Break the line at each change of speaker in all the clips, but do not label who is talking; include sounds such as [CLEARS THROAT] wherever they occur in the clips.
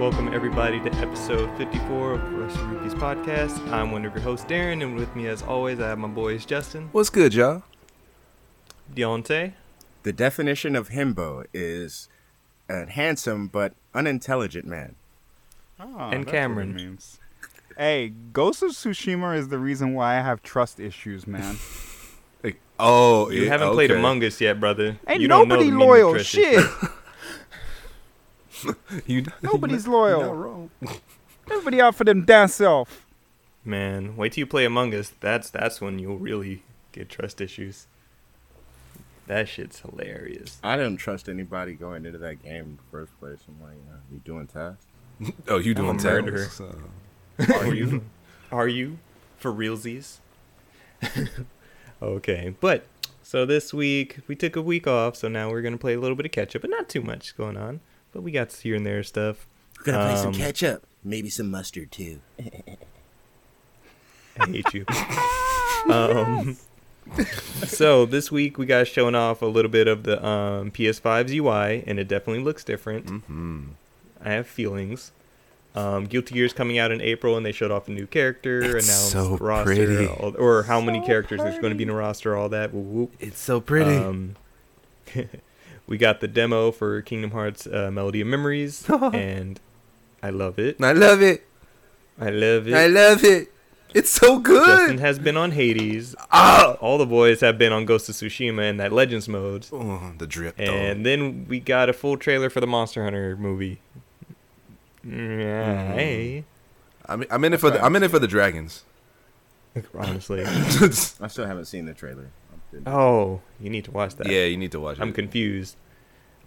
everybody to episode 54 of Russian Rookies Podcast. I'm one of your hosts, Darren, and with me, as always, I have my boys, Justin,
What's good, y'all?
Deontay,
The definition of himbo is a handsome but unintelligent man.
Oh,
And
that's what it
Cameron.
means. Hey, Ghost of Tsushima is the reason why I have trust
[LAUGHS]
issues, man.
Like, oh,
You
yeah,
haven't played
okay.
Among Us yet, brother.
Ain't
you don't know
nobody
the meaning of
loyal.
Trisha.
Shit,
You, [LAUGHS]
nobody's
you're not
loyal.
wrong.
Everybody out for them damn self.
Man, wait till you play Among Us. That's that's when you'll really get trust issues. That shit's hilarious.
I didn't trust anybody going into that game in the first place. I'm like, uh, you doing tasks?
Oh, you doing
a murderer.
tattles, so.
Are you? [LAUGHS] Are you? For realsies? [LAUGHS] okay, but so this week we took a week off, so now we're gonna play a little bit of catch up, but not too much going on. But we got here and there stuff.
We're
gonna play some Um,
ketchup, maybe some mustard too.
I hate you. um, so this week we got showing off a little bit of the um, PS5's UI, and it definitely looks different.
Mm-hmm.
I have feelings. Um, Guilty Gear's coming out in April, and they showed off a new character,
It's
announced
so
roster,
pretty.
all- or how many
So
characters there's going to be in the
pretty.
roster, all that. Woo woo.
It's so pretty.
Um, [LAUGHS] we got the demo for Kingdom Hearts uh, Melody of
[LAUGHS]
Memories, and I love it.
I love it.
I love it.
I love it. It's
Justin
so good.
has been on Hades.
Ah!
All the boys have been on Ghost of Tsushima and that Legends mode.
Oh, the drip. dog.
And then we got a full trailer for the Monster Hunter movie.
Mm.
Yeah, hey.
I'm, I'm in it for the, I'm in it for the dragons. [LAUGHS]
Honestly.
I still haven't seen the trailer.
[COUGHS] Oh, you need to watch that.
yeah, you need to watch it.
I'm confused.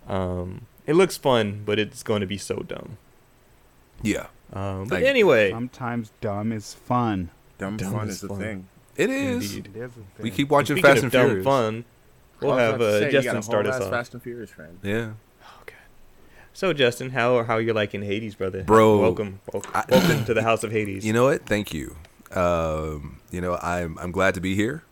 Um, it looks fun, but it's going to be so dumb.
yeah,
Um, but
Like-
anyway,
Sometimes dumb is fun.
Dumb,
Dumb
fun
is
is the
fun.
thing.
it is.
Indeed.
It is a thing.
We keep watching
speaking
Fast
of
and
dumb
Furious.
fun, we'll
I was
have
about to say,
uh,
you got a
Justin
whole
start us
ass
off.
Fast and Furious, friend.
Yeah,
So Justin, how how you liking Hades, brother?
Bro,
welcome, welcome,
I- [COUGHS]
welcome to the House of Hades.
you know what? Thank you. Um, you know, I'm I'm glad to be here.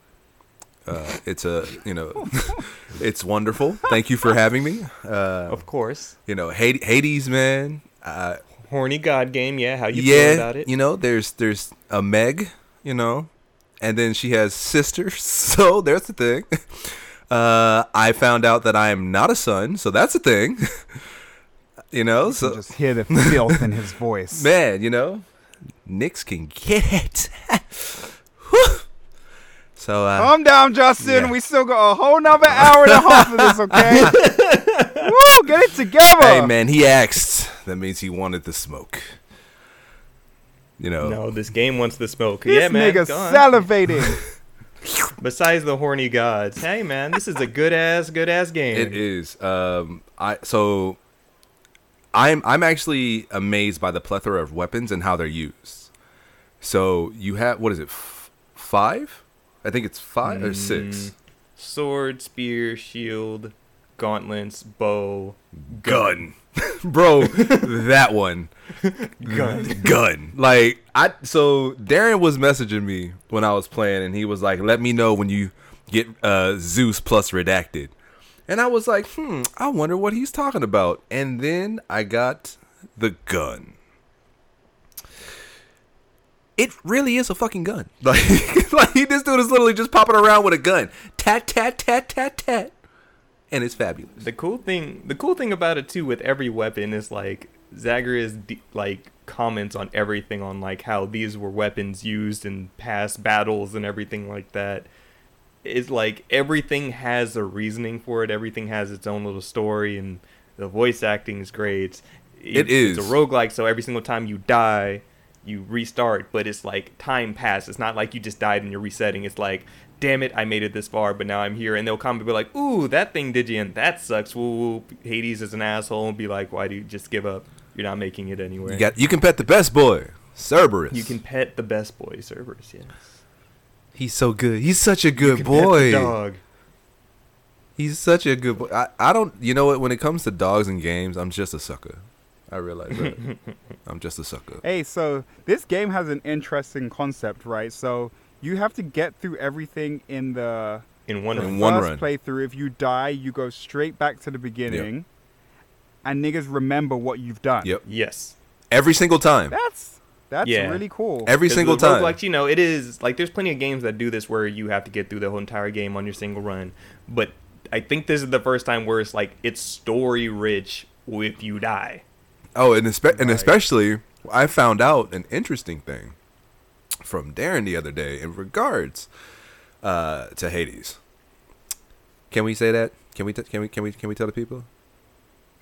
Uh, it's a you know, [LAUGHS] it's wonderful. Thank you for having me. Uh,
of course,
you know, Hades, Hades man. Uh,
horny god game. Yeah, how you
yeah,
feel about it?
you know, there's there's a Meg, you know, and then she has sisters, [LAUGHS] so there's the thing. [LAUGHS] Uh, I found out that I am not a son, so that's a thing. [LAUGHS] you know,
You
so
can just hear the filth in his voice.
man, you know, Knicks can get [LAUGHS] it. Whew. so uh,
Calm down, Justin.
Yeah.
We still got a whole nother hour and a half of
[LAUGHS]
this, okay? Woo, get it together.
hey man, he asked. That means he wanted the smoke. You know,
No, this game wants the smoke.
This
yeah, man.
nigga
go on.
salivating.
Besides the horny gods, hey man, this is a good ass, good ass game.
It is. Um, I so I'm I'm actually amazed by the plethora of weapons and how they're used. So you have what is it? F- five? I think it's five or six.
Sword, spear, shield, gauntlets, bow,
Gun, [LAUGHS] bro. that one.
gun.
Gun. Like I. So Darren was messaging me when I was playing, and he was like, "Let me know when you get uh, Zeus plus redacted." And I was like, "Hmm, I wonder what he's talking about." And then I got the gun. it really is a fucking gun. [LAUGHS] Like, like this dude is literally just popping around with a gun. Tat tat tat tat tat. And it's fabulous.
The cool thing, the cool thing about it too, with every weapon is like Zagreus d- like comments on everything on like how these were weapons used in past battles and everything like that. It's like everything has a reasoning for it. Everything has its own little story, and the voice acting is great.
It
It's
is.
a roguelike, so every single time you die, you restart, but it's like time passed. It's not like you just died and you're resetting. It's like, damn it, I made it this far, but now I'm here. And they'll come and be like, ooh, that thing did you, and that sucks. Woo, woo. Hades is an asshole, and be like, why do you just give up? You're not making it anywhere.
You got you can pet the best boy, Cerberus.
You can pet the best boy, Cerberus, yes.
He's so good. He's such a good
You can pet the
[LAUGHS] boy.
dog.
He's such a good boy. I, I don't you know what when it comes to dogs and games, I'm just a sucker. I
[LAUGHS]
realize that. I'm just a sucker.
hey, so this game has an interesting concept, right? So you have to get through everything in the
In one
the
In
room.
one
first
run.
playthrough. If you die, you go straight back to the beginning, and niggas remember what you've done.
Yep.
Yes.
every single time.
That's that's
Yeah.
really cool.
Every single time.
Like you know, it is like there's plenty of games that do this where you have to get through the whole entire game on your single run. But I think this is the first time where it's like it's story rich if you die.
Oh, and, espe- and especially, I found out an interesting thing from Darren the other day in regards uh, to Hades. Can we say that? Can we? T- can we? Can we? Can we tell the people?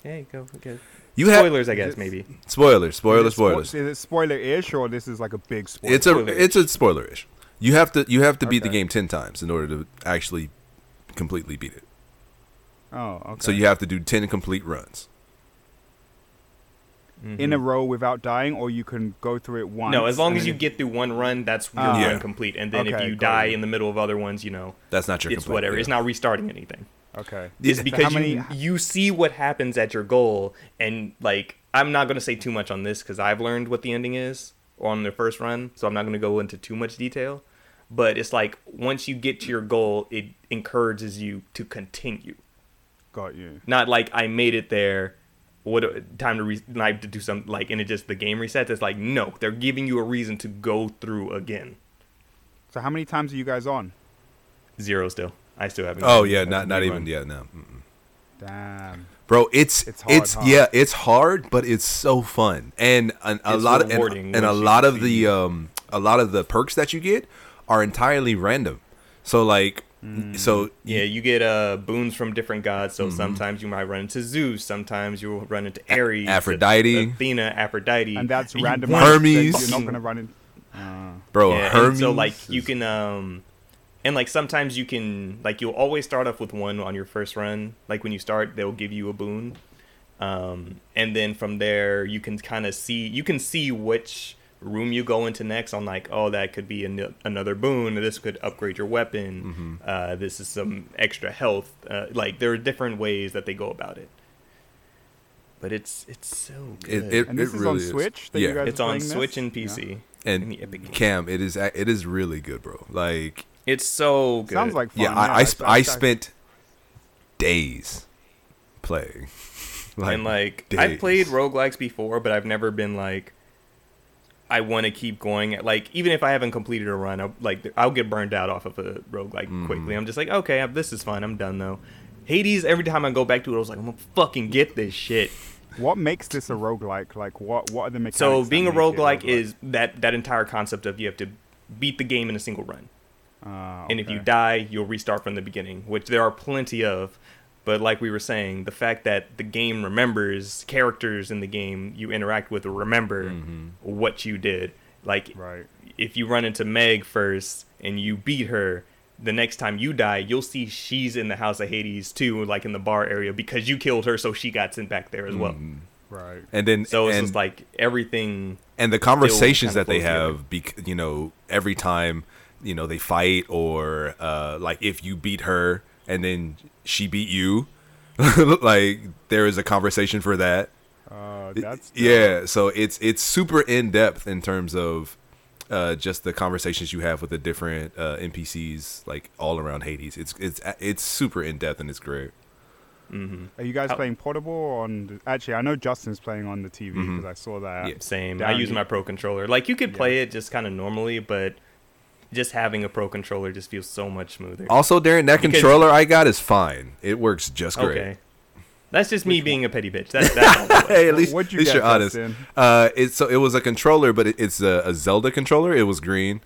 Hey, go okay.
You have
Spoilers, I guess maybe.
spoilers, spoilers,
Is it spo-
spoilers.
Is it spoiler-ish or this is like a big spoiler?
It's a
spoilers.
it's a spoilerish. You have to you have to beat the
Okay.
game ten times in order to actually completely beat it.
oh, okay.
So you have to do ten complete runs.
in a row without dying, or you can go through it once.
No, as long
and
as
then
you get through one run, that's your
Ah.
run
Yeah.
complete. And then
Okay,
if you
got
die
it.
in the middle of other ones, you know,
That's not your.
it's
complete-
whatever.
yeah.
It's not restarting anything.
Okay.
It's
Yeah.
because
How many-
you you see what happens at your goal, and like I'm not gonna say too much on this because I've learned what the ending is on the first run, so I'm not gonna go into too much detail. But it's like once you get to your goal, it encourages you to continue.
Got you.
Not like I made it there. What time to re- like to do some like and it just the game resets. It's like no, they're giving you a reason to go through again.
So how many times are you guys on?
Zero still. I still haven't.
Oh
gotten-
yeah,
haven't
not not even
rerun.
yeah no. Mm-mm.
Damn.
Bro, it's
It's
it's,
hard, huh?
yeah, it's hard, but it's so fun and a, a
It's
lot of
rewarding
and, and a
once you
lot of the
see-
um a lot of the perks that you get are entirely random. So like
Mm.
so
Yeah, you get uh, boons from different gods. So sometimes you might run into Zeus. Sometimes you'll run into Ares,
Aphrodite.
Athena, Aphrodite,
And that's
You-
random.
Hermes.
You're not gonna run in. Uh,
bro,
Yeah, and
Hermes.
so like you can um, and like sometimes you can like you'll always start off with one on your first run. Like when you start, they'll give you a boon, um, and then from there you can kind of see you can see which room you go into next on like oh that could be an- another boon this could upgrade your weapon uh, this is some extra health uh, like there are different ways that they go about it but it's it's so good
it, it,
And this
it
is
really
on Switch that you
yeah.
guys-
it's on
playing this?
switch and
Yeah.
pc
and
in the Epic Games.
Cam, it is a- it is really good, bro. Like
it's so good
sounds like fun.
yeah, I I, sp-
I-
I
I-
spent days playing. [LAUGHS]
and like I
days.
played roguelikes before, but I've never been like I want to keep going. Like even if I haven't completed a run, I'll, like I'll get burned out off of a roguelike quickly. I'm just like, okay, I'm- this is fun. I'm done though. Hades. Every time I go back to it, I was like, I'm gonna fucking get this shit.
What makes this a roguelike? Like what? What are the mechanics?
So
that
being a
make it
roguelike is that that entire concept of you have to beat the game in a single run.
Ah,
and if you
okay.
die, you'll restart from the beginning, which there are plenty of. But like we were saying, the fact that the game remembers characters in the game you interact with remember what you did. Like
Mm-hmm. Right.
if you run into Meg first and you beat her, the next time you die, you'll see she's in the house of Hades too, like in the bar area because you killed her, so she got sent back there as well.
Mm-hmm. Right.
and then
So it's
and,
just like everything
and the conversations
kinda
that they
flows together.
have, bec- you know, every time you know they fight or uh, like if you beat her and then she beat you, [LAUGHS] like there is a conversation for that.
[LAUGHS]
Uh, that's
yeah, so it's it's super in depth in terms of uh, just the conversations you have with the different uh, NPCs, like all around Hades. It's it's it's super in depth and it's great.
Are you guys
How-
playing portable or on? The, actually, I know Justin's playing on the TV because
Mm-hmm.
I saw that.
Yeah.
Same. I
Down
use
you-
my pro controller. Like you could play it just kind of normally, but just having a pro controller just feels so much smoother.
Also, Darren, that
Because-
controller I got is fine. It works just great.
okay. That's just me being a petty bitch. That's that's all.
[LAUGHS] hey, at least,
What'd you
at least
get,
you're honest.
Justin?
Uh, it's so it was a controller, but it, it's a, a Zelda controller. It was green.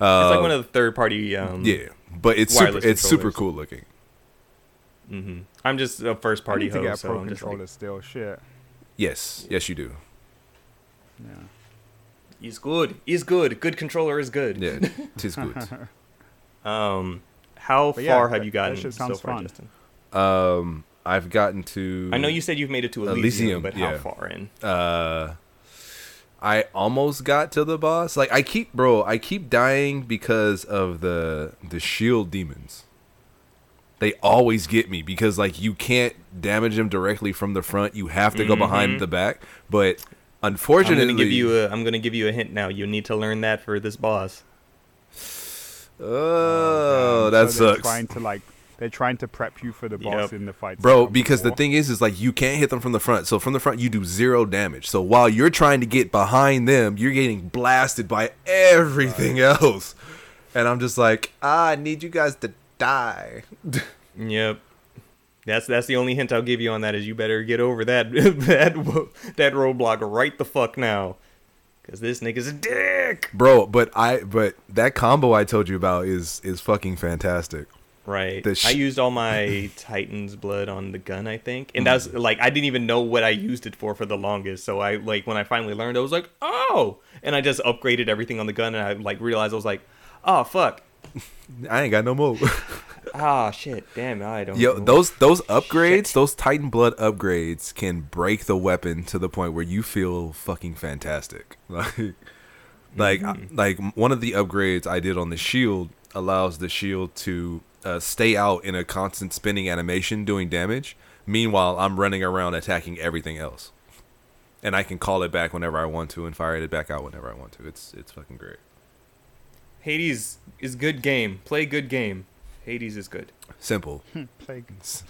Uh,
it's like one of the third party. Um,
yeah, but it's super,
wireless
it's super
controllers.
cool looking.
I'm just a first
I
party
need to get
host,
a
so
pro
I'm just
controller
like,
still. Shit.
Yes, yes, you do.
Yeah.
it's good. It's good. Good controller is good. [LAUGHS]
Yeah, tis good.
Um, how
But yeah,
far have
that-
you
that
gotten
shit
so
sounds
far,
fun.
Justin?
Um, I've gotten to.
I know you said you've made it to
Elysium,
Elysium, but
yeah.
how far in?
uh I almost got to the boss. Like I keep bro, I keep dying because of the the shield demons. They always get me because like you can't damage them directly from the front. You have to go
Mm-hmm.
behind the back. But
I'm
unfortunately,
gonna give you a. I'm gonna give you a hint now. You need to learn that for this boss.
oh, that
so they're
Oh,
Oh, sucks.
Trying to like, they're trying to prep you for the
Yep.
boss in the fight.
Bro, because the thing is, is like you can't hit them from the front. So from the front, you do zero damage. So while you're trying to get behind them, you're getting blasted by everything else. And I'm just like, "Ah, I need you guys to die.
Yep. That's that's the only hint I'll give you on that is you better get over that [LAUGHS] that wo- that roadblock right the fuck now, because this nigga's a dick.
Bro, but I but that combo I told you about is is fucking fantastic.
Right.
The sh-
I used all my [LAUGHS] Titan's blood on the gun, I think, and that's
Mm.
like I didn't even know what I used it for for the longest. So I like when I finally learned, I was like, oh, and I just upgraded everything on the gun, and I like realized I was like, oh fuck,
I ain't got no more. [LAUGHS]
ah shit, damn, I don't.
Yo,
know.
those those upgrades, those Titan blood upgrades can break the weapon to the point where you feel fucking fantastic. [LAUGHS] Like like uh,
Mm-hmm.
like one of the upgrades I did on the shield allows the shield to uh, stay out in a constant spinning animation doing damage. Meanwhile, I'm running around attacking everything else. And I can call it back whenever I want to and fire it back out whenever I want to. It's it's fucking great.
Hades is good game. Play good game. Hades is good.
Simple.
play, Hmm.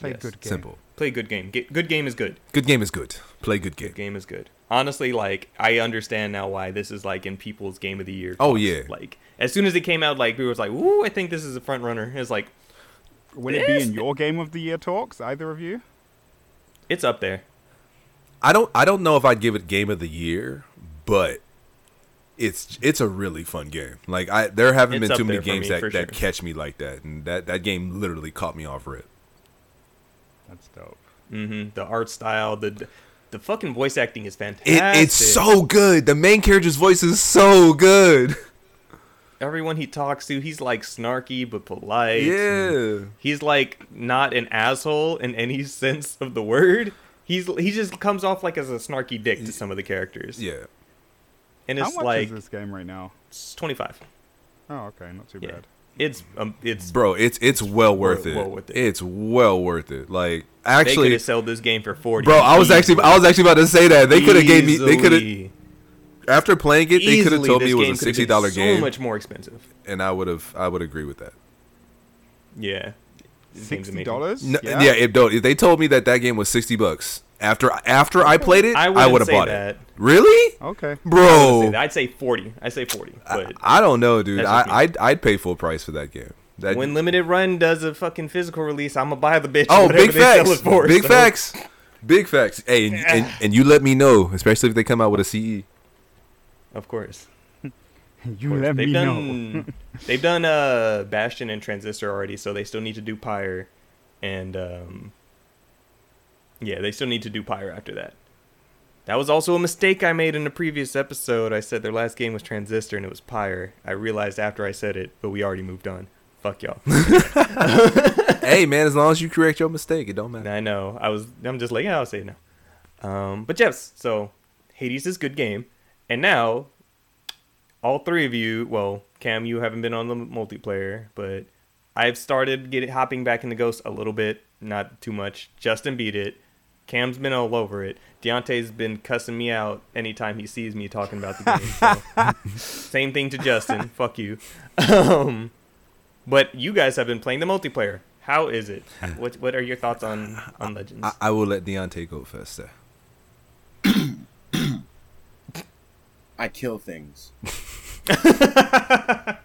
play
Yes.
good game.
Simple.
Play good game. Get, good game is good.
Good game is good. Play good game.
game is good. Honestly, like I understand now why this is like in people's game of the year.
Oh,
talks.
yeah.
Like as soon as it came out, like we was like, "Ooh, I think this is a front runner." It's like
Will it be
Yes.
in your game of the year talks? Either of you?
it's up there.
I don't I don't know if I'd give it game of the year, but it's it's a really fun game. Like I there haven't
It's
been
up
too many
there for
games
me,
that,
for
that
sure.
catch me like that. And that, that game literally caught me off rip.
That's dope.
hmm The art style, the the fucking voice acting is fantastic.
It, it's so good. The main character's voice is so good.
everyone he talks to, he's like snarky but polite.
Yeah.
He's like not an asshole in any [LAUGHS] sense of the word. He's he just comes off like as a snarky dick to some of the characters.
Yeah.
And
How
it's
much
like
is this game right now?
it's 25.
Oh, okay, not too
Yeah.
bad.
It's um, it's
Bro, it's it's well worth,
well-
it.
well worth it.
It's well worth it. Like
they could
actually
have sold this game for 40.
Bro, I was actually I was actually about to say that. They could have gave me they could have
Easily.
after playing it, they could have
Easily
told me
this
it
game
was
could
a
have
sixty
been
dollar game
So much more expensive.
and I would have I would agree with that.
Yeah. This game's
Sixty
amazing.
dollars?
No, yeah, it don't. If they told me that that game was sixty bucks after after I played it,
I
I,
wouldn't
would have
say
bought
that.
it. Really, [LAUGHS]
Okay.
I'd say
bro?
that. I'd say 40. I'd say 40. But
I don't know, dude.
That's
I
just me.
I'd, I'd pay full price for that game. That
when Limited Run does a fucking physical release, I'm going to buy the bitch.
oh,
whatever
big
they sell
facts,
it for,
big
so-
facts, big facts. Hey, and, and,
[LAUGHS]
and you let me know, especially if they come out with a E. CE.
Of course. Of
You
course.
let
they've
me know. [LAUGHS]
done, they've done uh, Bastion and Transistor already, so they still need to do Pyre. And, um, yeah, they still need to do Pyre after that. That was also a mistake I made in the previous episode. I said their last game was Transistor and it was Pyre. I realized after I said it, but we already moved on. Fuck y'all. [LAUGHS]
hey, man, as long as you correct your mistake, it don't matter.
I know. I was. I'm just like, yeah, I'll say it now. Um, but yes, so Hades is good game, and now all three of you. Well, Cam, you haven't been on the multiplayer, but I've started getting hopping back into Ghost a little bit, not too much. Justin beat it. Cam's been all over it. Deontay's been cussing me out anytime he sees me talking about the game. so. Same thing to Justin. Fuck you. Um, but you guys have been playing the multiplayer. How is it? What What are your thoughts on on Legends?
I, I will let Deontay go first. Sir.
I kill things.
I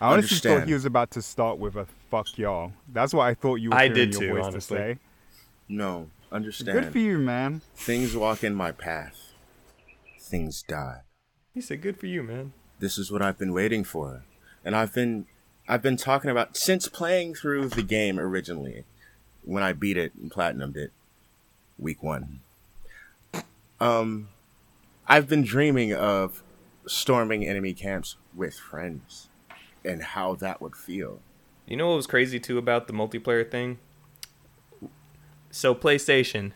honestly thought
Understand.
he was about to start with a fuck y'all. That's what I thought you were
I
hearing
did
your
too,
voice
honestly.
to say.
No,
Good
understand.
for you, man.
Things walk in my path. Things die.
he said, "Good for you, man."
This is what I've been waiting for, and I've been, I've been talking about since playing through the game originally, when I beat it and platinumed it, week one. Um, I've been dreaming of storming enemy camps with friends, and how that would feel. [LAUGHS]
You know what was crazy too about the multiplayer thing? So PlayStation,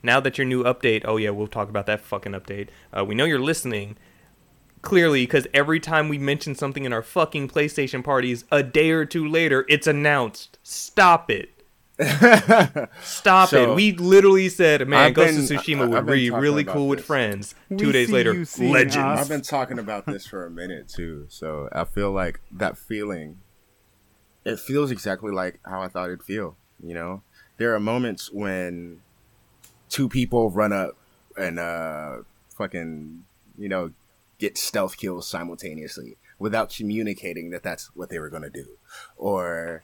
now that your new update, oh yeah, we'll talk about that fucking update. Uh, we know you're listening, clearly, because every time we mention something in our fucking PlayStation parties, a day or two later, it's announced. Stop it. Stop
So-
it. We literally said, man,
I've
Ghost
been-
of
I-
Tsushima
I've
would
been
be
talking
really
about
cool with
this.
friends.
We
Two days
see
later,
you seeing
legends.
us.
I've been talking about this for a minute too, so I feel like that feeling it feels exactly like how I thought it'd feel. You know, there are moments when two people run up and uh, fucking, you know, get stealth kills simultaneously without communicating that that's what they were going to do, or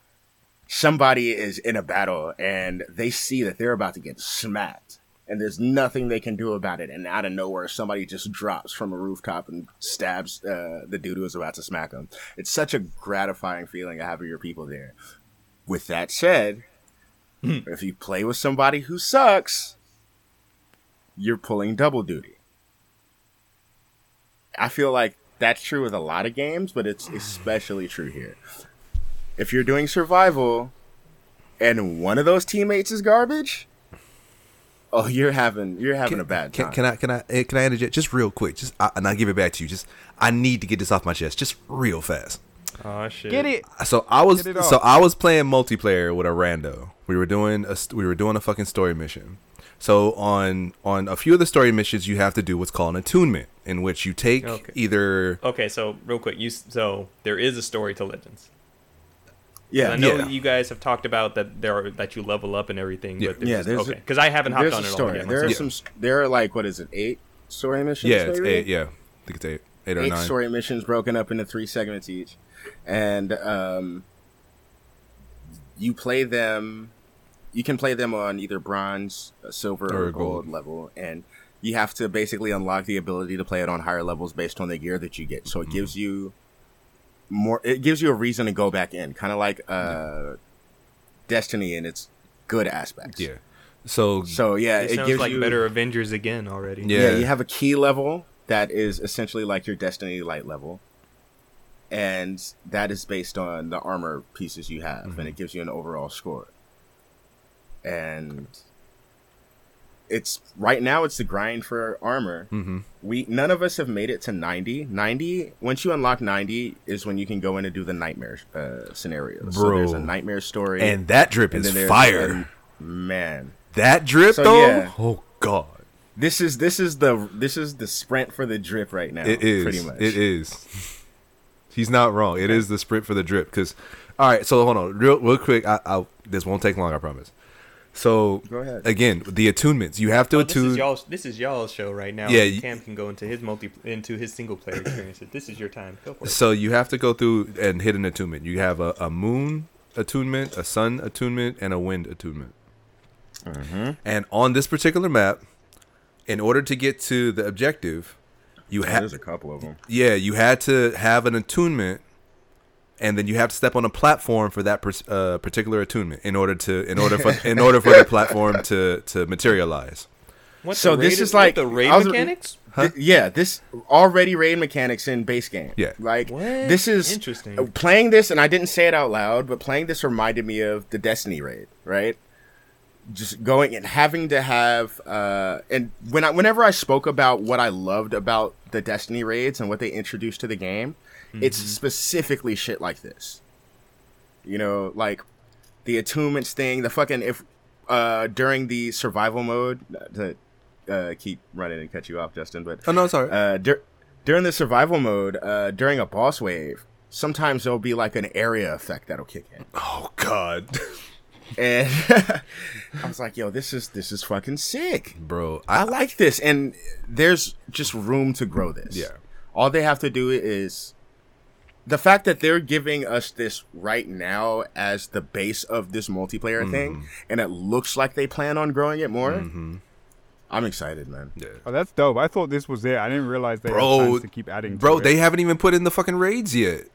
somebody is in a battle and they see that they're about to get smacked. And there's nothing they can do about it. And out of nowhere, somebody just drops from a rooftop and stabs uh, the dude who is about to smack him it's such a gratifying feeling of having your people there. With that said,
Hmm.
if you play with somebody who sucks, you're pulling double duty. I feel like that's true with a lot of games, but it's especially true here. If you're doing survival and one of those teammates is garbage, oh, you're having you're having a bad time.
Can, can I can I eh, can I interject just real quick? Just I, and I'll give it back to you. Just I need to get this off my chest, just real fast.
Oh shit.
Get it?
So I was
Get it off.
so I was playing multiplayer with a rando. We were doing a st- we were doing a fucking story mission. So on on a few of the story missions, you have to do what's called an attunement, in which you take
Okay.
either
Okay, so real quick, you s- so there is a story to Legends.
yeah,
I know
Yeah.
you guys have talked about that there are that you level up and everything,
Yeah.
but there's
Yeah,
just-
there's a-
okay. Because I haven't hopped
there's
on
a
it all
story.
yet.
There are
myself.
some. s- There are like what is it? Eight story missions.
yeah, it's
maybe?
eight, yeah, I think it's eight, eight or
eight
nine.
story missions broken up into three segments each, and um, you play them. You can play them on either bronze, uh, silver, or,
Or
gold.
gold.
level, and you have to basically unlock the ability to play it on higher levels based on the gear that you get. So it
Mm-hmm.
gives you more. It gives you a reason to go back in, kind of like uh, Destiny and its good aspects.
Yeah. So
So yeah,
it,
it,
sounds
gives
like
you
better Avengers again already.
Yeah.
yeah. you have a key level that is essentially like your Destiny light level, and that is based on the armor pieces you have,
Mm-hmm.
and it gives you an overall score. And it's right now it's the grind for armor.
hmm
We none of us have made it to ninety. Ninety once you unlock ninety is when you can go in and do the nightmare uh, scenarios. So there's a
Bro.
nightmare story,
and that drip
and
is
then there's
fire.
a- man.
That drip
So,
though.
yeah.
Oh god,
This is this is the this is the sprint for the drip right now.
it is.
pretty much.
It is. He's not wrong. It is the sprint for the drip. Because, all right. So hold on, real real quick. I, I this won't take long. I promise. So
Go ahead.
again. The attunements. You have to
Oh, this
attune.
is y'all. This is y'all's show right now.
Yeah,
Yeah,
you-
Cam can go into his multi into his single player experiences. This is your time. Go for it.
So you have to go through and hit an attunement. You have a, a moon attunement, a sun attunement, and a wind attunement.
Mm-hmm.
And on this particular map, in order to get to the objective, you have
There's a couple of them.
yeah, you had to have an attunement, and then you have to step on a platform for that pers- uh, particular attunement in order to in order for in order [LAUGHS] for the platform to to materialize.
What's
So
the
this
raid-
is like-
what the raid
I was-
mechanics.
yeah, this already raid mechanics in base game.
Yeah.
like
What?
this is
Interesting.
uh, Playing this, and I didn't say it out loud, but playing this reminded me of the Destiny raid. Right, just going and having to have uh, and when I whenever I spoke about what I loved about the Destiny raids and what they introduced to the game, it's
Mm-hmm.
specifically shit like this. You know, like the attunements thing, the fucking if uh during the survival mode to uh, keep running and cut you off, Justin, but
Oh no, sorry.
uh, dur- during the survival mode, uh, during a boss wave, sometimes there'll be like an area effect that'll kick in,
oh God, [LAUGHS]
and [LAUGHS] I was like, "Yo, this is this is fucking sick."
bro. I
I like this, and there's just room to grow this.
Yeah.
all they have to do is the fact that they're giving us this right now as the base of this multiplayer
Mm-hmm.
thing, and it looks like they plan on growing it more. I'm excited, man.
yeah.
Oh, that's dope. I thought this was it. I didn't realize they
Bro,
had plans to keep adding.
bro
to
they
it.
haven't even put in the fucking raids yet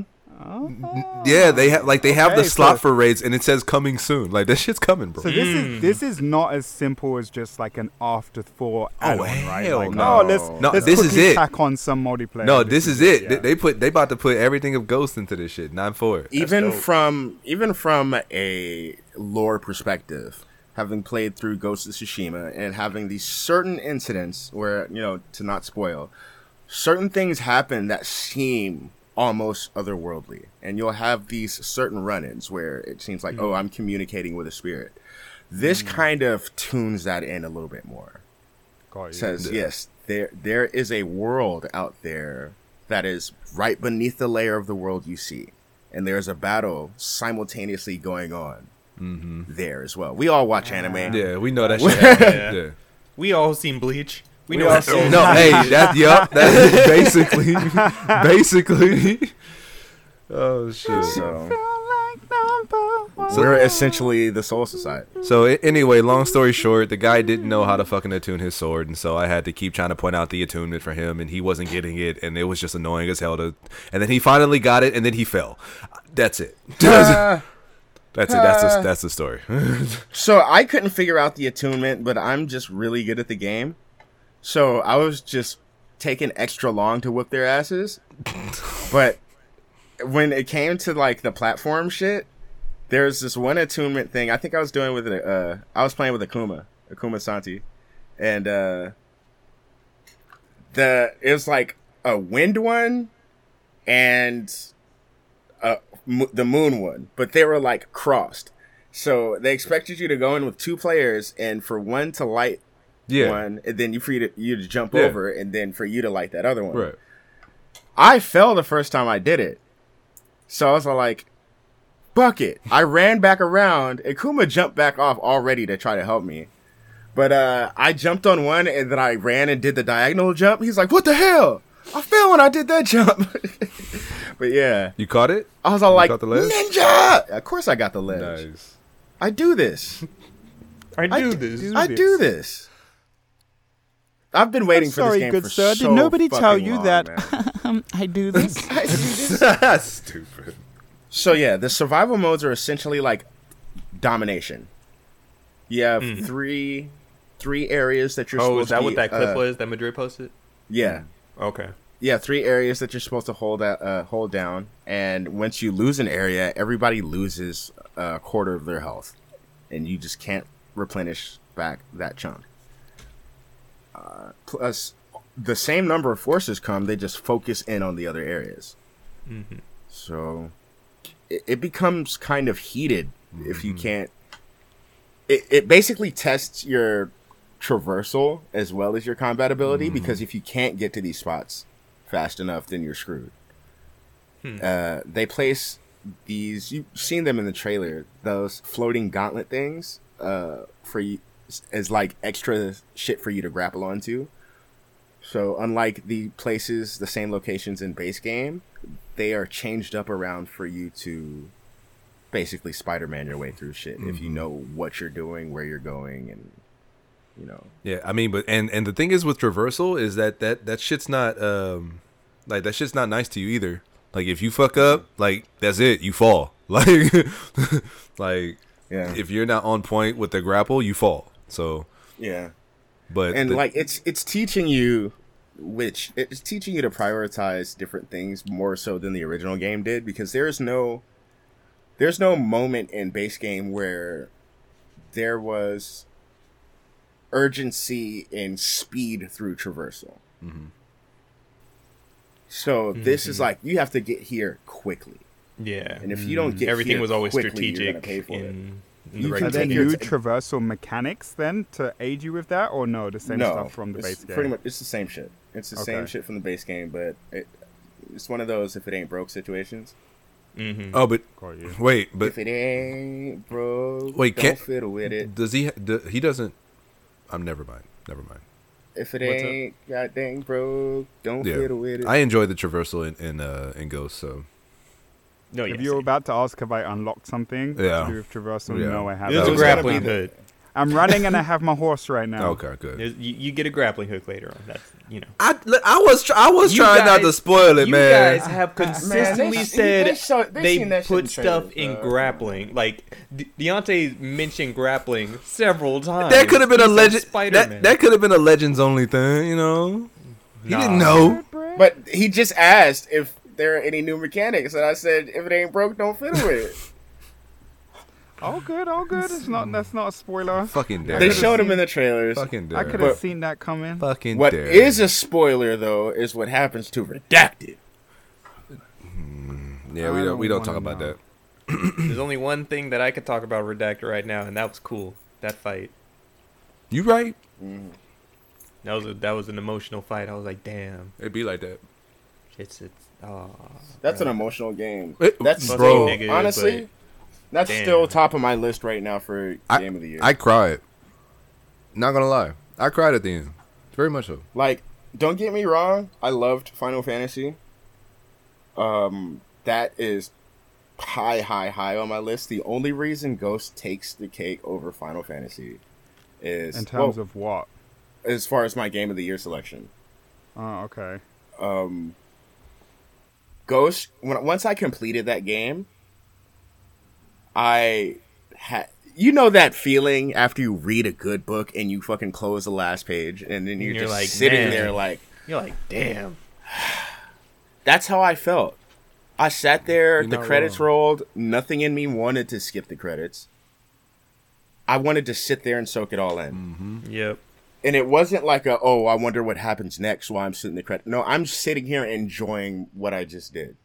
mm-hmm yeah they have like they have the
Okay,
slot
so-
for raids and it says coming soon like that shit's coming bro
So this
Mm.
is this is not as simple as just like an afterthought add-on, right?
hell
Like,
no.
oh, let's
No,
let's
this is
quickly
it.
tack on some multiplayer.
no this is it They-
yeah.
they put they about to put everything of ghost into this shit Nine four.
even
dope.
from even from a lore perspective, having played through Ghost of Tsushima and having these certain incidents where you know to not spoil, certain things happen that seem almost otherworldly, and you'll have these certain run-ins where it seems like,
Mm.
oh, I'm communicating with a spirit. This kind of tunes that in a little bit more
Got you.
says yes there there is a world out there that is right beneath the layer of the world you see and there's a battle simultaneously going on there as well. We all watch anime.
Mm-hmm. [LAUGHS] Yeah, we know that shit. happened. yeah.
We all seen Bleach. We,
We
know
all
that
seen-
shit.
No, hey, that yup, that's basically basically. Oh shit.
So
So-
we're essentially the Soul
[LAUGHS]
Society.
So a- anyway, long story short, the guy didn't know how to fucking attune his sword, and so I had to keep trying to point out the attunement for him, and he wasn't getting it, and it was just annoying as hell to. And then he finally got it, and then he fell. That's it. [LAUGHS] that's it. That's the, that's the story. [LAUGHS]
So I couldn't figure out the attunement, but I'm just really good at the game. So I was just taking extra long to whoop their asses. but when it came to like the platform shit, there's this one attunement thing. I think I was doing with a, uh, I was playing with Akuma, Akuma Santi, and uh, the it was like a wind one and uh, mo- the moon one, but they were like crossed. So they expected you to go in with two players, and for one to light
yeah.
one, and then you for you to, you to jump
Yeah.
over, and then for you to light that other one.
Right.
I fell the first time I did it, so I was like, "Bucket!" I ran back around, and Kuma jumped back off already to try to help me. But uh, I jumped on one, and then I ran and did the diagonal jump. He's like, "What the hell? I fell when I did that jump." [LAUGHS] but yeah,
You caught it.
I was all like,
got the ledge?
"Ninja!" Of course, I got the
[LAUGHS]
ledge.
Nice.
I do this.
I do
d-
this.
I
this.
do this. I've been waiting for this
sorry,
game
good
for
sir. Did
so
nobody tell
fucking
you
long,
that? [LAUGHS] um,
man.
I do this.
Stupid.
so yeah, the survival modes are essentially like domination. You have three three areas that you're
Mm. Oh,
supposed
is that
to
what
be,
that clip
uh,
was that Madrid posted?
Yeah.
Okay.
Yeah, three areas that you're supposed to hold at, uh, hold down, and once you lose an area, everybody loses a quarter of their health, and you just can't replenish back that chunk. Uh, plus, the same number of forces come; they just focus in on the other areas.
Mm-hmm.
So, it, it becomes kind of heated if you can't. It it basically tests your traversal as well as your combat ability because if you can't get to these spots fast enough, then you're screwed. Uh, they place these. You've seen them in the trailer. Those floating gauntlet things uh, for you as like extra shit for you to grapple onto. So unlike the places, the same locations in base game, they are changed up around for you to basically Spider-Man your way through shit if you know what you're doing, where you're going, and you know.
Yeah, I mean, but and and the thing is with traversal is that that that shit's not um like that shit's not nice to you either. Like if you fuck up, like that's it, you fall. [LAUGHS] Like like
Yeah.
if you're not on point with the grapple, you fall. So,
Yeah.
but
and
the-
like it's it's teaching you which it's teaching you to prioritize different things more so than the original game did because there's no there's no moment in base game where there was urgency and speed through traversal so this
Mm-hmm.
is like you have to get here quickly
Yeah. Mm-hmm.
and if you don't get
Everything
here
was always
quickly, you're
strategic
gonna pay for it.
in, in
[LAUGHS] You
the
can
regular
Are there
take
game.
your
new
t-
traversal mechanics then to aid you with that, or no? The same stuff from the
it's
base game.
Pretty much, it's the same shit. It's the same
Okay.
shit from the base game, but it, it's one of those if it ain't broke situations.
Mm-hmm.
oh, but
Got you.
wait, but
If it ain't broke,
Wait,
don't
can't-
fiddle with it.
does he do, he doesn't I'm never mind. Never mind.
If it
What's up?
ain't goddamn broke, don't fiddle with
Yeah.
it.
I enjoy the traversal in in, uh, in Ghost, so
No,
Oh,
If
yes.
you were about to ask if I unlocked something
Yeah.
to do with traversal,
Yeah.
no, I
There's
haven't.
a
was gonna
grappling
be the-
hook.
I'm running and I have my
[LAUGHS]
horse right now.
okay, good.
There's, you, you get a grappling hook later on. That's you know.
I, I was tr- I was
You
trying not to
guys-
spoil it,
you
man.
guys have consistently
Ah, they-
said
they
they,
show- they seen that shit in
put stuff
trailers, uh, mm.
in
bro.
grappling. Like De- Deontay mentioned grappling several times.
that could have been a
He's like
legend.
Spider-Man.
That, that could have been a legends only thing, you know. He didn't
Nah.
know.
But he just asked if there are any new mechanics, and I said if it ain't broke, don't fiddle
[LAUGHS]
with it.
All good, all good. It's not. That's not a spoiler.
Fucking dare.
they showed him in the trailers.
Fucking dare.
I could
But-
have seen that coming.
Fucking
What
dare.
is a spoiler though is what happens to redacted.
Yeah, we
I
don't. We don't
don't
talk
wanna
about
know.
that.
There's only one thing that I could talk about Redactor right now, and that was cool. That fight.
You right?
That was a, that was an emotional fight. I was like, damn.
It'd be like that.
It's it's. Oh,
That's an
bro.
emotional game.
It-
That's
bro.
still,
Negative,
honestly, that's
damn.
still top of my list right now for
I-
game of the year.
I cried. Not gonna lie, I cried at the end. Very much so.
like, don't get me wrong, I loved Final Fantasy. Um, that is high, high, high on my list. The only reason Ghost takes the cake over Final Fantasy is
In terms
well,
of what?
as far as my game of the year selection.
Oh, okay.
um ghost when once i completed that game i had you know that feeling after you read a good book and you fucking close the last page and then you're,
you're
just
like,
sitting
"Man."
there like
You're like, damn.
that's how i felt i sat there
You're
the
not
credits
wrong.
rolled nothing in me wanted to skip the credits i wanted to sit there and soak it all in
Yep.
and it wasn't like a oh i wonder what happens next while i'm sitting the credit no i'm sitting here enjoying what i just did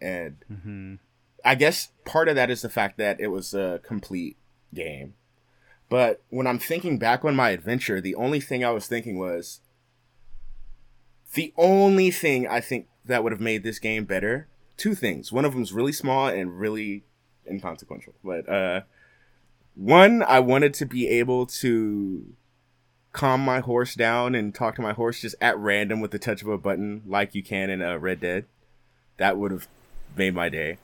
and
hmm
I guess part of that is the fact that it was a complete game. But when I'm thinking back on my adventure, the only thing I was thinking was the only thing I think that would have made this game better. Two things. One of them's really small and really inconsequential. But uh, one, I wanted to be able to calm my horse down and talk to my horse just at random with the touch of a button, like you can in uh, Red Dead. That would have made my day.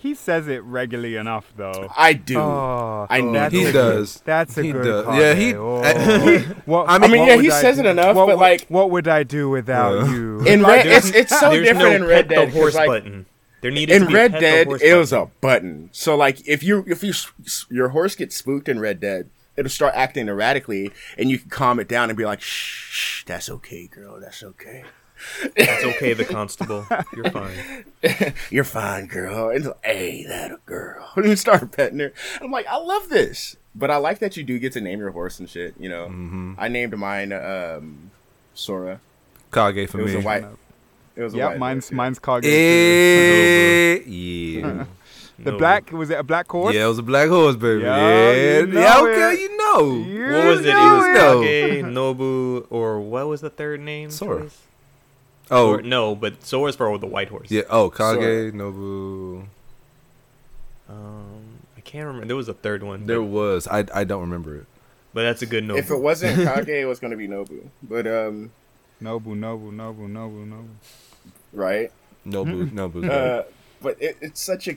He says it regularly enough, though.
I do.
Oh,
I need
that's
He
a good-
does.
that's a
He
good.
does.
call
Yeah,
there.
he-
Oh.
[LAUGHS]
I
mean,
what
yeah,
would
he
I
says
do-
it enough,
what
but,
would-
like-
what would I do without
Yeah.
you?
in
I
Red,
do.
it's it's
[LAUGHS]
so
There's
different
no
in
pet
Red Dead.
The
'cause,
horse
like,
button. There needed
in
to be
Red
pet the
Dead,
horse
it was
button.
a button. So like, if you if you s- s- your horse gets spooked in Red Dead, it'll start acting erratically, and you can calm it down and be like, "Shh, shh, that's okay, girl. That's okay.
It's okay, the
[LAUGHS]
constable. You're fine.
You're fine, girl." And it's like, "Hey, that a girl," [LAUGHS] and you start petting her. I'm like, I love this, but I like that you do get to name your horse and shit. You know, I named mine um, Sora.
Kage for
It was
me.
a [LAUGHS] white. It was a
Yep,
white
mine's
horse, yeah.
mine's Kage.
Eh, yeah.
too. The black was it a black horse?
Yeah, it was a black horse, baby.
Yeah,
Yeah,
you know
yeah, okay,
it.
you know.
You
What was it? It
know
was
know.
Kage, Nobu, or what was the third name?
Sora.
choice?
Oh,
Or- no, but Sora's probably the white horse.
yeah. Oh, Kage,
Sorry.
Nobu.
Um, I can't remember. There was a third one.
There
but,
was. I I don't remember it.
but that's a good Nobu.
If it wasn't Kage, it was going to be Nobu. But um,
Nobu, Nobu, Nobu, Nobu, Nobu.
right.
Nobu, Nobu's
Uh, but it, it's such a.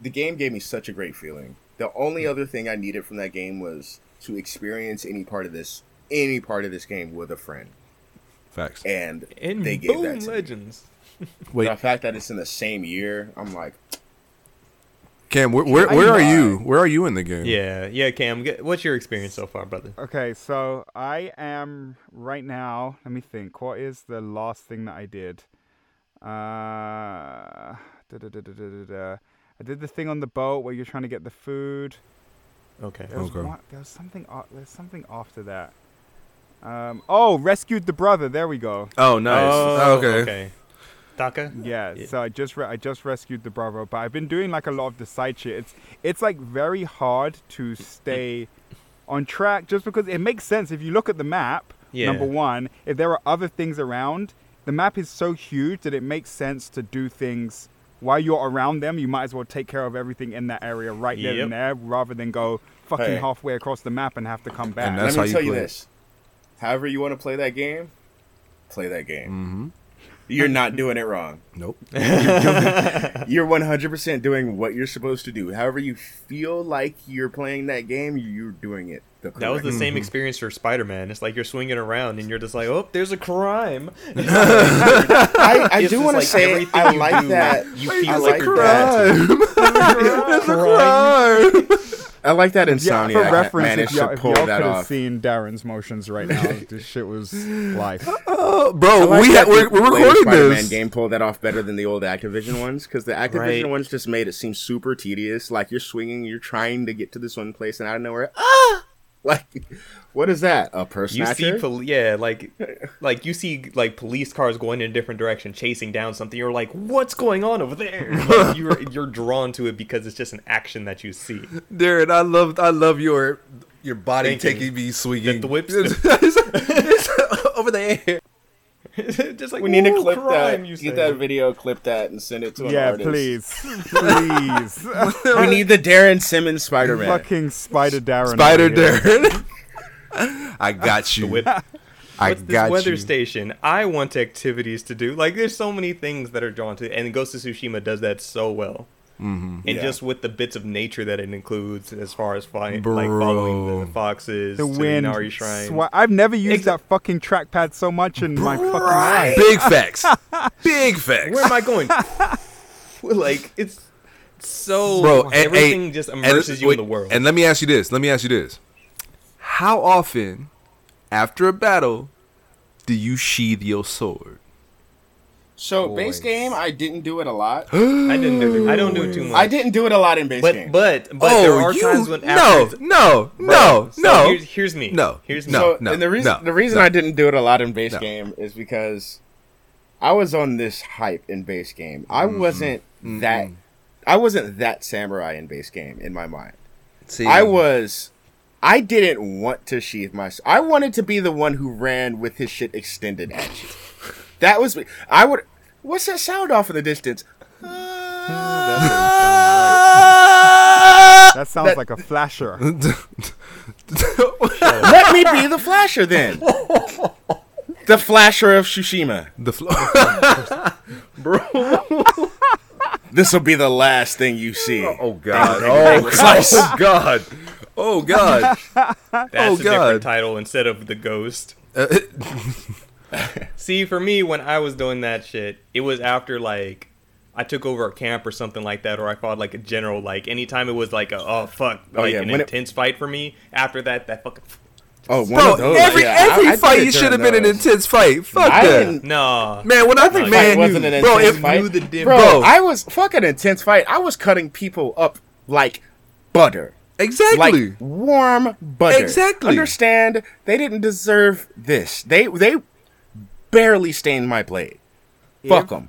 The game gave me such a great feeling. The only other thing I needed from that game was to experience any part of this, any part of this game with a friend,
facts.
and
and
they gave
boom,
that to me.
Legends.
Wait,
The fact that it's in the same year, I'm like,
Cam, where where,
I
where are
lied.
you? Where are you in the game?
Yeah, yeah, Cam. get- What's your experience so far, brother?
Okay, so I am right now. Let me think. What is the last thing that I did? Uh, da, da, da, da, da, da, da. I did the thing on the boat where you're trying to get the food.
Okay.
There was,
Okay.
one, there was something. a- There's something after that. Um, oh, rescued the brother. There we go.
Oh, nice.
Oh,
okay.
Taka.
Yeah,
Yeah.
so I just re- I just rescued the brother, but I've been doing like a lot of the side shit. It's it's like very hard to stay on track just because it makes sense if you look at the map.
Yeah.
Number one, if there are other things around, the map is so huge that it makes sense to do things while you're around them. You might as well take care of everything in that area right there
Yep.
and there, rather than go fucking
Hey.
halfway across the map and have to come back.
that's-
let
how
me
you
tell you
play it.
this. However you want to play that game, play that
Mm.
game.
Mm-hmm.
You're not doing it
[LAUGHS]
wrong.
Nope.
You're 100% doing what you're supposed to do. However you feel like you're playing that game, you're doing it. The
That was
correct
the same experience for Spider Man. It's like you're swinging around and you're just like, oh, there's a
[LAUGHS]
crime. [LAUGHS]
I, I
It's
do
just
want to
like
say
everything
I
you
like
do,
that.
You
I
feel
like
like
your
you're
dad.
bad.
[LAUGHS]
[LAUGHS]
Crime.
I like that
Yeah,
Insomniac
for reference, if
managed
y'all,
to
if
pull
y'all could
that
have
off.
seen Darren's motions
[LAUGHS]
right now, this shit was life.
Oh, bro,
I like
we
that
ha- we're,
the
we're
latest
recording
Spider-Man
this.
game pulled that off better than the old Activision ones because the Activision
Right.
ones just made it seem super tedious. Like you're swinging, you're trying to get to this one place, and out of nowhere, ah! Like, what is that? A person?
You see, pol- yeah, like, like you see, like police cars going in a different direction, chasing down something. You're like, "What's going on over
[LAUGHS]
there?" Like, you're you're drawn to it because it's just an action that you see. [LAUGHS]
Darren, I love I love your your body
Thinking
[LAUGHS] taking me swinging
that the whips-
It's- it's over the air.
Just like
We need to
"Ooh,
clip
crime,"
that.
you say.
Get that video, clip that, and send it to an
yeah,
artist.
please, please,
[LAUGHS] We need the Darren Simmons Spider Man.
fucking Spider Darren,
Spider
over here.
Darren. [LAUGHS] I got you.
whip.
I
What's this
got
weather
you.
station? I want activities to do. Like, there's so many things that are drawn to, and Ghost of Tsushima does that so well. Mm-hmm. And
Yeah.
just with the bits of nature that it includes, as far as fi- like
Bro.
following the foxes,
The
to
wind.
the Inari Shrine.
swa- I've never used
Exa-
that fucking trackpad so much in my fucking life.
Right. Big facts. Big facts.
Where am I
[LAUGHS]
going? [LAUGHS] like, it's so
Bro, and-
everything
and-
just
and-
immerses you
wait,
in the world.
And let me ask you this. Let me ask you this. How often after a battle do you sheathe your sword?
So base game, I didn't do it a lot.
[GASPS] I didn't
[GASPS]
do. I don't do too much.
I didn't do it a lot in base game.
But but but there are times when
Oh, no,
after-
no,
Bro,
no,
so
no.
Here's, here's me.
No,
Here's me.
no.
so, and the reason
no,
the reason
no.
I didn't do it a lot in base
No.
game is because I was on this hype in base game. I
Mm-hmm.
wasn't that I wasn't that samurai in base game in my mind.
See,
I was I didn't want to sheathe my s- I wanted to be the one who ran with his shit extended at you. That was me. I would What's that sound off in the distance?
That sounds
That-
like a flasher.
Let me be the flasher
[LAUGHS]
then. the flasher of Tsushima.
[LAUGHS] the floor.
This will be the last thing you see.
oh god. Oh, oh [LAUGHS] god. Oh god.
That's
Oh,
a
God.
different title instead of the
[LAUGHS]
ghost.
Uh,
See, for me, when I was doing that shit, it was after like I took over a camp or something like that, or I fought like a general. Like anytime it was like a oh fuck,
Oh,
like
yeah,
an
when it-
intense fight for me. After that, that fucking
Oh, one
Bro,
of those.
every
yeah, I-
every
I did
fight
it
you should have
during
been an
those.
intense fight. Fuck
I
that.
didn't-
no.
Man, when I think
fight
man,
wasn't an
bro,
intense
if
fight.
knew the difference.
Bro,
Bro.
I was fucking intense fight. I was cutting people up like butter.
exactly.
Like warm butter.
Exactly.
Understand? They didn't deserve this. They they barely stained my blade. Fuck 'em. Fuck them.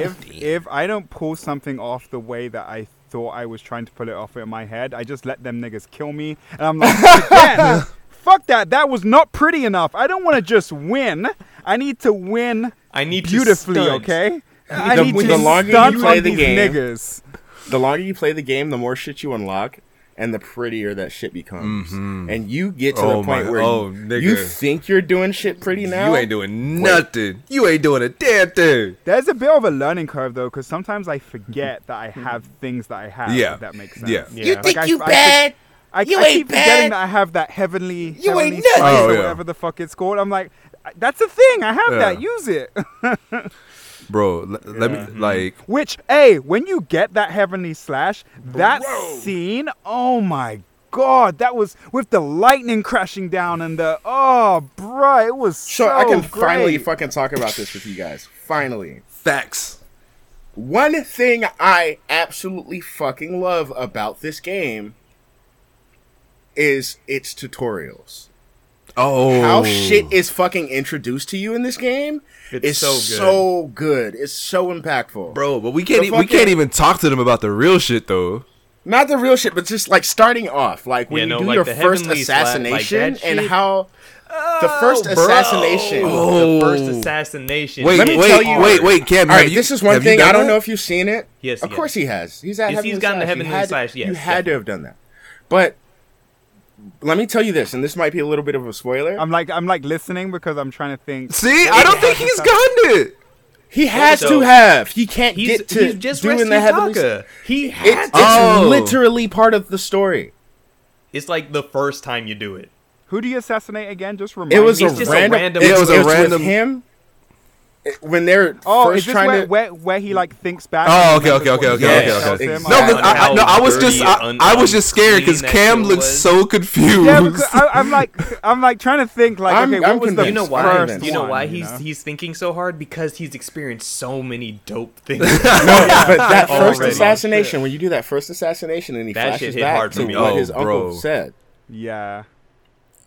if if I don't pull something off the way that I thought I was trying to pull it off in my head, I just let them niggas kill me, and I'm like, "Again, fuck that. That was not pretty enough. I don't want to just win. I need to win
I need to
beautifully,
stunt.
okay? I
The-
need to
the longer you
stunt
play
on
the
these
game-
niggas.
The longer you play the game, the more shit you unlock. And the prettier that shit becomes, and you get to
Oh
the
my-
point where
oh,
you,
nigga.
you think you're doing shit pretty now.
You ain't doing nothing. You ain't doing a damn thing.
There's a bit of a learning curve though, because sometimes I forget that I have things that I have.
Yeah.
if that makes sense.
Yeah.
Yeah.
You
Like,
think
I-
you
I could-
bad?
I,
You
I
ain't
keep forgetting
bad.
that I have that heavenly,
You
heavenly
ain't nothing.
spice
Oh,
or
yeah.
whatever the fuck it's called. I'm like, that's a thing. I have
Yeah.
that. Use it. [LAUGHS]
Bro, l- let me like
Which, hey, when you get that heavenly slash, that scene, oh my god, that was with the lightning crashing down and the oh, bruh, it was so.
So, I
Oh,
can finally
great.
fucking talk about this with you guys. Finally.
facts.
One thing I absolutely fucking love about this game is its tutorials.
Oh,
How shit is fucking introduced to you in this game
It's
is
so
so
good.
good. It's so impactful.
bro. But we can't.
The
E- we can't
fucking-
even talk to them about the real shit though.
Not the real shit, but just like starting off, like when
Yeah,
you
no,
do
like
your
the
first
heavenly slap, like that
assassination and
shit. Oh,
how the first
bro.
assassination
The first
Oh.
assassination.
Wait,
Let me
wait,
tell you-
wait, wait, Cam.
All
have
right,
you-
this is one
have you
thing.
done
I don't
that?
know if you've seen it.
Yes,
of
he
course he has. He's at
Yes,
Heavenly
he's gotten to
Slash. You
Heavenly
had-
Slash, yes,
you had to have done that. But let me tell you this, and this might be a little bit of a spoiler.
Um,
I'm like, I'm like listening because I'm trying to think.
See, I don't think he's gotten it.
he has
so-
to have. He can't
he's,
get to
he's just
doing
rescued
the Heavenly.
Taka. He
It,
had
it's
to.
Oh.
literally part of the story.
It's like the first time you do it.
Who do you assassinate again? Just remind
It was
me.
a
It's just a
random.
random-
Yeah, it was a
with
random-
him it- when they're
Oh,
first
is this
trying
where,
to.
where where he like thinks back?
Oh,
and
okay, okay,
remembers
okay,
what
okay,
he
Yes,
okay, okay.
exactly.
No, 'cause I,
How
no, I was just,
dirty,
I, I was just scared because
unclean that
Cam
shit
looked
was.
so confused.
Yeah, because I, am like, I'm like trying to think. Like,
I'm-
okay, what
I'm
was the
convinced.
You know
first
why?
First
you know
one,
why
you
he's
know?
he's thinking so hard because he's experienced so many
[LAUGHS]
dope things.
[LAUGHS] No, but
[LAUGHS]
that first
Already.
assassination, when you do that first assassination, and he
That shit
flashes
hit
back
hard for
to
me.
what
Oh,
his
bro.
uncle said.
Yeah.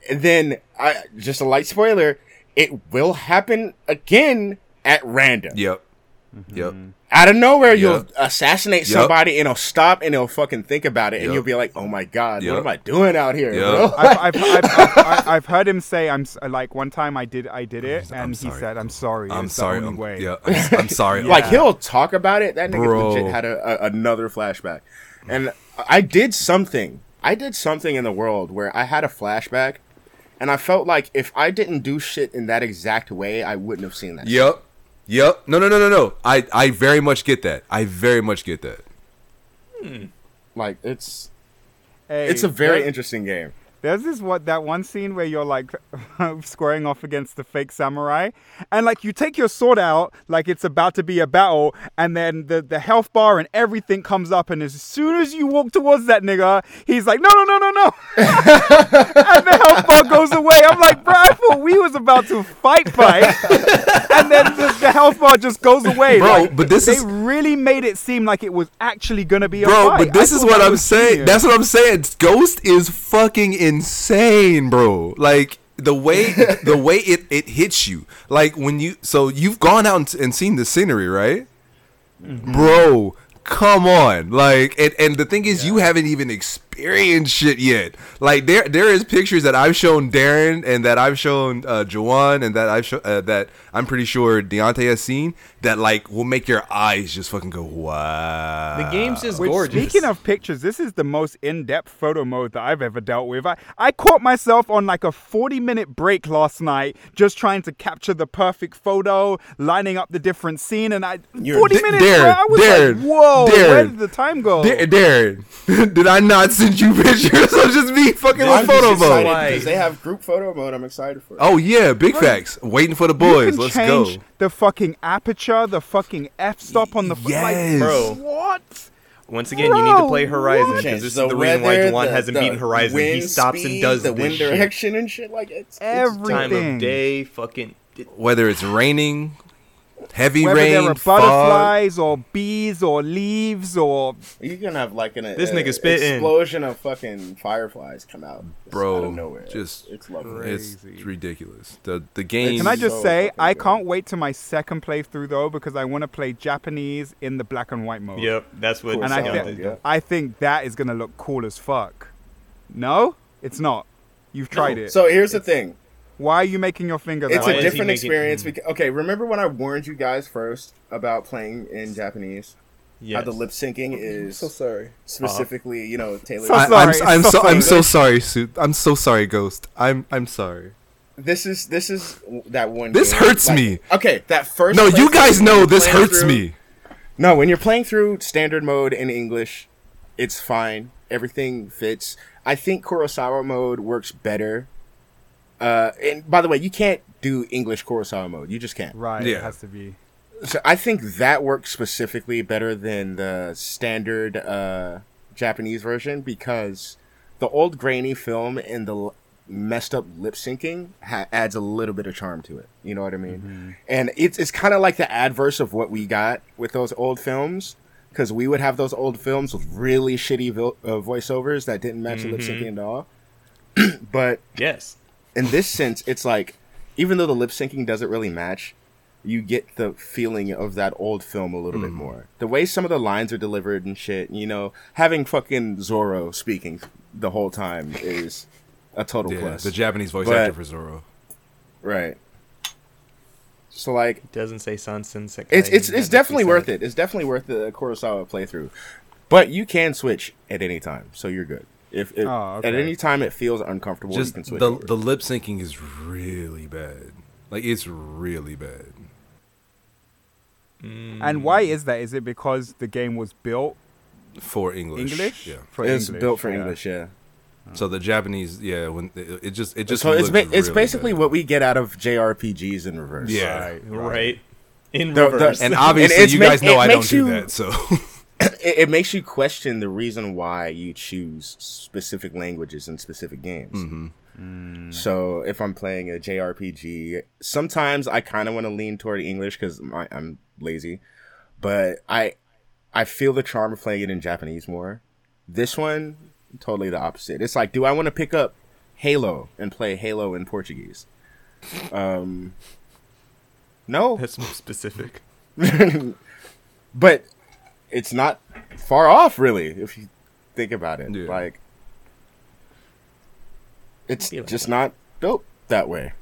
And then I just a light spoiler, it will happen again at random.
Mm-hmm.
Yep. Yep.
Out of nowhere,
Yeah.
you'll assassinate
Yup.
somebody and he'll stop and he'll fucking think about it and
Yup.
you'll be like, oh my God,
Yup.
what am I doing out here,
Yup.
bro?
I've, I've, I've, I've, I've, I've heard him say, "I'm s- like one time I did I did it,"
I'm
and he
sorry.
said, "I'm sorry."
I'm
it's
sorry.
The only
I'm,
way.
yeah, I'm, I'm [LAUGHS] sorry.
[LAUGHS] Like,
Yeah.
he'll talk about it. That nigga
Bro.
legit had a, a, another flashback. And I did something. I did something in the world where I had a flashback and I felt like if I didn't do shit in that exact way, I wouldn't have seen that. shit.
Yep. Yep. No, no, no, no, no. I, I very much get that. I very much get that.
Like, it's.
Hey,
It's a very
there-
interesting game.
There's this what that one scene where you're like [LAUGHS] squaring off against the fake samurai, and like you take your sword out like it's about to be a battle, and then the, the health bar and everything comes up, and as soon as you walk towards that nigga, he's like, no no
[LAUGHS]
no no no, and the health bar goes away. I'm like, bro, I thought we was about to fight
[LAUGHS]
fight, and then the, the health bar just goes away.
Bro,
Like,
but this
they
is-
really made it seem like it was actually gonna be a
Bro,
fight.
but
I
this is
thought
what
that
I'm
was
saying.
genius.
That's what I'm saying. Ghost is fucking insane, bro. Like the
[LAUGHS]
way the way it, it hits you. Like when you so you've gone out and, and seen the scenery, right?
Mm-hmm.
Bro, come on. Like and, and the thing is you haven't even experienced shit yet. Like there there is pictures that I've shown Darren and that I've shown uh Juwan and that I've sho- uh, that I'm pretty sure Deontay has seen that like will make your eyes just fucking go wow.
The game's just
Which,
gorgeous.
Speaking of pictures, this is the most in-depth photo mode that I've ever dealt with. I, I caught myself on like a 40-minute break last night, just trying to capture the perfect photo, lining up the different scene, and I
You're-
40
D-
minutes.
Darren,
bro, I was
Darren,
like, whoa, where
Darren,
did the time go?
Dar- Darren, [LAUGHS] did I not send you [LAUGHS] pictures of just me fucking with photo mode?
excited.
because they have group photo mode. I'm excited for it.
Oh yeah, big facts. Waiting for the
you
boys.
can
Let's
change
go.
the fucking aperture, the fucking f-stop on the f-
Yes.
like,
Bro.
What?
Once again, you need to play
Bro,
Horizon
what?
because this is
The
the reason why
weather,
Juwan
the-
hasn't
the
beaten Horizon. He
wind
stops
speed,
and does
the
this
wind
shit.
direction and shit. Like it's, it's
Everything.
Time of day, fucking.
Whether it's raining, heavy
Whether
rain,
there are
fog.
butterflies or bees or leaves or
you can have like an
This
a-
nigga spitting.
explosion of fucking fireflies come out, just
Bro,
out of nowhere.
just
it's lovely.
It's
Crazy.
ridiculous. The the game.
Can I just
so
say
fucking
I
good.
can't wait to my second playthrough though because I want to play Japanese in the black and white mode.
Yep, that's what.
Cool.
And I
Deontay
Sounds
think
did.
good.
I think that is gonna look cool as fuck. No, it's not. You've tried it.
So here's the thing.
Why are you making your finger that
It's
Why
way?
is
a
he
different
making-
experience. Because, okay, remember when I warned you guys first about playing in Japanese? How
Yes. Uh-huh.
the lip syncing is
sorry.
specifically, you know, Taylor.
So
I,
sorry.
I'm, I'm so,
Sorry.
I'm so sorry, Sue. I'm so sorry, Ghost. I'm I'm sorry.
This is this is that one.
This
game,
hurts
like-
me.
Okay, that first.
No, you
playthrough,
guys know
you're
this
playing
hurts
through-
me.
No, when you're playing through standard mode in English, it's fine. Everything fits. I think Kurosawa mode works better. Uh, and by the way, you can't do English Kurosawa mode. You just can't.
Right,
Yeah.
it has to be.
So I think that works specifically better than the standard uh, Japanese version because the old grainy film and the l- messed up lip syncing ha- adds a little bit of charm to it. You know what I mean? And it's it's kind of like the adverse of what we got with those old films because we would have those old films with really shitty vo- uh, voiceovers that didn't match the lip syncing at all. [CLEARS THROAT] but
Yes.
in this sense, it's like even though the lip syncing doesn't really match, you get the feeling of that old film a little bit more. The way some of the lines are delivered and shit, you know, having fucking Zorro speaking the whole time is a total
Yeah,
plus.
the Japanese voice
But-
actor for Zoro.
right. So like
Doesn't say Sansen Sekai.
it's it's
That's
it's
what
definitely
he
worth
said.
it. It's definitely worth the Kurosawa playthrough. But you can switch at any time, so you're good. If, if
Oh, okay.
at any time it feels uncomfortable, you
Just
can switch.
the
over.
the lip syncing is really bad. Like it's really bad. Mm.
And why is that? Is it because the game was built
for English.
English?
Yeah.
For
it's
English,
built for
yeah.
English, yeah.
So the Japanese, yeah, when it, it just it just
so it's
looked
ba- it's
really
basically
bad.
what we get out of JRPGs in reverse.
Yeah.
Right,
Right. In
The- the-
reverse. [LAUGHS]
and obviously
it's
you
ma-
guys know
it
I don't
makes
do
you-
that.
[LAUGHS]
So
[LAUGHS] It, it makes you question the reason why you choose specific languages and specific games.
Mm-hmm.
So if I'm playing a JRPG, sometimes I kind of want to lean toward English because I'm lazy, but I I feel the charm of playing it in Japanese more. This one, totally the opposite. It's like, do I want to pick up Halo and play Halo in Portuguese? Um, no,
That's more specific.
but it's not far off really if you think about it
Yeah.
like it's
Be like
just not built that way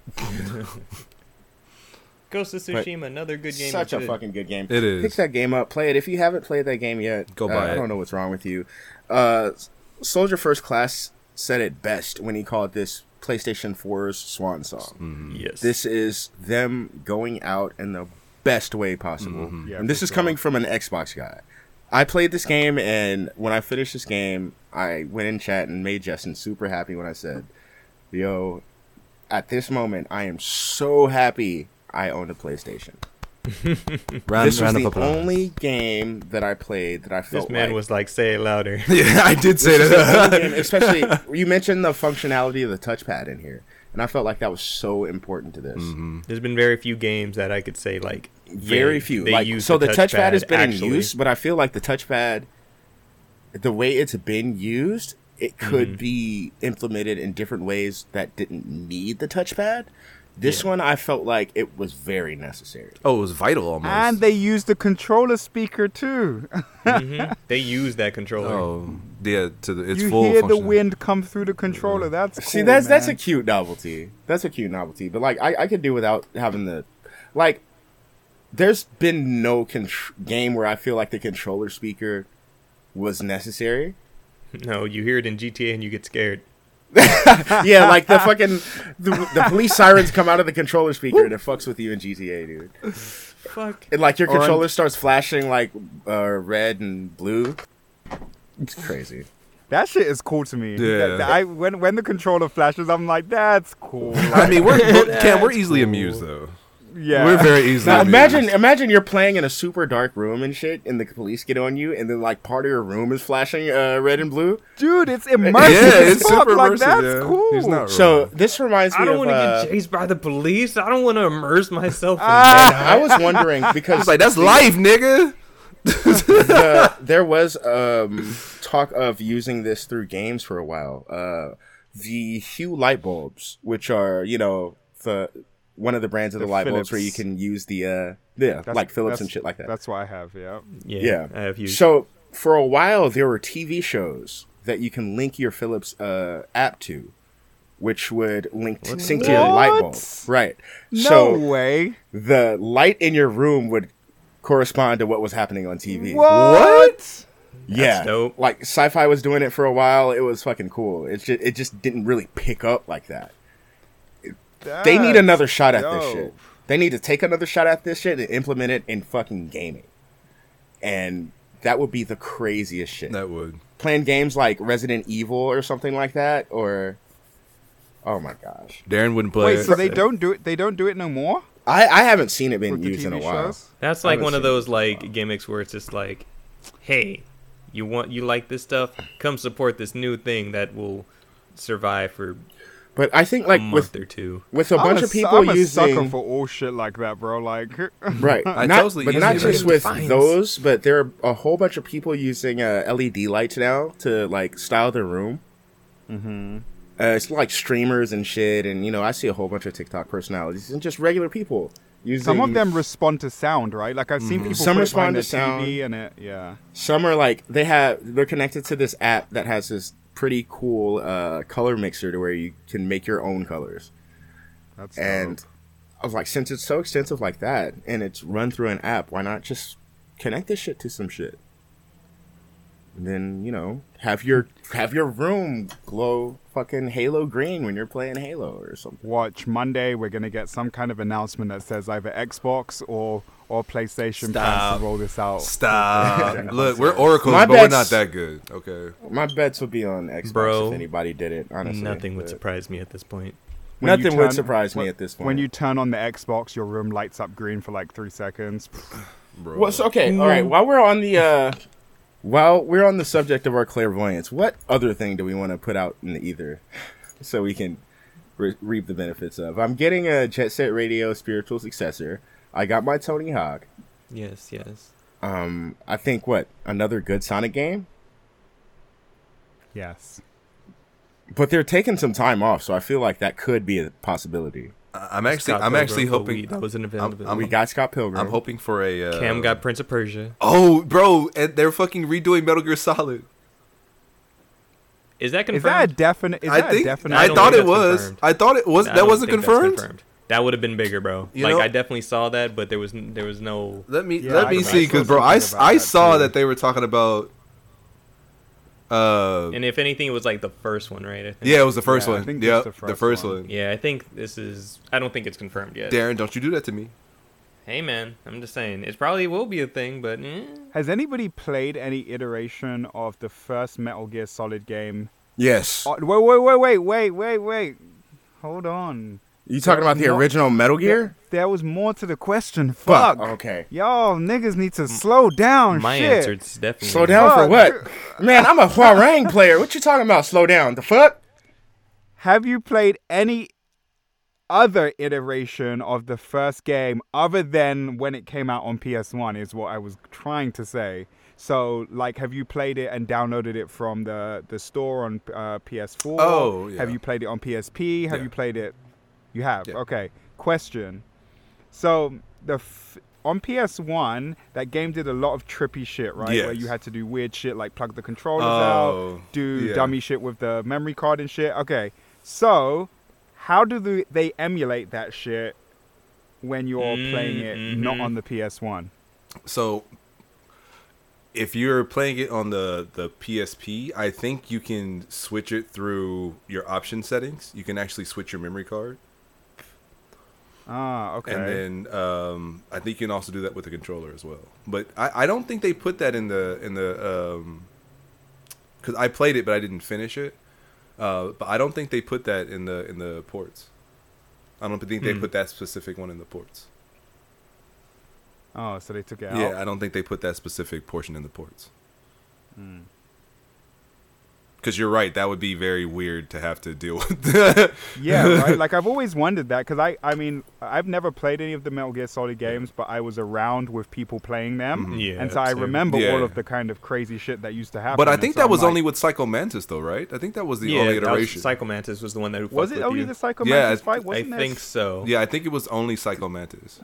Ghost of
But-
Tsushima, another good game.
such
of
a
shit.
fucking good game
It is.
pick that game up play it if you haven't played that game yet
Go
uh,
buy
i
it.
don't know what's wrong with you uh soldier first class said it best when he called this playstation 4's swan song
Hmm.
Yes.
this is them going out in the best way possible.
Mm-hmm.
Yeah,
and this
for
is coming from an Xbox guy. I played this game, and when I finished this game, I went in chat and made Justin super happy when I said, Yo, at this moment, I am so happy I own a PlayStation.
Round,
this was
round
the
of applause.
only game that I played that I
This
felt
man
like
was like, say it louder.
[LAUGHS] yeah, I did say
This is
[LAUGHS]
the
that.
only
[LAUGHS]
game, especially you mentioned the functionality of the touchpad in here, and I felt like that was so important to this.
Mm-hmm.
There's been very few games that I could say like
very
yeah,
few.
They
Like
use
so, the, touchpad, has been
actually.
in use, but I feel like the touchpad, the way it's been used, it could be implemented in different ways that didn't need the touchpad. This one, I felt like it was very necessary.
oh, it was vital almost.
And they used the controller speaker too. [LAUGHS]
[LAUGHS] Mhm. They use that controller.
oh, yeah, to the it's
you
full.
hear the
function.
wind come through the controller. That's
See,
cool,
that's that's a
man.
cute novelty. That's a cute novelty. But like, I, I could do without having the, like, there's been no con- game where I feel like the controller speaker was necessary.
No, you hear it in GTA and you get scared.
[LAUGHS] yeah, like the fucking the, the police sirens come out of the controller speaker and it fucks with you in GTA, dude.
Fuck.
And like your
Or in-
controller starts flashing like uh, red and blue. It's crazy.
that shit is cool to me.
Yeah.
That- that- I- when when the controller flashes, I'm like, that's cool. [LAUGHS]
I mean,
[LAUGHS]
we're Cam, we're easily amused though.
yeah.
We're very easily.
Now
amused. [LAUGHS]
imagine, imagine you're playing in a super dark room and shit, and the police get on you, and then like part of your room is flashing uh, red and blue.
Dude, it's
[LAUGHS]
immersive.
Yeah,
as
it's
fuck.
super
like,
immersive.
That's
yeah.
cool.
He's not
So
wrong.
this reminds me
I don't
of.
want to
uh,
get chased by the police. I don't want to immerse myself in
Ah.
that.
I was wondering because
It's like that's life, nigga.
the, Uh, there was um, talk of using this through games for a while. Uh, the Hue light bulbs, which are you know the one of the brands of the,
The
light bulbs where you
Philips.
can use the uh, yeah
That's-
like Philips
that's-
and shit like that.
That's what I have. Yeah.
Yeah.
Yeah.
I have used.
So for a while there were TV shows that you can link your Philips uh, app to, which would link to, sync to your light bulb.
What?
Right.
No
So
way.
the light in your room would correspond to what was happening on TV.
What?
Yeah,
dope.
like sci-fi was doing it for a while. It was fucking cool. It just it just didn't really pick up like that. They need
That's
another shot at this
dope.
shit. They need to take another shot at this shit and implement it in fucking gaming. And that would be the craziest shit.
That would.
Playing games like Resident Evil or something like that, or oh my gosh,
Darren wouldn't play.
Wait,
it.
so they don't do it? They don't do it no more
I I haven't seen it being
with the
used in a
TV
while.
shows.
That's like
haven't
one of
seen it
those like gimmicks where it's just like, hey, you want you like this stuff? Come support this new thing that will survive for
But I think
a
like
month
with
or two.
with a
Mm. I'm
bunch
a
of
su- I'm
people
a sucker
using
for all shit like that, bro. Like, [LAUGHS]
Right.
I
not,
totally
but
use
not
it.
just
It
with
defines-
those, but there are a whole bunch of people using uh, LED lights now to like style their room. Mm-hmm. Uh, it's like streamers and shit, and you know I see a whole bunch of TikTok personalities and just regular people using.
some of them respond to sound, right? Like I've
Mm-hmm.
seen people
Some
put it
respond
behind
to
their
sound.
TV and it, yeah.
Some are like they have they're connected to this app that has this pretty cool uh, color mixer to where you can make your own colors.
That's
And I was like, since it's so extensive like that, and it's run through an app, why not just connect this shit to some shit? And then you know, have your have your room glow fucking Halo green when you're playing Halo or something.
watch Monday. We're gonna get some kind of announcement that says either Xbox or or PlayStation plans
Stop.
to roll this
[LAUGHS]
out.
Stop. Look, we're oracles,
My
but we're
bets-
not that good. Okay.
My bets would be on Xbox
Bro,
if anybody did it. Honestly,
Nothing would
But
surprise me at this point.
When you
nothing would
turn-
surprise me
when-
at this point.
When you turn on the Xbox, your room lights up green for like
[LAUGHS]
three seconds.
Bro.
what's okay? All right, while we're on the uh, [LAUGHS] while we're on the subject of our clairvoyance, what other thing do we want to put out in the ether [LAUGHS] so we can re- reap the benefits of? I'm getting a Jet Set Radio spiritual successor. I got my Tony Hawk.
Yes, yes.
Um, I think what another good Sonic game,
Yes.
but they're taking some time off, so I feel like that could be a possibility.
I- I'm actually
Scott
I'm
Pilgrim,
actually
but
hoping
we- that was an event.
I'm-
but
I'm-
we-
We got Scott Pilgrim.
I'm hoping for a uh,
Cam got Prince of Persia.
Oh, bro, and they're fucking redoing Metal Gear Solid.
Is that confirmed?
Is that a definite? Is
I
that a
think
definite?
I
I
don't
thought
think
it
that's
was.
confirmed.
I thought it was.
I
that
don't
wasn't
think that's
confirmed?
That would have been bigger, bro.
You
like
know-
I definitely saw that, but there was n- there was no.
Let me
Yeah,
let
I
me
don't
see,
know. I
because
saw
bro, I,
something about
I
that,
saw
too.
that they were talking about. Uh,
And if anything, it was like the first one, right? I think.
yeah, it was the first
Yeah, I
one.
think
Yeah,
that's
the
the
first,
first
one.
one.
Yeah, I think this is. I don't think it's confirmed yet.
Darren, don't you do that to me.
Hey, man, I'm just saying it probably will be a thing, but eh.
Has anybody played any iteration of the first Metal Gear Solid game?
yes.
Oh, wait, wait, wait, wait, wait, wait, wait. Hold on.
You talking about the
No.
original Metal Gear?
There was more to the question.
Fuck.
Fuck.
Okay.
Y'all niggas need to slow down.
my
shit.
answer is definitely
Slow down for
Fuck.
what? Man, I'm a Huarang player. What you talking about? Slow down. The fuck?
Have you played any other iteration of the first game other than when it came out on PS1 is what I was trying to say. So like have you played it and downloaded it from the the store on uh, PS4?
Oh, yeah.
Have you played it on PSP? Have
Yeah.
you played it? You have.
Yeah.
Okay. Question. So the f- on PS1 that game did a lot of trippy shit, right? Where
Yes.
you had to do weird shit like plug the controllers
Oh,
out, do
yeah.
dummy shit with the memory card and shit. Okay, so how do the, they emulate that shit when you're
Mm,
playing it
mm-hmm.
not
mhm.
on the PS1?
So, if you're playing it on the the PSP, I think you can switch it through your option settings. You can actually switch your memory card,
Ah, okay.
and then um, I think you can also do that with the controller as well. But I, I don't think they put that in the in the because I played it, but I didn't finish it. Uh, but I don't think they put that in the in the ports. I don't think they
Hmm.
put that specific one in the ports.
oh, so they took it
Yeah,
out.
I don't think they put that specific portion in the ports.
Hmm.
Because you're right, that would be very weird to have to deal [LAUGHS] with.
Yeah,
[LAUGHS]
right. Like I've always wondered that because I, I mean, I've never played any of the Metal Gear Solid games, but I was around with people playing them,
Mhm. Yeah,
and so I
same.
remember
Mm-hmm. Yeah.
all of the kind of crazy shit that used to happen.
but I
and
think
so
that
I'm
was
like,
only with Psycho Mantis, though, right? I think that was the
yeah,
only
that was-
iteration. Oh,
Psycho Mantis was the one that fucked
Was it
with
only
you.
the Psycho
Yeah,
Mantis
I-
fight?
I
Wasn't there
think so.
yeah, I think it was only Psycho Mantis.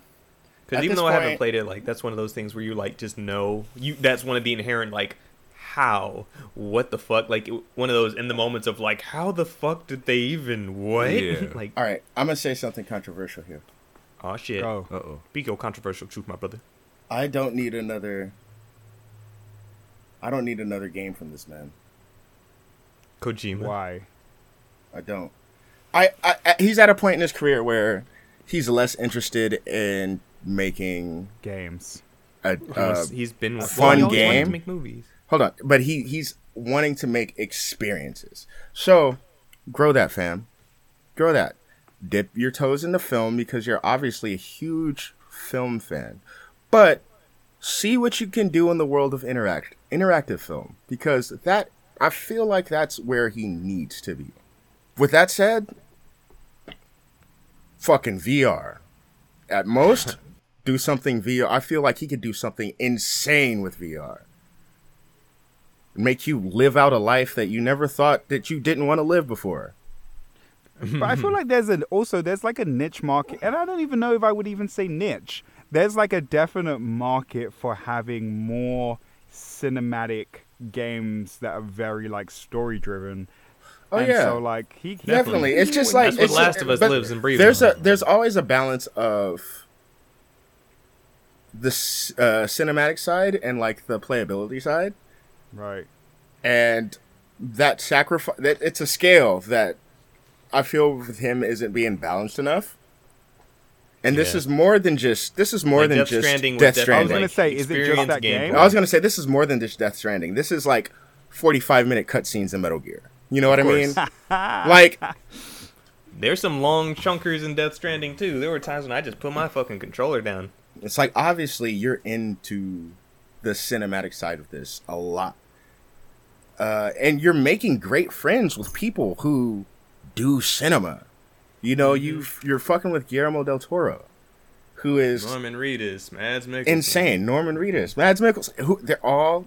Because
At
even
this
though I haven't
point-
played it, like that's one of those things where you like just know you. That's one of the inherent like how what the fuck like it- one of those in the moments of like how the fuck did they even what
Yeah.
[LAUGHS] like
All right. I'm gonna say something controversial here.
oh shit
Go.
Uh oh.
speak your controversial truth my brother
I don't need another. I don't need another game from this man.
Kojima
Why?
I don't. I, I, I he's at a point in his career where he's less interested in making
Games.
a,
He
uh,
wants- he's been
a
well,
fun
he always wanted
game.
to make movies
hold on, but he he's wanting to make experiences. So grow that, fam. Grow that. Dip your toes in the film because you're obviously a huge film fan. But see what you can do in the world of interact interactive film because that I feel like that's where he needs to be. With that said, fucking VR. At most, do something VR. I feel like he could do something insane with VR make you live out a life that you never thought that you didn't want to live before.
but I feel like there's an also there's like a niche market, and I don't even know if I would even say niche. There's like a definite market for having more cinematic games that are very like story driven.
Oh,
and
yeah.
so like he he-
Definitely, it's just like
That's what
it's
Last
just-
of Us
but
lives and breathes
There's
on.
a there's always a balance of the s- uh, cinematic side and like the playability side,
right.
and that sacrifice. That it's a scale that I feel with him isn't being balanced enough. And this
Yeah.
is more than just this is more
Like
than
Death
just
Stranding was
Death
definitely
I was
Stranding.
like,
gonna say, is it just
experience
that game?
I was gonna say this is more than just Death Stranding. This is like forty-five minute cutscenes in Metal Gear. You know what I mean? like,
There's some long chunkers in Death Stranding too. There were times when I just put my fucking controller down.
it's like obviously you're into the cinematic side of this a lot, uh, and you're making great friends with people who do cinema. You know, you you're fucking with Guillermo del Toro, who is
Norman Reedus, Mads Mikkelsen.
insane. Norman Reedus, Mads Mikkelsen, who they're all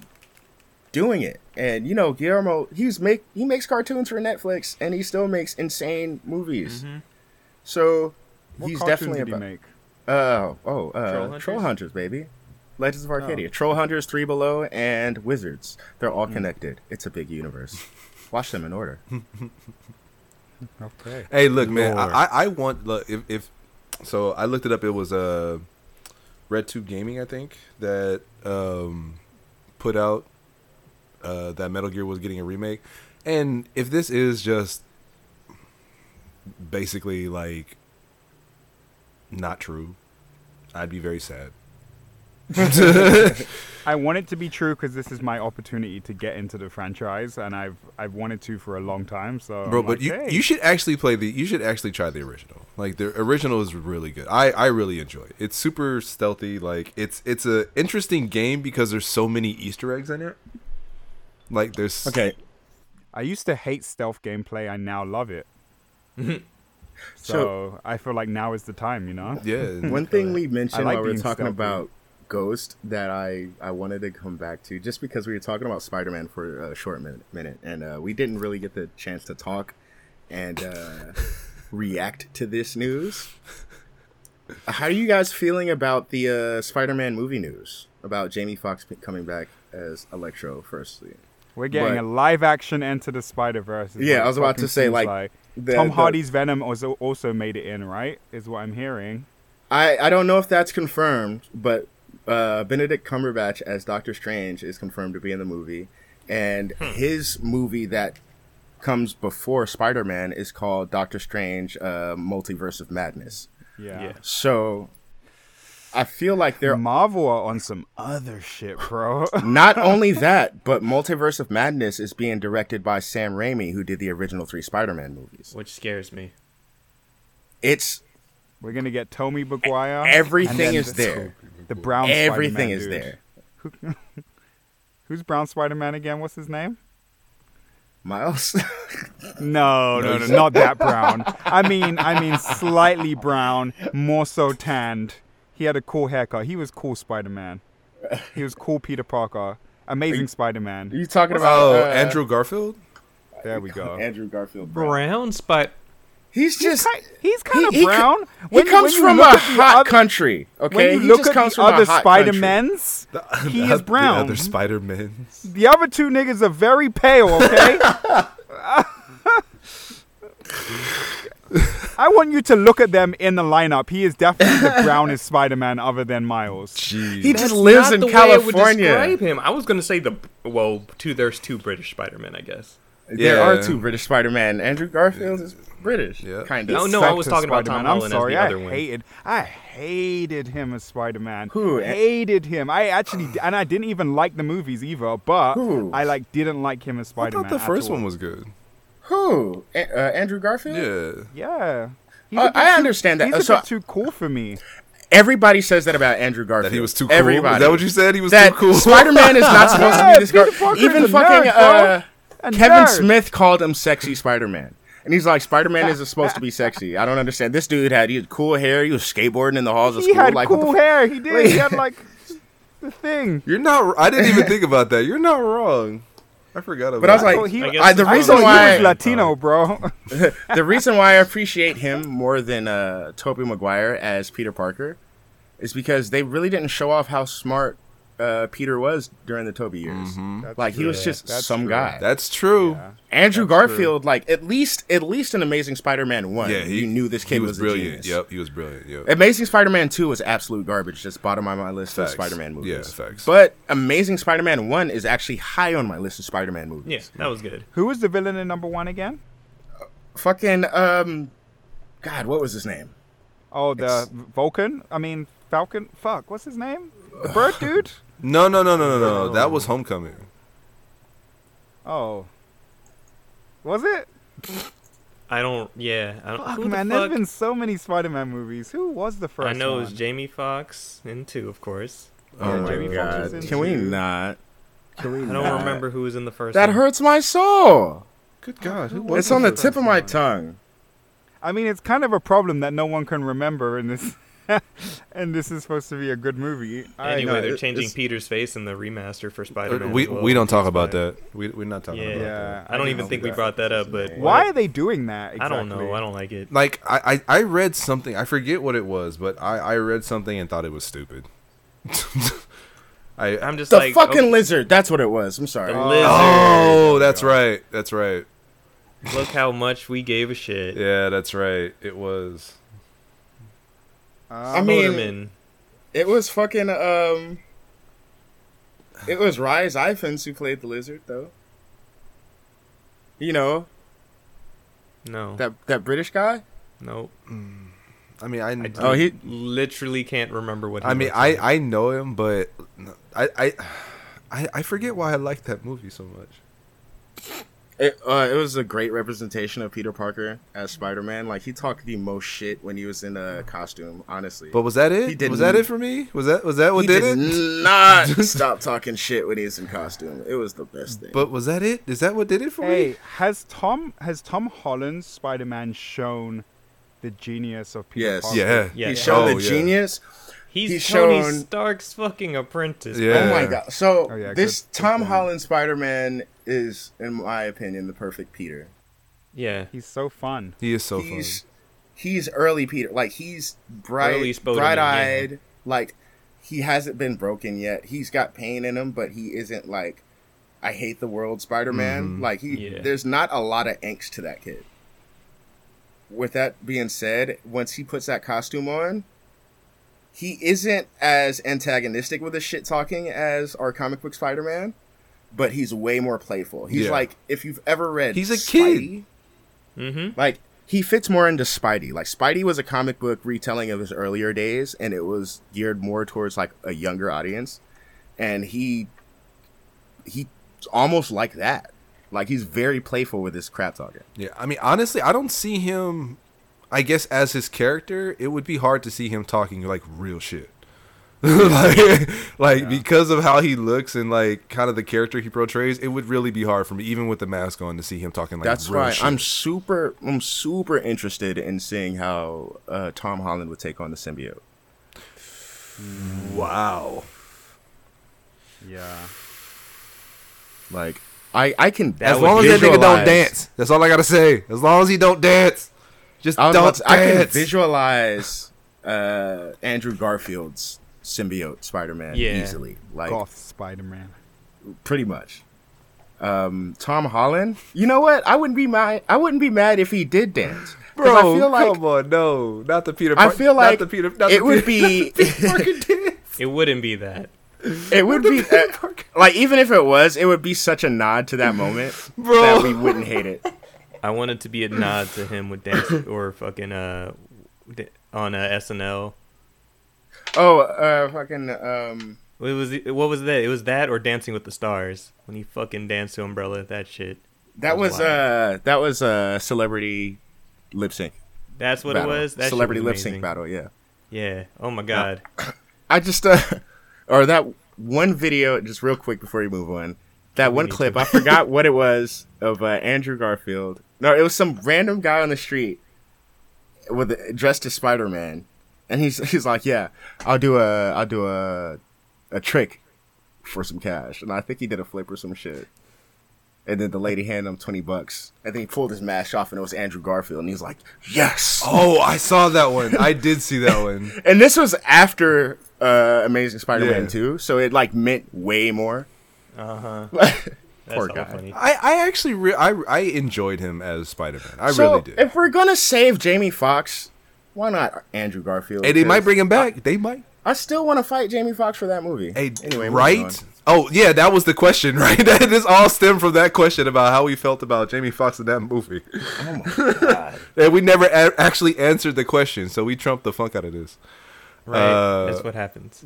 doing it. And you know, Guillermo, he's make he makes cartoons for Netflix, and he still makes insane movies. So
Mm-hmm. What
he's
cartoon
definitely
did he
about.
make?
Uh, oh, uh,
Troll
Troll
Hunters?
Hunters? baby. Legends of Arcadia.
Oh.
Troll Hunters, Three Below, and Wizards. They're
Mm.
all connected. It's a big
[LAUGHS]
universe. Watch them in order.
Okay.
Hey, look, man,
Lord.
I, I, I want look if, if so I looked it up. It was uh, Red Tube Gaming, I think, that um, put out uh, that Metal Gear was getting a remake. And if this is just basically like not true, I'd be very sad.
I want it to be true because this is my opportunity to get into the franchise, and I've I've wanted to for a long time. So,
bro
I'm
but
like,
you
hey.
you should actually play the you should actually try the original like the original is really good i i really enjoy it it's super stealthy like it's it's a interesting game because there's so many easter eggs in it like there's
[LAUGHS] Okay,
I used to hate stealth gameplay. I now
[LAUGHS]
love it. so
So-
I feel like now is the time. You know.
yeah and-
One thing we mentioned
like
while we were
being
talking
stealthy.
about Ghost that I, I wanted to come back to, just because we were talking about Spider Man for a short minute, minute and uh, we didn't really get the chance to talk and
[LAUGHS]
uh, react to this news. How are you guys feeling about the uh, Spider Man movie news about Jamie Foxx p- coming back as Electro, firstly?
We're getting
But-
a live action Enter the Spider Verse.
Yeah, I was about to say, like, the-
Tom
the-
Hardy's Venom also also made it in, right? Is what I'm hearing.
I, I don't know if that's confirmed, but uh, Benedict Cumberbatch as Doctor Strange is confirmed to be in the movie, and his movie that comes before Spider Man is called Doctor Strange: uh, Multiverse of Madness.
Yeah.
Yeah.
So I feel like they're
Marvel are on some other shit, bro.
[LAUGHS]
[LAUGHS]
not only that, but Multiverse of Madness is being directed by Sam Raimi, who did the original three Spider Man movies.
which scares me.
It's
We're gonna get Tommy Maguire.
everything
then
is there.
the brown.
Everything
Spider-Man
is
dude.
there.
Who's brown Spider Man again? What's his name?
Miles. [LAUGHS]
No, no, no, not that brown. I mean, I mean, slightly brown, more so tanned. He had a cool haircut. He was cool Spider Man. He was cool Peter Parker. Amazing Spider
Are
Man.
you talking [LAUGHS] about
oh
uh,
andrew garfield
There we go.
Andrew Garfield? Brown.
Brown spot.
He's just
He's kind of
He- he-
brown.
he
When-
comes
when you
from
look
a
at the
hot
oth-
country. Okay,
When you
he
look
just
at
comes
the
from
other
a hot country.
Spider Mens, he
The
is
oth-
brown.
the other spider-man
The other two niggas are very pale, okay? I want you to look at them in the lineup. He is definitely the brownest Spider Man other than Miles.
jeez
He just lives in California.
I would describe him. I was gonna say the well, two. There's two British Spider-Man, I guess.
There
Yeah.
are two British Spider-Man. Andrew Garfield is British,
Yeah.
kind
No,
of.
no, I was
Sucked as
talking about Tom
Spider-Man.
Holland
I'm
as
sorry,
the other
I
one.
hated, I hated him as Spider Man.
Who?
Hated him. I actually, and I didn't even like the movies either. But
Who?
I like didn't like him as
i
Spider Man.
thought the first one was good
Who? A- uh, Andrew Garfield?
yeah
Yeah. He's
Uh,
a bit
I
too-
understand that.
He's a
So-
bit too cool for me.
Everybody says that about Andrew Garfield.
that he was too cool
Everybody.
is that what you said he was
That
too cool
Spider-Man is
[LAUGHS]
not supposed to
Yeah,
be this
Peter
Gar-
Parker
Even
is a
fucking
nerd, bro.
uh,
And
Kevin
nerd.
Smith called him sexy Spider-Man. And he's like, Spider-Man isn't supposed to be sexy. I don't understand. This dude had he had cool hair. He was skateboarding in the halls of
He
school.
had
like, what the
cool hair. He did. He had like the thing.
[LAUGHS] you're not i didn't
[LAUGHS]
even think about that you're not wrong i forgot about
But I was
that.
like,
thought he-
I-
I
the
guess-
I
reason
thought
why
he was Latino, bro. [LAUGHS]
the reason why I appreciate him more than uh, Tobey Maguire as Peter Parker is because they really didn't show off how smart uh, Peter was during the Tobey years. Like he was
true.
just
That's
some
true.
guy.
Mm-hmm. that's true
Yeah.
Andrew
that's true.
Garfield, like at least at least in Amazing Spider-Man one,
Yeah, he,
you knew this
he
kid
was,
was, a
brilliant.
genius.
Yep, he was brilliant. Yep.
Amazing Spider-Man two was absolute garbage, just bottom of my list
Facts.
of Spider-Man movies.
Yeah, facts.
But Amazing Spider-Man one is actually high on my list of Spider-Man movies.
Yeah, that was good.
Who was the villain in number one again?
Fucking um, God, what was his name?
Oh, the
It's-
Vulcan. I mean Falcon. Fuck. What's his name? The bird dude.
No, no, no, no, no, no. That was Homecoming.
Oh. Was it?
I don't. Yeah, I don't.
Fuck,
who the
man.
fuck-
There's been so many Spider-Man movies. Who was the first?
I know it was
one?
Jamie Foxx in two, of course.
Oh
my Jamie Foxx God. is in
Can we
two.
not? Can we
I don't remember who was in the first.
That
one.
hurts my soul.
Good God, who
it's on the tip of my tongue.
I mean, it's kind of a problem that no one can remember in this. [LAUGHS] and this is supposed to be a good movie. I
Anyway,
know,
they're
it-
changing
it's-
Peter's face in the remaster for Spider-Man.
Uh, we
as well.
we don't talk
He's
about
Spider-
that. We we're not talking
Yeah,
about that.
Yeah,
I don't even
know
think we
that.
brought that up, but
Why are they doing that?
I
Exactly?
don't know. I don't like it.
Like I, I I read something. I forget what it was, but I I read something and thought it was stupid. [LAUGHS] I
I'm just
The
like
fucking
okay,
lizard. That's what it was. I'm sorry. Uh,
the lizard.
oh, that's right. That's right.
Look how much we gave a shit.
Yeah, that's right. It was.
I
Um,
mean,
Spider-Man.
it was fucking um. It was Rise Ifans who played the lizard, though. You know
No.
that that British guy.
no.
I mean, I
I
I,
Oh, he-
literally can't remember what. He
I mean,
looks like.
I I know him, but I I [SIGHS] I, I forget why I like that movie so much.
It, uh, it was a great representation of Peter Parker as Spider Man. Like he talked the most shit when he was in a costume. Honestly,
But was that it?
didn't-
was that it for me? Was that was that what
he
did,
did
it? [LAUGHS]
not stop talking shit when he was in costume. It was the best thing.
But was that it? Is that what did it for me?
hey, has Tom has Tom Holland's Spider-Man shown the genius of Peter
Yes.
Parker?
Yeah.
Yeah.
he showed
Oh,
the
yeah.
genius.
he's,
he's
Tony
shown-
Stark's fucking apprentice.
Yeah.
Oh my god! So
Oh, yeah,
this
good- good
Tom
point.
Holland Spider Man is, in my opinion, the perfect Peter.
Yeah.
He's so fun.
He is so funny.
he's he's early Peter. Like he's
Early
bright,
Spoderman,
bright eyed. Like he hasn't been broken yet. He's got pain in him, but he isn't like I hate the world Spider Man.
Mm-hmm.
Like he,
Yeah.
there's not a lot of angst to that kid. With that being said, once he puts that costume on, he isn't as antagonistic with his shit talking as our comic book Spider Man, but he's way more playful. He's
Yeah.
like if you've ever read,
He's a kid.
Spidey,
Mm-hmm.
like he fits more into Spidey. Like Spidey was a comic book retelling of his earlier days, and it was geared more towards like a younger audience. And he he's almost like that. Like he's very playful with his crap talking.
Yeah, I mean, honestly, I don't see him. I guess as his character, it would be hard to see him talking like real shit, [LAUGHS] like, like because of how he looks and like kind of the character he portrays. It would really be hard for me, even with the mask on, to see him talking like
That's
real
right.
shit.
I'm super I'm super interested in seeing how uh, Tom Holland would take on the symbiote.
wow.
Yeah.
Like I I can
That
as
would
long as that nigga don't
visualize-
dance, that's all I gotta say. As long as he don't dance, just
I, was
don't
about to- I can
dance.
visualize uh, Andrew Garfield's symbiote Spider-Man
Yeah.
easily. Like
Goth Spider-Man.
pretty much. Um, Tom Holland. You know what? I wouldn't be mad. I wouldn't be mad if he did dance. 'Cause
Bro,
I feel like
come on, no, not the Peter.
I
Par-
feel like
not the Peter. [LAUGHS] Not
it
the
would
Peter-
be
Parker dance.
It wouldn't be that.
it would be uh,
Parker.
like even if it was, it would be such a nod to that moment
[LAUGHS] Bro.
that we wouldn't hate it.
I wanted to be a nod to him with dance or fucking uh d- on uh, SNL.
Oh, uh, fucking um,
What was it, what was that? It was that or Dancing with the Stars when he fucking danced to Umbrella. That shit.
that was uh, that was uh, celebrity lip sync.
That's what
battle.
it was. That shit
celebrity
was
lip sync
amazing.
battle. Yeah.
Yeah. Oh my god.
I just uh, [LAUGHS] or that one video, just real quick before you move on. That one
need
clip,
[LAUGHS]
I forgot what it was of uh, Andrew Garfield. No, it was some random guy on the street with dressed as Spider Man, and he's [LAUGHS] he's like, "Yeah, I'll do a I'll do a a trick for some cash," and I think he did a flip or some shit. And then the lady handed him twenty bucks, and then he pulled his mask off, and it was Andrew Garfield, and he's like, "Yes!"
Oh, I saw that one. I did see that one.
And this was after uh, Amazing Spider-Man
Yeah.
2, so it like meant
[LAUGHS]
way more.
Uh huh. That's
Poor
all
guy.
funny.
[LAUGHS] I, I actually re- I, I enjoyed him as Spider Man. I
so
really did.
if we're gonna save Jamie Foxx, why not Andrew Garfield?
hey, they might
Because
bring him back. they might.
I still want to fight Jamie Foxx for that movie.
Hey,
moving on.
right? Oh yeah, that was the question, [LAUGHS] right? That- this all stemmed from that question about how we felt about Jamie Foxx in that movie. [LAUGHS] and we never a- actually answered the question, so we trumped the funk out of this.
Right.
Uh,
That's what happens.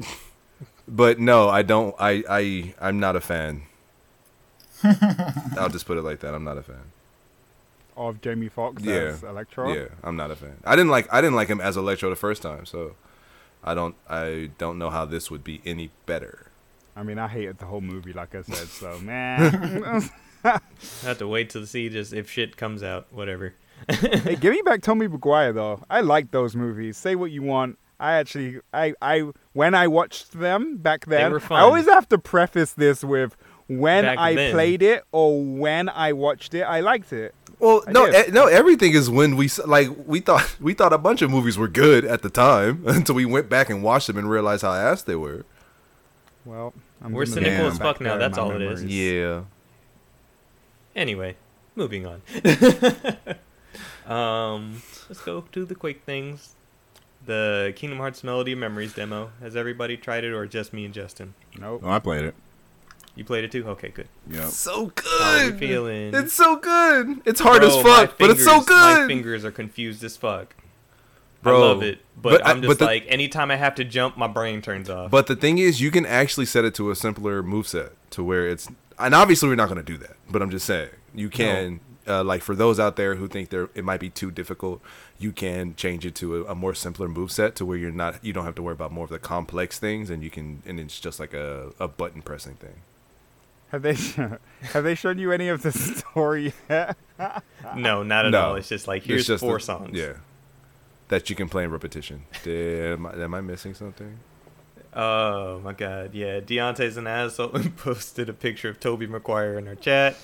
But no, I don't. I I I'm not a fan. I'll just put it like that. I'm not a fan.
Of Jamie Foxx
Yeah.
as Electro.
Yeah, I'm not a fan. I didn't like I didn't like him as Electro the first time, so I don't I don't know how this would be any better.
I mean, I hated the whole movie, like I said. So [LAUGHS] man,
I have to wait to see just if shit comes out. Whatever.
hey, give me back Tommy Maguire though. I like those movies. Say what you want. I actually, I, I, when I watched them back then,
were fun.
I always have to preface this with when
Back
I
then.
played it or when I watched it. I liked it.
Well, no,
did.
e- no, everything is when we s- like we thought [LAUGHS] we thought a bunch of movies were good at the time [LAUGHS] until we went back and watched them and realized how ass they were.
Well, I'm
We're
gonna
cynical
go
as
back
fuck now,
there in
that's
my
all it is.
memories.
Yeah.
Anyway, moving
[LAUGHS]
on. um, let's go to the quick things. The Kingdom Hearts Melody of Memories demo. Has everybody tried it, or just me and Justin?
Nope.
Oh, I played it.
You played it too? Okay, good.
Yeah.
So
How you
good.
feeling?
It's so good. It's hard as
Bro,
fuck,
my
but it's so
fingers- My
good.
fingers are confused as fuck.
Bro,
I love it, but,
but I-
I'm just
but the-
like, anytime I have to jump, my brain turns off.
But the thing is, you can actually set it to a simpler moveset to where it's. And obviously, we're not going to do that. But I'm just saying, you can. Uh, like for those out there who think there it might be too difficult, you can change it to a, a more simpler moveset to where you're not you don't have to worry about more of the complex things, and you can and it's just like a, a button pressing thing.
Have they [LAUGHS] have they shown you any of the [LAUGHS] story yet?
no, not at
No.
all. It's just like, here's
it's just
four
the-
songs.
yeah, that you can play in repetition. Did, am, I, am I missing
[LAUGHS]
something?
Oh my god, yeah. Deontay's an asshole and [LAUGHS] posted a picture of Toby McGuire in our chat.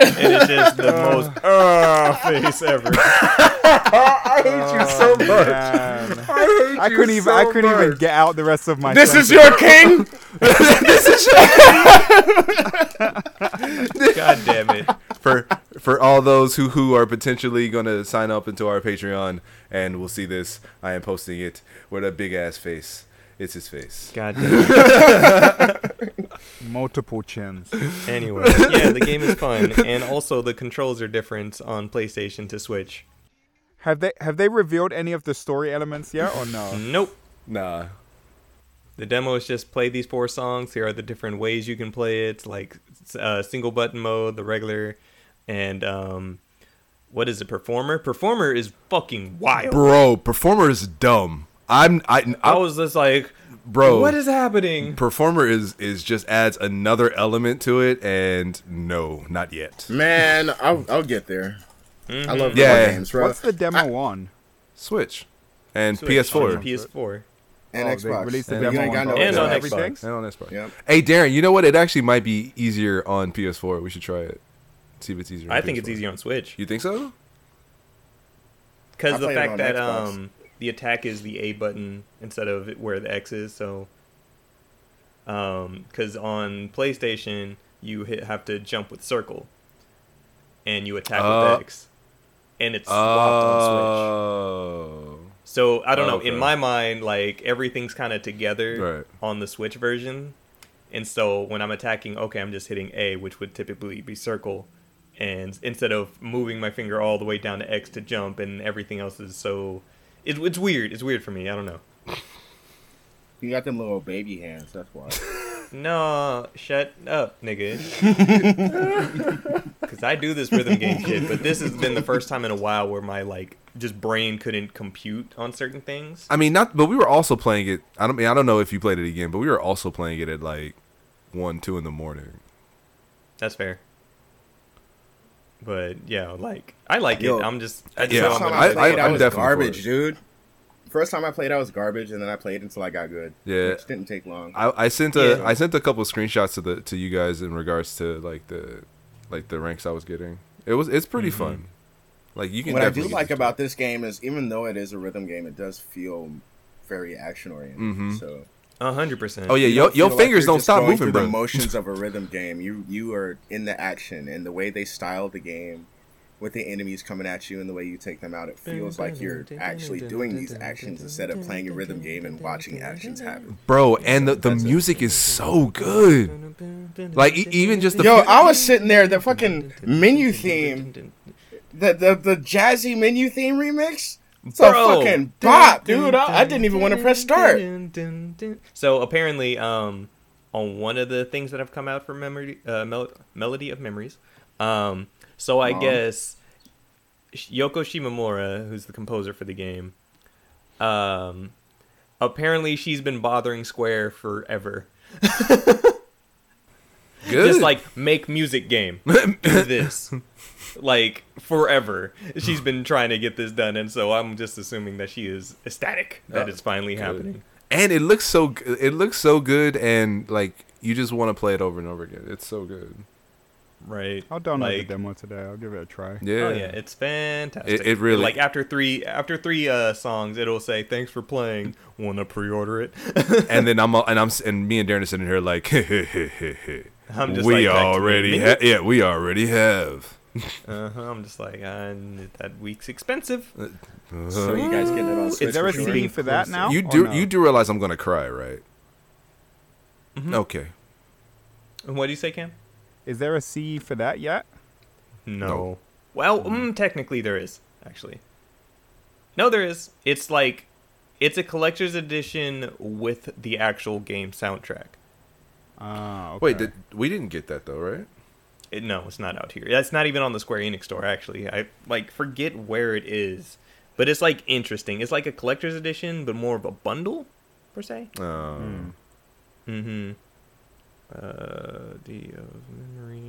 And it's just the
[LAUGHS]
most
[LAUGHS]
uh, face ever.
I hate you so
Man.
I hate
Uh, I couldn't even I couldn't even get out the rest of my.
This is
sentence.
your
[LAUGHS]
king.
this is
God damn it.
for for all those who who are potentially going to sign up into our Patreon and will see this. I am posting it with a big ass face. It's his face.
God damn it.
multiple chins.
Anyway, yeah, the game is fun. And also, the controls are different on PlayStation to Switch.
Have they have they revealed any of the story elements yet or no?
Nope.
Nah.
The demo is just play these four songs. Here are the different ways you can play it, like s- uh, single button mode, the regular, and um, what is it? Performer. Performer is fucking wild.
Bro, performer is dumb. I'm I,
I
I
was just like,
bro.
Oh, what is happening?
performer is is just adds another element to it and no, not yet.
Man, I'll, I'll get there. I love
Mm-hmm. Yeah.
yeah. games, bro.
What's the demo on?
Switch and
Switch,
PS4
on PS4.
and
Oh, they
Xbox.
released the
You
demo
ain't got
on
no
both.
And
Xbox.
on Xbox.
everything.
and on Xbox.
Yep.
Hey Darren, you know what? It actually might be easier on PS4. We should try it. See if it's easier. on
I think it's
PS4.
easier on Switch
You think so?
because
I
the
played it
fact
on
that
Xbox.
um the attack is the A button instead of where the X is. So, um, because on PlayStation you hit, have to jump with circle, and you attack
Uh,
with X, and it's swapped on Switch.
Oh.
So I don't know.
okay.
In my mind, like everything's kind of together
Right.
on the Switch version, and so when I'm attacking, okay, I'm just hitting A, which would typically be circle, and instead of moving my finger all the way down to X to jump, and everything else is so, it, it's weird. It's weird for me. I don't know.
You got them little baby hands. That's why.
No, shut up,
[LAUGHS]
nigga. Because I do this rhythm game shit, but this has been the first time in a while where my like just brain couldn't compute on certain things.
I mean, not. But we were also playing it. I don't mean. I don't know if you played it again, but we were also playing it at like one, two in the morning.
That's fair. But yeah, like I like
Yo,
it. I'm just I just
yeah,
know
First
I'm
time
gonna
I,
I-
play
played,
it.
I-
I
I'm
was
definitely for
garbage,
it.
dude. First time I played, I was garbage, and then I played until I got good.
Yeah.
which didn't take long.
I, I sent a. I
Yeah.
sent a couple of screenshots to the to you guys in regards to like the like the ranks I was getting. It was it's
Mm-hmm.
pretty fun. Like you can.
what I do
definitely get
like
this-
about this game is, even though it is a rhythm game, it does feel very action oriented.
Mhm.
So
a hundred percent.
Oh yeah,
you
your,
don't
your
feel like
fingers
you're
don't
just
stop
going
moving,
through
bro. [LAUGHS]
The motions of a rhythm game. You you are in the action, and the way they style the game, with the enemies coming at you and the way you take them out, it feels like you're actually doing these actions instead of playing a rhythm game and watching actions happen.
Bro, and the, the music is so good. Like e- even just the
Yo, I was sitting there. The fucking menu theme, the the, the jazzy menu theme remix. It's a fucking bop, dude. I, I didn't even want to press start.
So apparently, um, on one of the things that have come out for memory, uh, Mel- melody of memories. Um, so I
Mom.
guess Yoko Shimomura, who's the composer for the game, um, apparently she's been bothering Square forever.
Good.
Just like make music
[LAUGHS]
game. Do
[LAUGHS]
this. Like forever. She's been trying to get this done and so I'm just assuming that she is ecstatic that
Oh,
it's finally happening.
[LAUGHS] and it looks so g- it looks so good and like you just want to play it over and over again. It's so good.
Right.
I'll download
like,
the demo today. I'll give it a try.
Yeah.
Oh yeah, it's fantastic.
It- it really-
like after three after three uh songs, it'll say thanks for playing. Wanna pre-order it? [LAUGHS]
and then I'm all- and I'm s- and me and Darren are sitting here like [LAUGHS]
I'm just
we
like, back to
already
me.
ha- yeah we already have.
Uh-huh, I'm just like I that week's expensive.
So you guys getting it on
Is
Switch?
Is there
for
a
sure?
CD?
CD for that now?
Uh-huh. you
or
do
no?
you do realize I'm gonna cry right?
Mm-hmm.
Okay.
And What do you say, Cam?
Is there a CD for that yet?
No.
No.
Well, mm, technically there is actually. No, there is. It's like it's a collector's edition with the actual game soundtrack.
Ah, okay.
Wait, did, we didn't get that though, right?
It, no, it's not out here. That's not even on the Square Enix store. Actually, I like forget where it is, but it's like interesting. It's like a collector's edition, but more of a bundle, per se.
Hmm.
Um,
Mm-hmm. Uh, Dio's memory.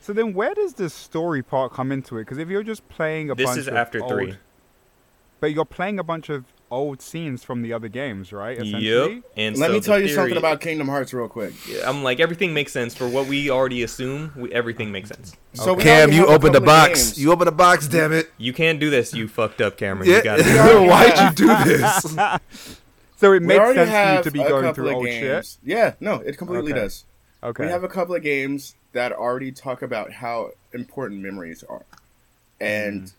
So then, where does the story part come into it? Because if you're just playing a
This
bunch
is
of
after
old-
three.
but you're playing a bunch of old scenes from the other games, right? Essentially,
Yep. And
Let
so
me
the
tell you
theory-
something about Kingdom Hearts real quick.
Yeah, I'm like everything makes sense for what we already assume. We, everything makes sense.
So we
Cam,
already
you
have a
opened a
couple of
box.
games.
You opened a box. Damn it!
You can't do this. You fucked up, Cameron.
Yeah.
You
[LAUGHS]
[LAUGHS]
got it.
Why'd you do this?
So it
We
makes
already
sense for you
have
to be
a
going
couple
through
of
old shit.
games. Yeah, no, it completely
Okay.
does.
Okay.
We have a couple of games that already talk about how important memories are, and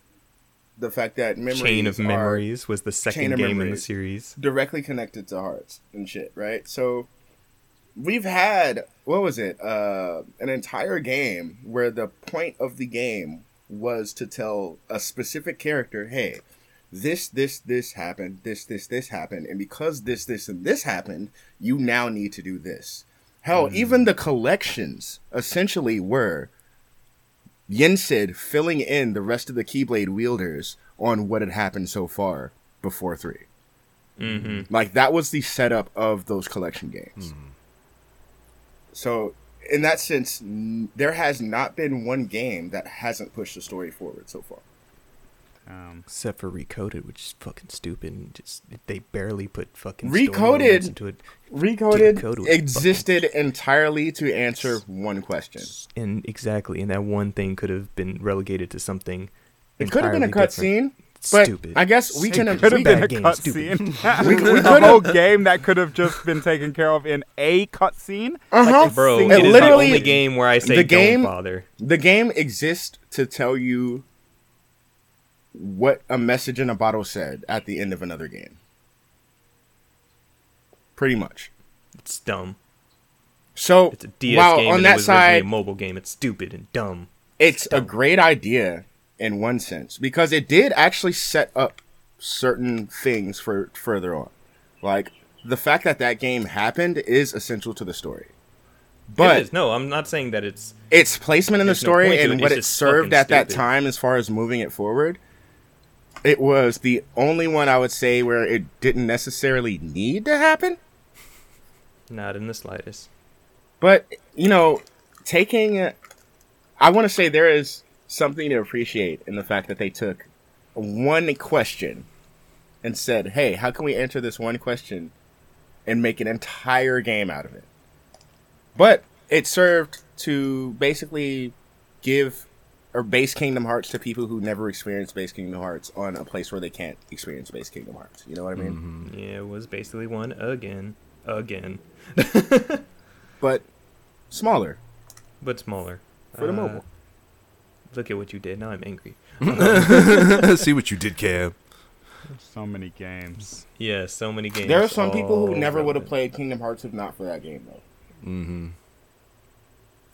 the fact that memories
Chain of
are
Memories was the second
of
game in the
Memories.
series.
directly connected to hearts and shit, right? So we've had what was it? Uh, an entire game where the point of the game was to tell a specific character, "Hey, this, this, this happened. This, this, this happened, and because this, this, and this happened, you now need to do this." Hell, even the collections essentially were Yensid filling in the rest of the Keyblade wielders on what had happened so far before three.
Mm-hmm.
Like that was the setup of those collection games.
Hmm.
So in that sense, n- there has not been one game that hasn't pushed the story forward so far.
Um,
Except for Recoded, which is fucking stupid. And just they barely put fucking
story Recoded- elements into
it, Dude, Code
Recoded
was
existed entirely to answer one question.
and exactly, and that one thing could have been relegated to something.
It could have been a cutscene, but I guess we can.
Stupid.
could
We
have
Bad
been a
game,
[LAUGHS]
stupid.
cutscene. the whole game that could have just been taken care of in a cutscene.
Uh-huh.
Like a
Bro,
single
it is
literally-
the only game where I say
the
don't
game-
bother.
the game exists to tell you what a message in a bottle said at the end of another game. Pretty much.
It's dumb.
So
It's a DS
while
game.
on
and it
that
was originally
side,
a mobile game. It's stupid and dumb.
it's a great idea in one sense because it did actually set up certain things for further on. Like the fact that that game happened is essential to the story.
it
But
is. no, I'm not saying that it's
its placement in the
There's no
story
point to it.
and
It's
what it
just
served
fucking
at that
stupid.
time as far as moving it forward it was the only one i would say where it didn't necessarily need to happen
not in the slightest.
but you know taking a- i want to say there is something to appreciate in the fact that they took one question and said hey how can we answer this one question and make an entire game out of it but it served to basically give or base kingdom hearts to people who never experienced base kingdom hearts on a place where they can't experience base kingdom hearts you know what i mean
Yeah, it was basically one again, again,
but smaller
but smaller
for the
Uh,
mobile
Look at what you did. Now I'm angry.
[LAUGHS] See what you did, Cam.
So many games.
Yeah, so many games.
There are some people who
all
never would have
relevant.
played Kingdom Hearts if not for that game, though.
Mm-hmm.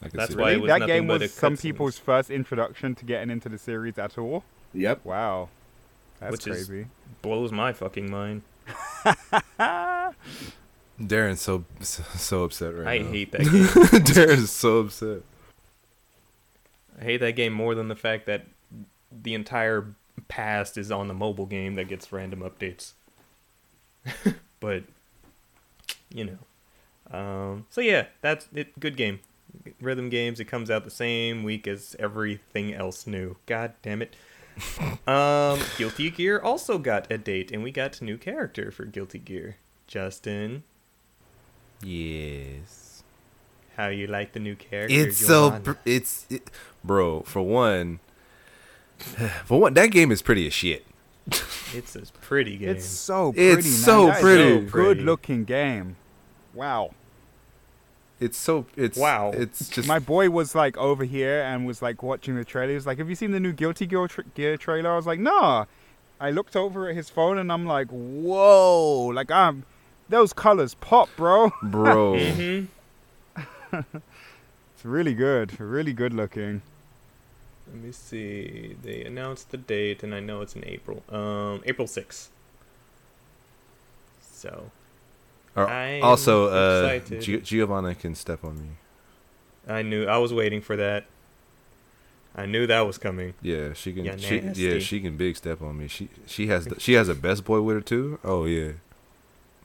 I can
That's
see
why
that.
it was
that
nothing
game
but
was
a
some
cutscene.
people's first introduction to getting into the series at all.
Yep.
Wow, that's
Which is-
crazy.
blows my fucking mind.
Darren's so so, so upset right
I
now.
hate that game.
[LAUGHS] Darren's so upset.
I hate that game more than the fact that the entire past is on the mobile game that gets random updates. [LAUGHS] but you know. Um, so yeah, that's it. Good game. rhythm games. It comes out the same week as everything else new. God damn
[LAUGHS]
it. um, Guilty Gear also got a date, and we got a new character for Guilty Gear. Justin,
Yes.
how you like the new character?
It's so
Yolanda?
pr- it's it, bro. For one, [SIGHS] for one, that game is pretty as shit.
it's a pretty game.
It's so pretty.
It's so
man. That is
pretty.
a
So pretty.
good looking game. Wow.
It's so it's
Wow.
It's just
My boy was like over here and was like watching the trailer. He was like, "Have you seen the new Guilty Gear, tra- Gear trailer?" I was like, "Nah." I looked over at his phone and I'm like, "Whoa!" Like I'm, those colors pop, bro. [LAUGHS]
bro.
Mhm.
It's really good, really good looking.
Let me see. They announced the date, and I know it's in April. Um, April sixth. So
Or-
I'm
also, uh,
excited.
Gi- Giovanna can step on me.
I knew I was waiting for that. I knew that was coming.
Yeah, she can.
You're
She, yeah,
nasty.
she can big step on me. She she has the, she has a best boy with her too. Oh yeah.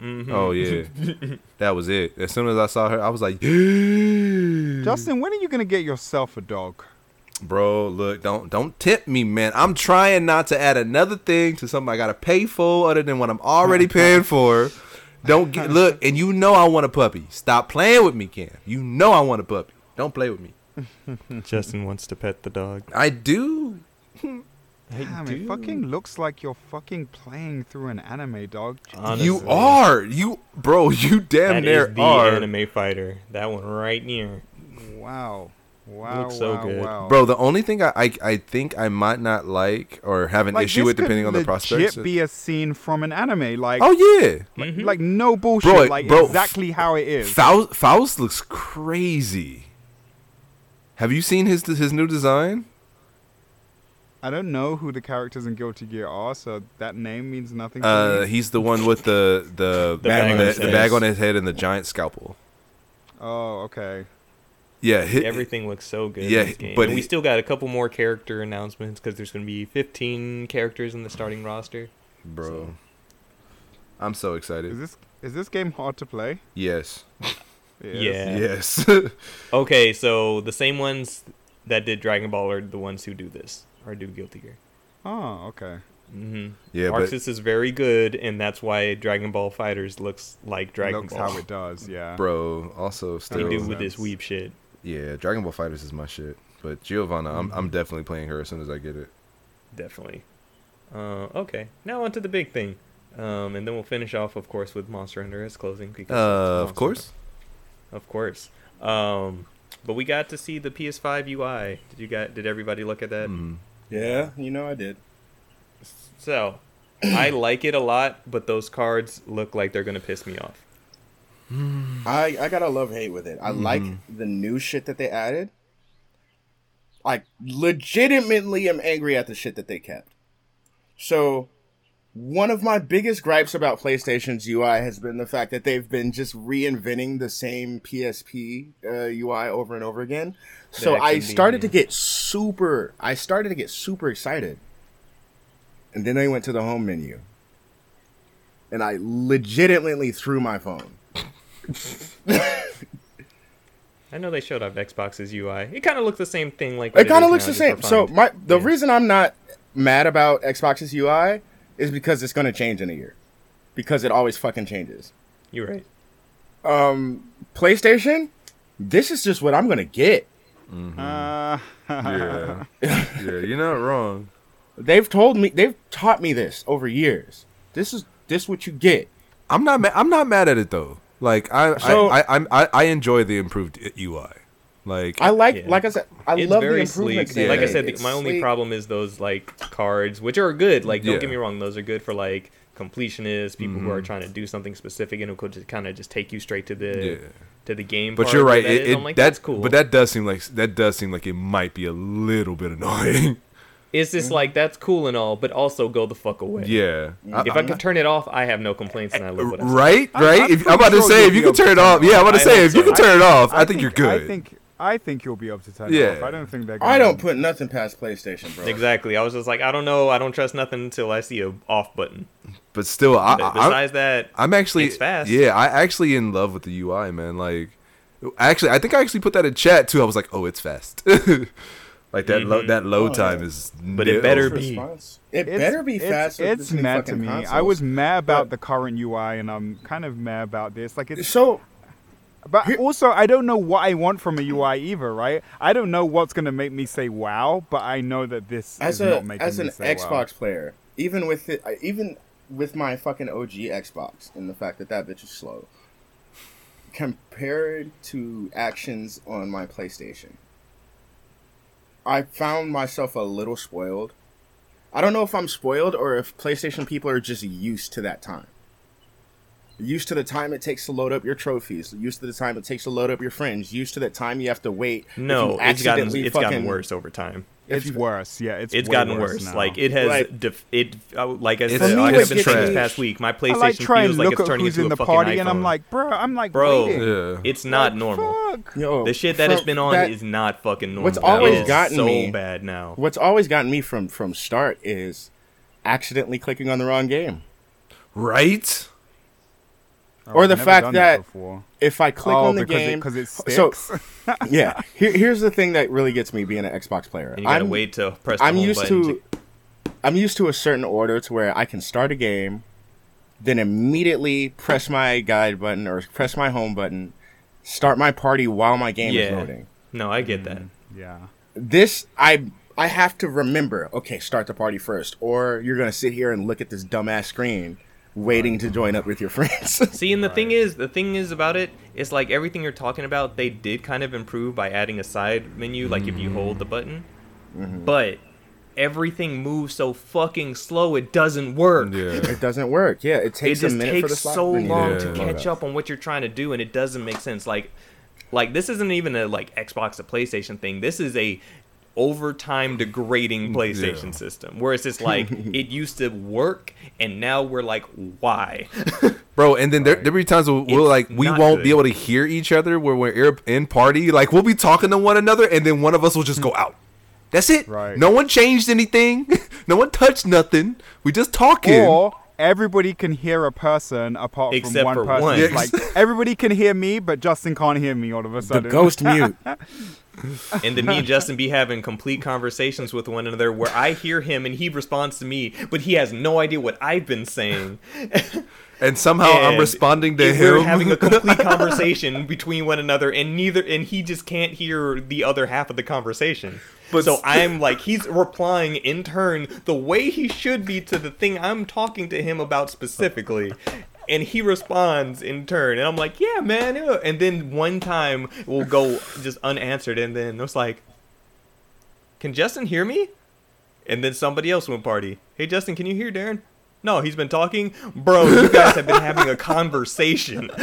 Mhm.
Oh yeah.
[LAUGHS]
that was it. As soon as I saw her, I was like, [GASPS]
Mm.
Justin,
Justin, when are you gonna get yourself a dog?
bro, look, don't don't tempt me, man. I'm trying not to add another thing to something I gotta pay for other than what I'm
[LAUGHS]
already paying for. Don't get look, and you know I want a puppy. Stop playing with me, Cam. You know I want a puppy. Don't play with me.
Justin wants to pet the dog.
I do.
I
Damn,
do.
it fucking looks like you're fucking playing through an anime, dog.
Uh,
You
Honestly.
are. You bro, [LAUGHS] you damn
That
near
is the
are.
anime fighter. That one right near.
Wow, wow,
Looks so
wow,
good.
wow.
Bro, the only thing I, I I think I might not like or have an
Like,
issue
this
with,
could
depending on the
legit
prospects.
be a scene from an anime, like
oh yeah,
Mm-hmm.
Mhm.
like no bullshit,
Bro,
like
bro,
exactly how it is.
Faust, Faust looks crazy. Have you seen his his new design?
I don't know who the characters in Guilty Gear are, so that name means nothing to
Uh,
me.
he's the one with the the,
The bag
the,
on
the
his
bag
face.
on his head and the giant scalpel.
Oh, okay.
Yeah, hi-
Everything looks so good.
Yeah,
in this game.
but
But we
he-
still got a couple more character announcements because there's going to be 15 characters in the starting roster.
bro. I'm so
Is
excited.
this is this game hard to play?
Yes,
It is.
Yeah.
yes. [LAUGHS]
Okay, so the same ones that did Dragon Ball are the ones who do this or do Guilty Gear.
Oh, okay.
Mm-hmm.
yeah, but
Arxis is very good, and that's why Dragon Ball Fighters looks like Dragon
Looks
Ball.
how it does. Yeah.
bro, also
He
still
do
Makes
with this
sense.
weeb shit.
yeah, Dragon Ball Fighters is my shit. But Giovanna, I'm
Mm-hmm.
I'm definitely playing her as soon as I get it.
Definitely. Uh, okay, now on to the big thing. Um, and then we'll finish off, of course, with Monster Hunter as closing. Because it's
Uh,
Monster
of course.
Hunter. Of course. Um, but we got to see the PS5 UI. Did you got? Did everybody look at that?
Mhm.
Yeah, you know I did.
So, I like it a lot, but those cards look like they're gonna piss me off.
I, I got a love hate with it.
Mm-hmm.
I like the new shit that they added. I legitimately am angry at the shit that they kept. So, one of my biggest gripes about PlayStation's UI has been the fact that they've been just reinventing the same PSP uh, UI over and over again. So
That
I
can be,
started to
yeah.
get super. I started to get super excited, and then they went to the home menu, and I legitimately threw my phone.
I know they showed off Xbox's UI. It kind of looks the same thing. Like what
it kind of
is
looks
now,
the
just
same. So
refined.
my the
Yeah.
reason I'm not mad about Xbox's UI is because it's going to change in a year, because it always fucking changes.
you're right.
Um, PlayStation, this is just what I'm going to get.
Uh,
Mm-hmm.
[LAUGHS]
[LAUGHS]
Yeah, yeah, you're not wrong.
They've told me, they've taught me this over years. This is this what you get.
I'm not. Ma- I'm not mad at it though. Like I,
So-
I, I, I'm- I, I enjoy the improved i- UI. Like
I like,
Yeah.
like I said, I
It's
love the
very
improvements.
sleek.
they
Like I
made.
said, the,
It's
my only
sleek.
problem is those like cards, which are good. Like don't
Yeah. Mm-hmm.
get me wrong, those are good for like completionists, people who are trying to do something specific, and it could just kind of just take you straight to the
Yeah.
to the game.
but
part
you're
where
right.
that
It,
is.
it,
I'm like,
that-
that's cool.
But that does seem like that does seem like it might be a little bit annoying. [LAUGHS]
it's just like that's cool and all, but also go the fuck away.
Mm-hmm. yeah. I-
If
I-
I can turn it off, I have no complaints, and I love what I see.
right,
I'm-
right.
I'm
if, I'm
pretty
about to
sure
say
you'll
if you can
be able
turn it
to
off.
turn it
Yeah, I'm about to
I
say
hope
if you
so.
can turn it off, I, think, you're good.
I think I think you'll be able to turn
Yeah.
it off. I don't think they're. Gonna
I don't put nothing past PlayStation, bro.
Exactly. I was just like, I don't know. I don't trust nothing until I see a off button.
but still, I,
But
I,
besides that,
I'm actually
It's fast.
Yeah, I actually in love with the UI, man. Like Actually, I think I actually put that in chat too. I was like, "Oh, it's fast." [LAUGHS] like that low, that load
Oh,
time
yeah.
is
Mm-hmm. But it better
nil.
be-
Response.
It
It's-
better be
it's-
fast. with
It's
this new
mad to
fucking
me. I
consoles.
was mad
But-
about the current UI, and I'm kind of mad about this. Like it's
so
But
Here-
also, I don't know what I want from a UI either, right? I don't know what's going to make me say wow, but I know that this
as
is
a
not making
as
me
an
say
Xbox
wow.
player, even with it, I- even with my fucking OG Xbox and the fact that that bitch is slow, compared to actions on my PlayStation, I found myself a little spoiled. I don't know if I'm spoiled or if PlayStation people are just used to that time. Used to the time it takes to load up your trophies. Used to the time it takes to load up your friends. Used to the time you have to wait. if
No,
you
it's gotten
accidentally
it's
fucking-
gotten worse over time.
if
It's
you-
worse, yeah. It's
It's
way
gotten
worse.
worse.
now.
Like it has
Like-
def- it uh, like I
It's
said,
For
like
me,
I've been
what
saying
gets
this
me-
past week, my
I
PlayStation
like try and
feels like
look
it's
at
turning
who's
into
in
a
the
fucking
party, and I'm
iPhone.
like, bro, I'm like,
Bro,
waiting.
Yeah.
it's not normal.
Fuck.
Yo,
The shit that has
from-
been on
that-
is not fucking normal.
What's
It
always
is
gotten
so
me-
bad now.
What's always gotten me from from start is accidentally clicking on the wrong game,
right.
Oh,
or
I've
the
never
fact
done
that
before.
if I click
oh,
on the
because
game,
because it, sticks.
so- [LAUGHS] yeah. Here, here's the thing that really gets me being an Xbox player.
And you gotta
I'm-
wait to press the
I'm
home
used
button
to, I'm used to a certain order to where I can start a game, then immediately press my guide button or press my home button, start my party while my game is
Yeah.
loading.
No, I get
Mm,
that.
yeah.
This I I have to remember. Okay, start the party first, or you're gonna sit here and look at this dumbass screen, waiting to join up with your [LAUGHS] friends.
See, and the thing is, the thing is about it, it's like everything you're talking about, they did kind of improve by adding a side menu, like if you hold the button.
Mm-hmm.
But everything moves so fucking slow, it doesn't work.
Yeah.
It doesn't work. Yeah, it
It
takes a
just
minute for the
takes
slot
so
menu
long
to
to
load
catch up on what you're trying to do, and it doesn't make sense. Like, like this isn't even a like Xbox to PlayStation thing. This is a over time degrading PlayStation
Yeah.
system, where
[LAUGHS]
it's just like it used to work, and now we're like, why?
Bro, and then there, there be times we'll, we'll
It's
like we
not
won't
good.
be able to hear each other when we're air- in party. Like we'll be talking to one another, and then one of us will just go
Hmm.
out. That's it.
Right.
No one changed anything. [LAUGHS] no one touched nothing. We just talking.
Or everybody can hear a person apart
Except
from one
for
person.
one. [LAUGHS]
It's Like everybody can hear me, but Justin can't hear me all of a
The
sudden.
[LAUGHS]
ghost mute.
and then me and Justin be having complete conversations with one another where I hear him and he responds to me, but he has no idea what I've been saying.
and somehow
Oh,
I'm
And
responding to
if
him.
We're having a complete conversation between one another, and neither, and he just can't hear the other half of the conversation.
But
so
st-
I'm like, he's replying in turn the way he should be to the thing I'm talking to him about specifically. And he responds in turn, and I'm like, "Yeah, man." yeah." And then one time will go just unanswered, and then it's like, "Can Justin hear me?" And then somebody else went party. Hey Justin, can you hear Darren? No, he's been talking. Bro, you guys have been having
[LAUGHS]
a conversation.
[LAUGHS]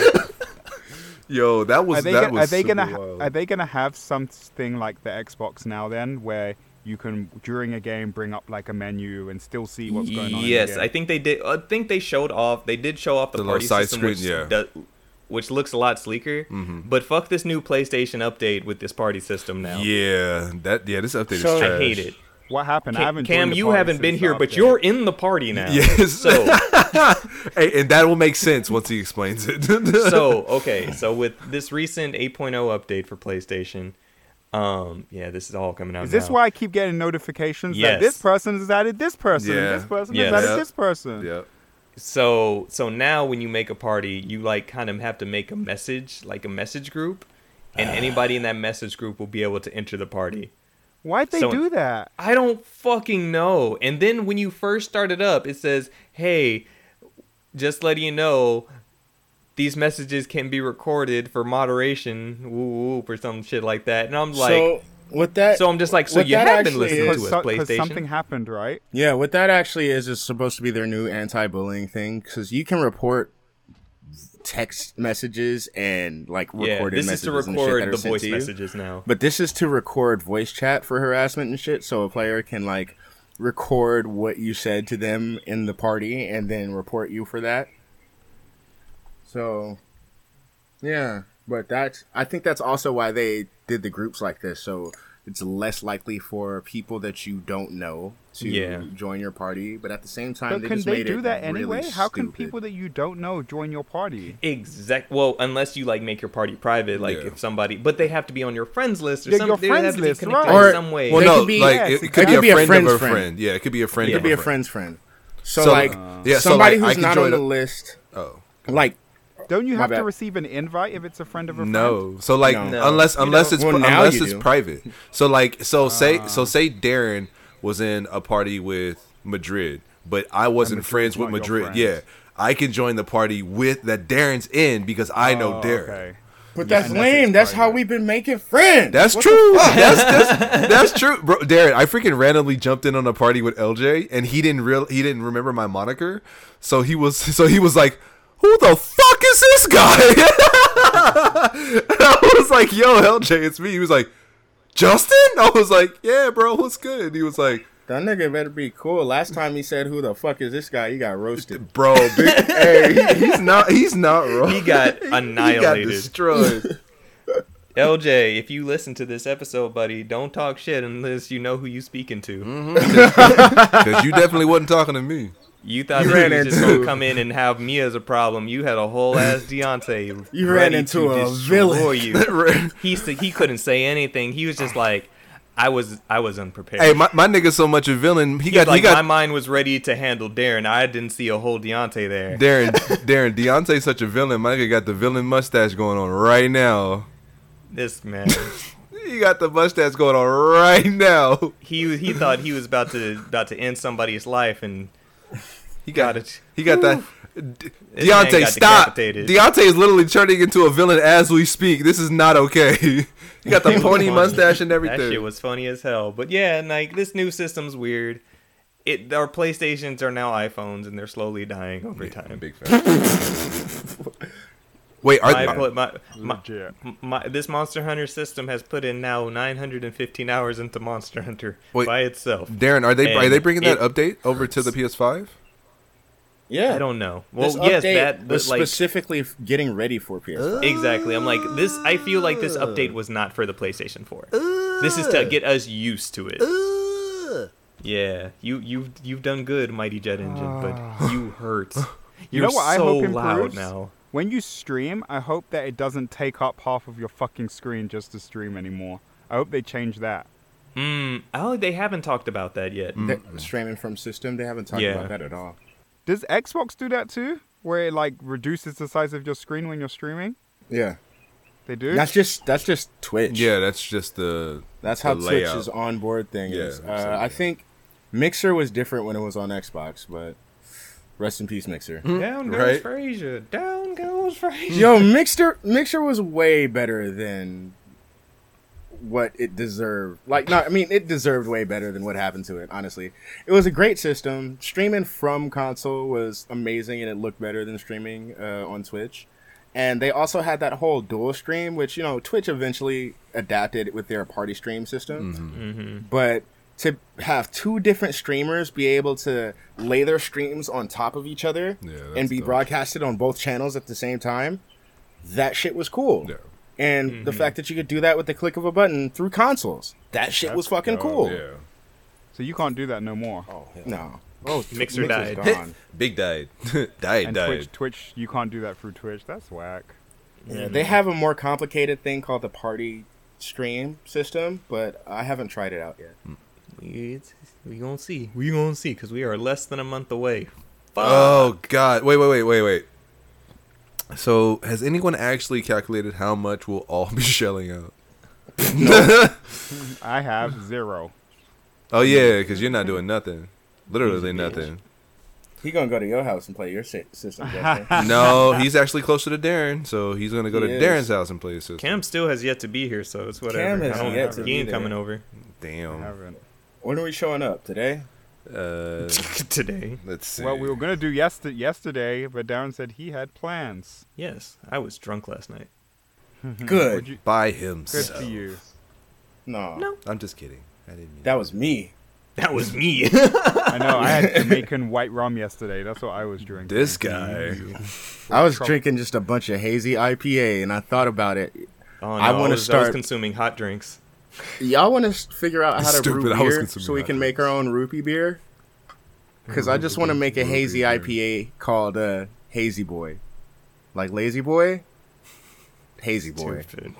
Yo, that was
are they,
that
gonna,
was
are they
super
gonna ha-
wild.
are they gonna have something like the Xbox now then where you can during a game bring up like a menu and still see what's going on
Yes,
in the
I
game.
think they did. I think they showed off. They did show off the,
The little
party
side
system,
screen,
which,
yeah. Mm-hmm.
do- which looks a lot sleeker. But fuck this new PlayStation update with this party system now.
yeah, that yeah. This update
So-
is trash.
I hate it.
what happened I haven't
Cam,
joined the
you
party
haven't been
since
here,
the
but
update.
you're in the party now.
Yes. [LAUGHS]
So.
Hey, and that will make sense once he explains it. [LAUGHS]
so okay, so with this recent 8.0 update for PlayStation, um, yeah, this is all coming out.
is this
now.
why I keep getting notifications that
Yes.
this person has added this person
Yeah.
and this person
Yes.
has added
Yeah.
this person?
yeah.
So so now when you make a party, you like kind of have to make a message, like a message group, and anybody in that message group will be able to enter the party.
Why'd they
So-
do that?
I don't fucking know. And then when you first start it up, it says, "Hey, just letting you know." These messages can be recorded for moderation, woo whoop, or some shit like that. And I'm like,
so with that,
So I'm just like, so
what
you
that
have been
actually
listening
is-
to us,
so-
PlayStation.
something happened, right?
yeah, what that actually is is supposed to be their new anti-bullying thing because you can report text messages and like recorded
yeah, this is
messages
to
and shit that
record
are
the
sent
voice
to you.
messages now.
But this is to record voice chat for harassment and shit, so a player can like record what you said to them in the party and then report you for that. So, yeah, but that's I think that's also why they did the groups like this, so It's less likely for people that you don't know to
Yeah.
join your party. But at the same time,
But
they
can
just
they
made
do
it
that
really
anyway? How can
stupid.
people that you don't know join your party?
Exact. Well, unless you like make your party private, like
Yeah.
if somebody, but they have to be on your friends list or
Yeah,
something.
your
they have
friends
to be
list,
connected
right.
in
Or-
some way.
Well,
They
no,
could be-
like
yes,
it, it could be a friend
friend's
of a friend.
friend.
Yeah, it could be a friend.
It
of
Could be
a
a
friend.
friend's friend. So,
So,
like
yeah, so,
somebody
like, I
who's
can
not
join
on the
up-
list,
Oh.
like
Don't you
My
have to
bad.
receive an invite if it's a friend of a friend?
No. So like
No.
unless
You
unless
don't-
it's
Well,
pri-
now
unless
you
it's
do.
private. So like so say so say Darren was in a party with Madrid, but I wasn't
Madrid's
friends with
not your
Madrid.
friend.
Yeah. I can join the party with that Darren's in because I know
Oh,
Darren.
okay.
but that's
and that's
lame.
it,
That's
right,
how
right.
we've been making friends.
That's true. That's,
[LAUGHS]
that's that's true, bro. Darren, I freaking randomly jumped in on a party with LJ, and he didn't real he didn't remember my moniker, so he was [LAUGHS] so he was like, "Who the fuck is this guy?" [LAUGHS] And I was like, "Yo, LJ, it's me." He was like, "Justin?" I was like, "Yeah, bro, what's good?" And he was like,
That nigga better be cool. Last time he said, "Who the fuck is this guy?" He got roasted.
"Bro,
[LAUGHS]
big, hey, he- he's not he's not wrong.
He got
[LAUGHS] He
annihilated. [LAUGHS]
got destroyed."
LJ, if you listen to this episode, buddy, don't talk shit unless you know who you speaking to.
Because you definitely wasn't talking to me.
You thought
You
you,
ran
was just
into-
gonna come in and have me as a problem. You had a whole ass Deontay.
You ran
ready
into
to
a
destroy
villain.
You. He said he couldn't say anything. He was just like, I was, I was unprepared.
hey, my, my nigga, so much a villain. He
He was
got he
like,
got
my mind was ready to handle Darren. I didn't see a whole Deontay there.
Darren, Darren, Deontay's such a villain. My nigga got the villain mustache going on right now.
This man,
He got the mustache going on right now.
he he thought he was about to about to end somebody's life, and
[LAUGHS] He got
Got
it.
it.
He got that. De-
This man
Deontay,
got
stop!
decapitated.
Deontay is literally turning into a villain as we speak. This is not okay. [LAUGHS] he
[LAUGHS]
got the
It was
pony
funny.
mustache and everything.
That shit was funny as hell. But yeah, and, like this new system's weird. It our PlayStations are now iPhones, and they're slowly dying over time.
big fan. [LAUGHS] Wait, are,
my,
are-
pla- my, my,
Legit.
my, this Monster Hunter system has put in now 915 hours into Monster Hunter
Wait.
by itself.
Darren? Are they are
And
they bringing
it
that update over to the PS5?
Yeah,
I don't know. Well,
This
yes,
update
that
was
but, like Uh,
specifically f- getting ready for PS5.
exactly. I'm like this. I feel like this update was not for the PlayStation 4. This is to get us used to it. Yeah, you you've you've done good, Mighty Jet Engine, but you hurt. You're
know what I
so
hope improves?
loud now.
When you stream, I hope that it doesn't take up half of your fucking screen just to stream anymore. I hope they change that.
Mm, oh, they haven't talked about that yet.
They're Streaming from system, they haven't talked
mm-hmm. Yeah.
about that at all.
Does Xbox do that too? Where it like reduces the size of your screen when you're streaming?
Yeah,
They do?
that's just that's just Twitch.
Yeah, that's just the
that's how
the
Twitch
layout.
is onboard thing
Yeah,
is.
I'm
Uh,
saying, yeah.
I think Mixer was different when it was on Xbox, but rest in peace, Mixer.
Down goes
Right.
Frazier. Down goes Frazier.
Yo, Mixer Mixer was way better than what it deserved. Like, no, I mean, it deserved way better than what happened to it. Honestly, it was a great system. Streaming from console was amazing, and it looked better than streaming uh, on Twitch. And they also had that whole dual stream, which you know Twitch eventually adapted with their party stream system.
Mm. mm-hmm.
Mm-hmm.
But to have two different streamers be able to lay their streams on top of each other
Yeah, that's
and be
dope.
broadcasted on both channels at the same time, that shit was cool.
yeah,
And the fact that you could do that with the click of a button through consoles, that shit was fucking cool.
yeah.
so you can't do that no more.
Oh no, oh
Mixer
Mixer's
died.
Gone.
Big [LAUGHS] died, died,
and
died.
Twitch, Twitch, you can't do that through Twitch. That's whack.
Yeah, they have a more complicated thing called the party stream system, but I haven't tried it out yet.
We, it's, we gonna see. We gonna see because we are less than a month away. Fuck.
Oh God! Wait, wait, wait, wait, wait. So, has anyone actually calculated how much we'll all be [LAUGHS] shelling out?
I have zero.
[LAUGHS] oh yeah, because you're not doing nothing. Literally nothing.
He gonna go to your house and play your si- system.
[LAUGHS]
Justin.
No, he's actually closer to Darren, so he's gonna go
He
to
is.
Darren's house and play his system.
Cam still has yet to be here, so it's whatever.
Cam has
I don't
yet
have
to
a
be
game
there.
coming over
I
Damn.
haven't.
when are we showing up today?
Uh,
[LAUGHS] today.
let's see.
Well, we were gonna do yester yesterday, but Darren said he had plans.
Yes, I was drunk last night.
Would
Good.
you,
by
good
himself.
for you.
No.
No.
I'm just kidding. I didn't mean.
That was me.
That was me.
I know. I had Jamaican white rum yesterday. That's what I was drinking.
this guy.
I was
Trump.
drinking just a bunch of hazy IPA, and I thought about it.
Oh, no,
I
I
wanna
want to start
start-
consuming hot drinks.
Y'all want to figure out how to
Stupid,
brew
I was
beer
consuming
so we
that.
can make our own rupee beer? Because I just want to make a hazy IPA called uh, Hazy Boy, like Lazy Boy, Hazy Boy.
Stupid.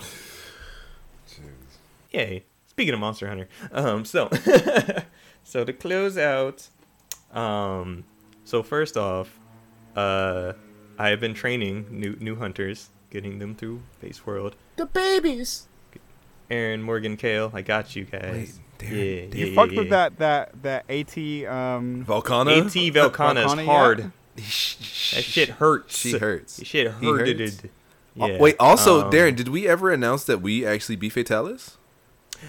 Yay. Speaking of Monster Hunter. Um so [LAUGHS] so to close out um so first off uh I have been training new new hunters, getting them through Base World.
The babies.
Aaron Morgan Kale, I got you guys. yeah,
Wait, Darren,
yeah,
You
yeah,
fucked
yeah.
with that that that AT um
Volcano.
AT
[LAUGHS]
Velcana
Volcana,
is hard.
yeah.
That shit hurts.
She hurts.
That shit
He
hurted.
Uh,
Yeah,
Wait, also,
um,
Darren, did we ever announce that we actually be fatalis?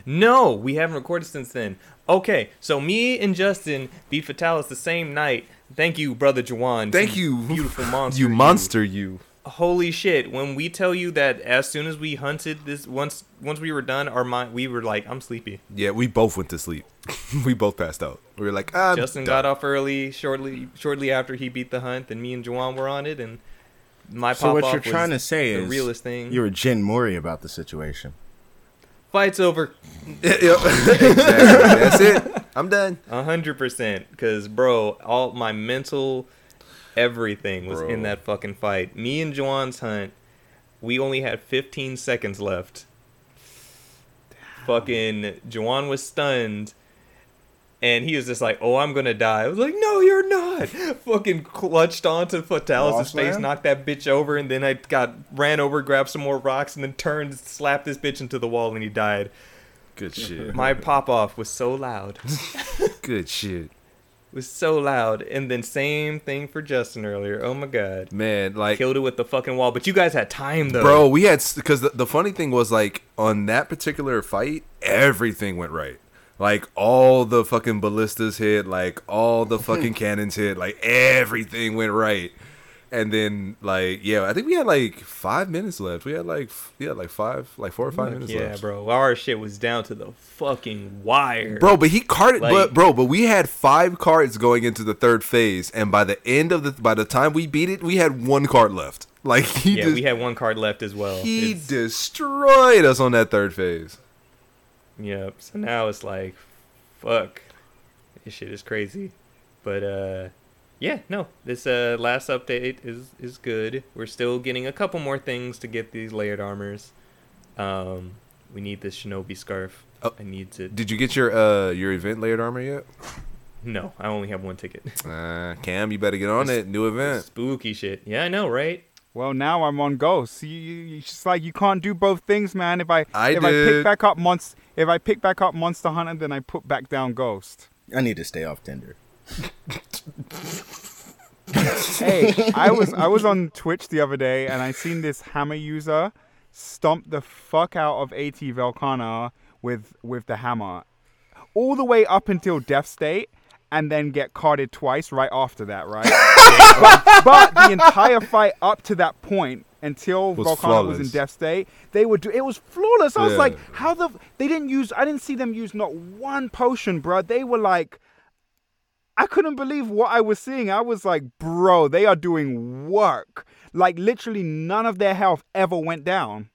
No, we haven't recorded since then. Okay, so me and Justin beat Fatalis the same night. Thank you, brother Juwan.
Thank you, [LAUGHS]
beautiful monster.
You monster, you.
Holy shit! When we tell you that, as soon as we hunted this, once once we were done, our mind we were like, I'm sleepy.
Yeah, we both went to sleep. [LAUGHS] we both passed out. We were like, ah,
Justin
[LAUGHS]
got off early, shortly shortly after he beat the hunt, and me and Juwan were on it, and my
So
pop
what
off
you're
was
trying to say
the
is
realest thing.
you were Jin Mori about the situation.
Fights over
[LAUGHS] That's it. I'm done.
A hundred percent, because bro, all my mental, everything was in
Bro.
that fucking fight. Me and Juwan's hunt, we only had 15 seconds left. Fucking Juwan was stunned, and he was just like, "Oh, I'm gonna die." I was like, "No, you're not." [LAUGHS] Fucking clutched onto Fatalis'
Lost
face,
man?
knocked that bitch over, and then I got ran over, grabbed some more rocks, and then turned, slapped this bitch into the wall, and he died. [LAUGHS]
Good shit.
[LAUGHS]
My pop off was so loud
Good shit.
was so loud. And then same thing for Justin earlier. Oh my god.
Man, like,
Killed it with the fucking wall. But you guys had time though.
bro, we had, because the, the funny thing was, like, on that particular fight, everything went right. Like, all the fucking ballistas hit, like, all the fucking cannons hit, like, everything went right. And then, like, yeah, I think we had like five minutes left. We had like, f- yeah, like five, like four or five minutes
Yeah,
left.
bro. Our shit was down to the fucking wire.
Bro, but he carded,
Like-
but bro, but we had five cards going into the third phase, and by the end of the, by the time we beat it, we had one card left. [LAUGHS] Like he,
Yeah,
des-
we had one card left as well.
he
It's-
destroyed us on that third phase.
Yep. So now it's like, fuck, this shit is crazy. But uh, yeah, no, this uh last update is is good. We're still getting a couple more things to get these layered armors. Um, we need this shinobi scarf.
Oh.
I need to.
Did you get your uh your event layered armor yet?
No, I only have one ticket.
Uh, Cam, you better get on it.
[LAUGHS]
New event.
Spooky shit. Yeah, I know, right?
Well, now I'm on Ghost. You, you, you- it's just like you can't do both things, man. If I,
I
if I
did.
pick back up monster, if I pick back up Monster Hunter, then I put back down Ghost.
I need to stay off Tinder.
Hey, I was I was on Twitch the other day and I seen this hammer user stomp the fuck out of AT Velcana with with the hammer, all the way up until death state, and then get carded twice right after that, right?
[LAUGHS]
but the entire fight up to that point until
Was
Volcano was in
flawless.
death state, they would do it was flawless. I was
Yeah.
like, how the they didn't use I didn't see them use not one potion, bro. They were like I couldn't believe what I was seeing. I was like, bro, they are doing work. Like literally none of their health ever went down.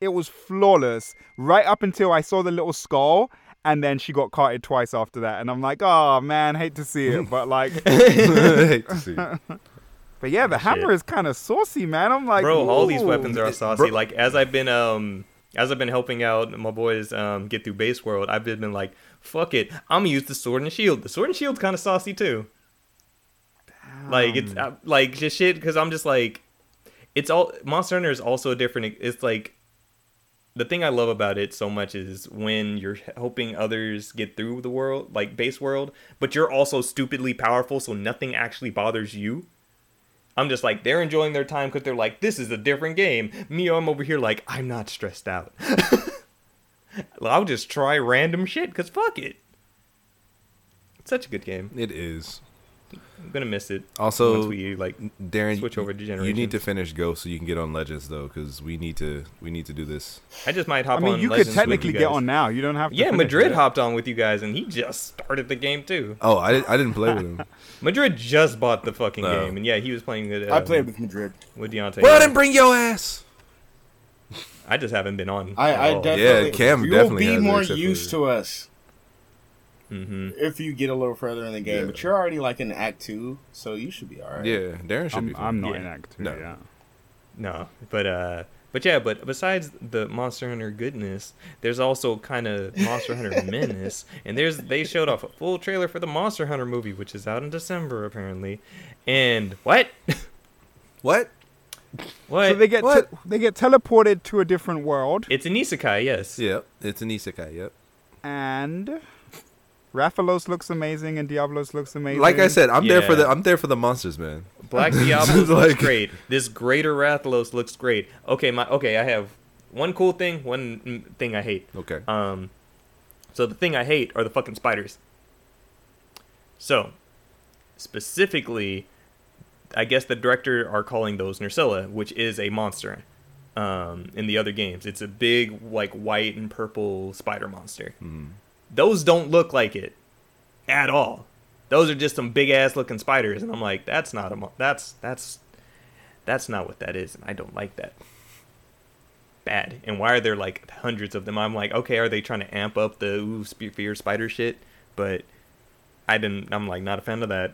It was flawless. Right up until I saw the little skull and then she got carted twice after that. And I'm like, oh man, hate to see it. But
[LAUGHS]
like
Hate to see.
But yeah, the hammer is kind of saucy, man. I'm like,
Bro, all these
ooh.
weapons are saucy. Like as I've been um as I've been helping out my boys um get through base world, I've been, been like, fuck it, I'm gonna use the sword and shield. The sword and shield's kind of saucy too. Like it's I, like just shit because I'm just like, it's all Monster Hunter is also a different. e, It's like the thing I love about it so much is when you're helping others get through the world, like base world, but you're also stupidly powerful, so nothing actually bothers you. I'm just like they're enjoying their time because they're like, this is a different game. Me, I'm over here like I'm not stressed out. [LAUGHS] I'll just try random shit because fuck it. It's such a good game.
It is.
I'm gonna miss it.
Also,
once we like
Darren,
Switch over to
you need
Generations.
to finish Ghost so you can get on Legends though, because we need to we need to do this.
I just might
I
hop on.
mean, you
Legends
could
with
technically
you
get
guys.
on now. You don't have to.
Yeah,
finish
Madrid
it.
hopped on with you guys, and he just started the game too.
Oh, I, I didn't play with him.
Madrid just bought the fucking
No.
game, and yeah, he was playing with. Uh,
I played with Madrid.
with Deontay.
well, then bring your ass.
I just haven't been on.
I,
at
I
all.
definitely.
Cam
you'll
definitely
be
has it
more
except
used
for-
to us
Mhm.
if you get a little further in the game.
Yeah.
But you're already like in Act Two, so you should be all right.
Yeah, Darren should be.
I'm,
fine.
I'm not
Yeah.
in Act Two.
No.
Yeah.
No, but uh, but yeah, but besides the Monster Hunter goodness, there's also kind of Monster
[LAUGHS]
Hunter menace, and there's they showed off a full trailer for the Monster Hunter movie, which is out in December apparently, and what [LAUGHS]
What?
what?
So they get
What?
te- they get teleported to a different world,
it's an isekai, yes.
Yep, it's an isekai. Yep.
and Raphalos looks amazing, and Diablos looks amazing.
Like I said, I'm there for
Yeah.
the I'm there for the monsters, man.
[LAUGHS]
Black Diablo looks
Like-
great. This Greater Rathalos looks great. Okay, my okay, I have one cool thing, one mm, thing I hate.
Okay.
Um, so the thing I hate are the fucking spiders. So, specifically, I guess the director are calling those Nursilla, which is a monster. Um, in the other games, it's a big like white and purple spider monster. Those don't look like it at all. Those are just some big ass looking spiders, and I'm like, that's not a mon- that's that's that's not what that is, and I don't like that bad. And why are there like hundreds of them? I'm like, okay, are they trying to amp up the ooh spe- fear spider shit? But I didn't. I'm like not a fan of that.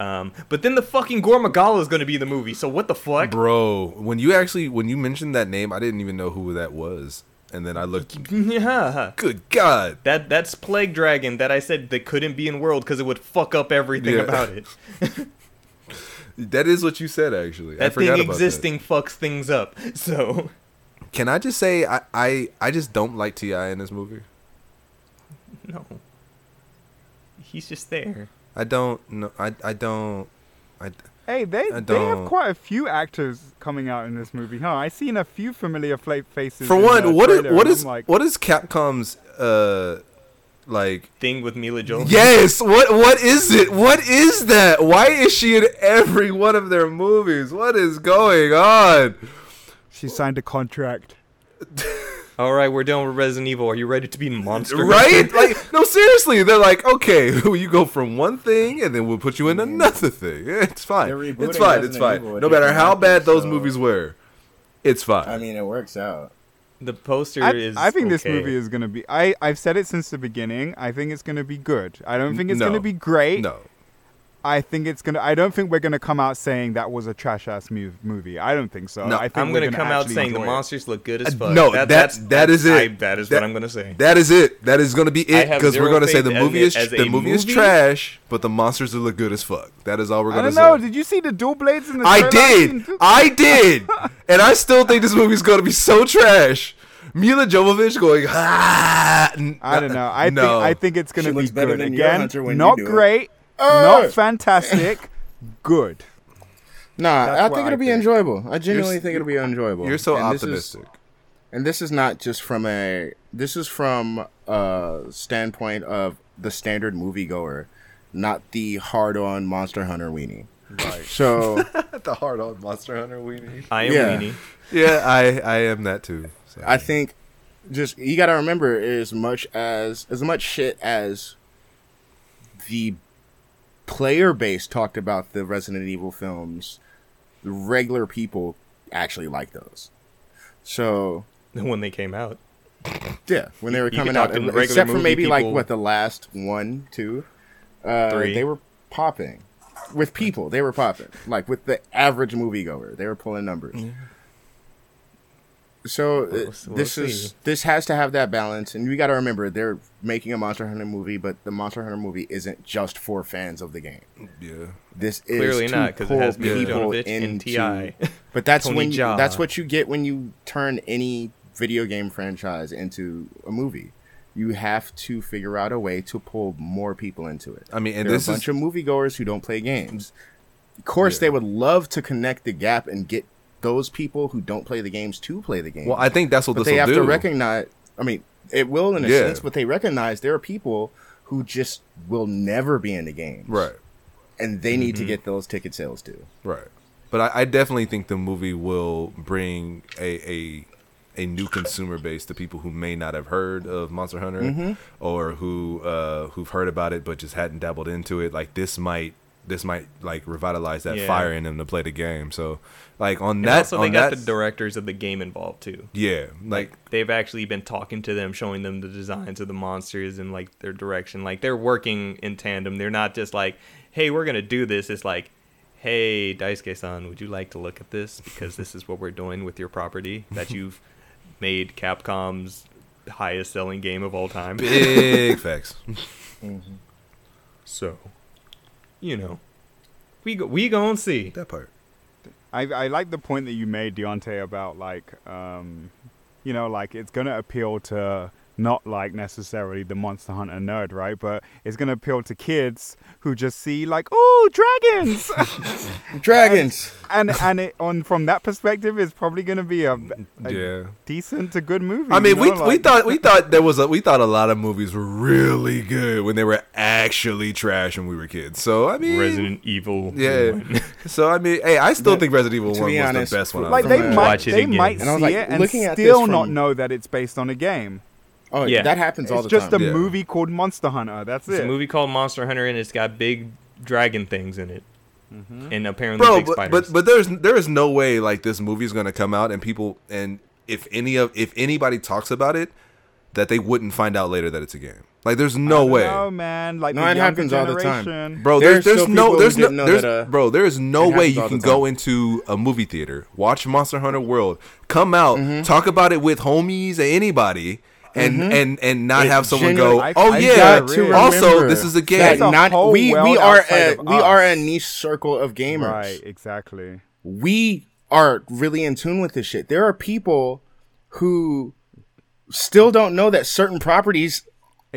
Um, but then the fucking Gormagala is going to be in the movie, so what the fuck? [LAUGHS]
Bro, when you actually when you mentioned that name, I didn't even know who that was, and then I looked.
Yeah.
Good God!
That that's Plague Dragon that I said that couldn't be in world because it would fuck up everything
Yeah.
about
[LAUGHS]
it.
That is what you said. Actually, I
That
forgot
thing
about
existing fucks things up. [LAUGHS] So
that. Can I just say I, I I just don't like Ti in this movie.
no, he's just there.
I don't know. I I don't. I
Hey, they
I
they have
don't-
quite a few actors coming out in this movie, huh? I seen a few familiar fla- faces.
for
in the
one, what is
trailer,
what
and
is
I'm like,
what is Capcom's uh like
Thing with Mila Jovovich.
Yes. What what is it? What is that? Why is she in every one of their movies? What is going on?
She signed a contract.
All right, we're done with Resident Evil. Are you ready to be monster?
Right? Like no, seriously. They're like, okay, [LAUGHS] you go from one thing, and then we'll put you in another thing. [LAUGHS] It's fine.
They're rebooting
It's fine. It's
Resident
fine.
Evil with
No matter
different
how bad
actors,
those
so-
movies were, it's fine.
I mean, it works out.
[LAUGHS] The poster
I,
is.
I think this
okay.
movie is gonna be. I I've said it since the beginning. I think it's gonna be good. I don't think it's
No.
gonna be great.
no.
I think it's gonna. I don't think we're gonna come out saying that was a trash ass move, movie. I don't think so.
No,
I think
I'm
we're
gonna come out
actually
saying the
enjoy it.
monsters look good as
Uh,
fuck.
no, that-
that's
that is
I-
it.
that is
That-
what I'm gonna say.
That is it. That is going to be
I
it
have
because we're
zero
going to say
faith
the
in
movie
it
is
as
the
a
movie is
movie?
trash, but the monsters will look good as fuck. That is all we're
I
going to
don't
say.
know. Did you see the dual blades in the?
I
trailer?
did.
seen two-
I did. And I still think this movie's gonna be so trash. Mila Jovovich going, [LAUGHS] ah. n-
I don't know. I
no.
think I think it's gonna
She
be
looks better
good
than your
again.
hunter when you
not
do it.
great.
Hey!
Not fantastic. [LAUGHS] good.
Nah,
That's
I
what
think
I
it'll be
think.
enjoyable. I genuinely
s-
think it'll be enjoyable.
you're so
And this is-
optimistic.
and this is not just from a this is from a standpoint of the standard moviegoer, not the hard on Monster Hunter weenie. Right.
[LAUGHS]
So
the hard on Monster Hunter weenie.
I am
Yeah.
Weenie.
Yeah, I I am that too. So.
I think just you got to remember as much as as much shit as the player base talked about the Resident Evil films, the regular people actually like those. So
[LAUGHS] When they came out,
yeah, when they were
you
coming
could talk
out,
to regular
except for
movie
maybe like
people.
what the last one, two, uh,
Three.
they were popping with people. They were popping like with the average moviegoer. They were pulling numbers. So uh,
We'll- we'll
this
see.
is this has to have that balance, and we got to remember they're making a Monster Hunter movie, but the Monster Hunter movie isn't just for fans of the game.
Yeah.
This is
Clearly
to
not, 'cause it
pull
has Mila
people
Jovovich and
into-
T.I..
But that's
Tony
when you,
Jaa.
that's what you get when you turn any video game franchise into a movie. You have to figure out a way to pull more people into it.
I mean, Uh, and
there
this
are a bunch
is
of moviegoers who don't play games. Of course,
Yeah.
they would love to connect the gap and get those people who don't play the games to play the game
well. I think that's what
but
this
they
will
have
do.
to recognize. I mean, it will in a
Yeah.
sense, but they recognize there are people who just will never be in the game,
right. Mm-hmm.
And they need to get those ticket sales too.
Right. But I, I definitely think the movie will bring a, a a new consumer base to people who may not have heard of Monster
Mm-hmm.
Hunter or who uh, who've heard about it but just hadn't dabbled into it. Like this might this might like revitalize that
Yeah.
fire in them to play the game. So like on
And [LAUGHS]
that,
also, they
on
got
that-
the directors of the game involved too.
yeah, like
Like they've actually been talking to them, showing them the designs of the monsters and like their direction. Like they're working in tandem. They're not just like, "Hey, we're gonna do this." It's like, "Hey, Daisuke-san, would you like to look at this? Because this is what we're doing with your property
[LAUGHS]
that you've made Capcom's highest selling game of all time."
big [LAUGHS] facts.
So, you know, we go, we gon' see.
That part.
I, I like the point that you made, Deontay, about like, um, you know, like it's going to appeal to not like necessarily the Monster Hunter nerd, right? But it's going to appeal to kids who just see like, oh, dragons, [LAUGHS]
Dragons.
[LAUGHS]
and and it, on from that perspective, it's probably going to be a, a
Yeah.
decent to good movie.
I mean,
you
we
know,
we
like-
thought [LAUGHS] we thought there was a we thought a lot of movies were really good when they were actually trash when we were kids. So I mean,
Resident Evil.
yeah. [LAUGHS] so I mean, hey, I still think Resident Evil
to
One
be
was
honest,
the best one. out
like
of
they
them.
Watch
might
it
they
again.
might
And I was
see
like,
it and
looking at this
still not
from-
know that it's based on a game.
Oh,
Yeah.
that happens all
It's
the
just
time.
a
Yeah.
movie called Monster Hunter. That's
It's
it.
a movie called Monster Hunter, and it's got big dragon things in it, and apparently
Mm-hmm. bro
big
but,
spiders.
but but there's there is no way like this movie's gonna come out and people and if any of if anybody talks about it that they wouldn't find out later that it's a game like there's no way
No man, like
No,
the
it
younger
happens all the time.
generation-
bro
There are
there's, there's
still people
no
who
there's no
didn't know
there's,
that, uh,
bro there's no
it
way
happens
you
all
can
the
go
time.
into a movie theater watch monster hunter world come out
Mm-hmm.
talk about it with homies or anybody and and and not
It
have someone go
genuinely-
oh
I
yeah
got
got to
to
also
remember
this is a
that
game
That's a whole
not we we
world
are a
outside of
we are a
us.
niche circle of gamers.
Right, exactly.
We are really in tune with this shit. There are people who still don't know that certain properties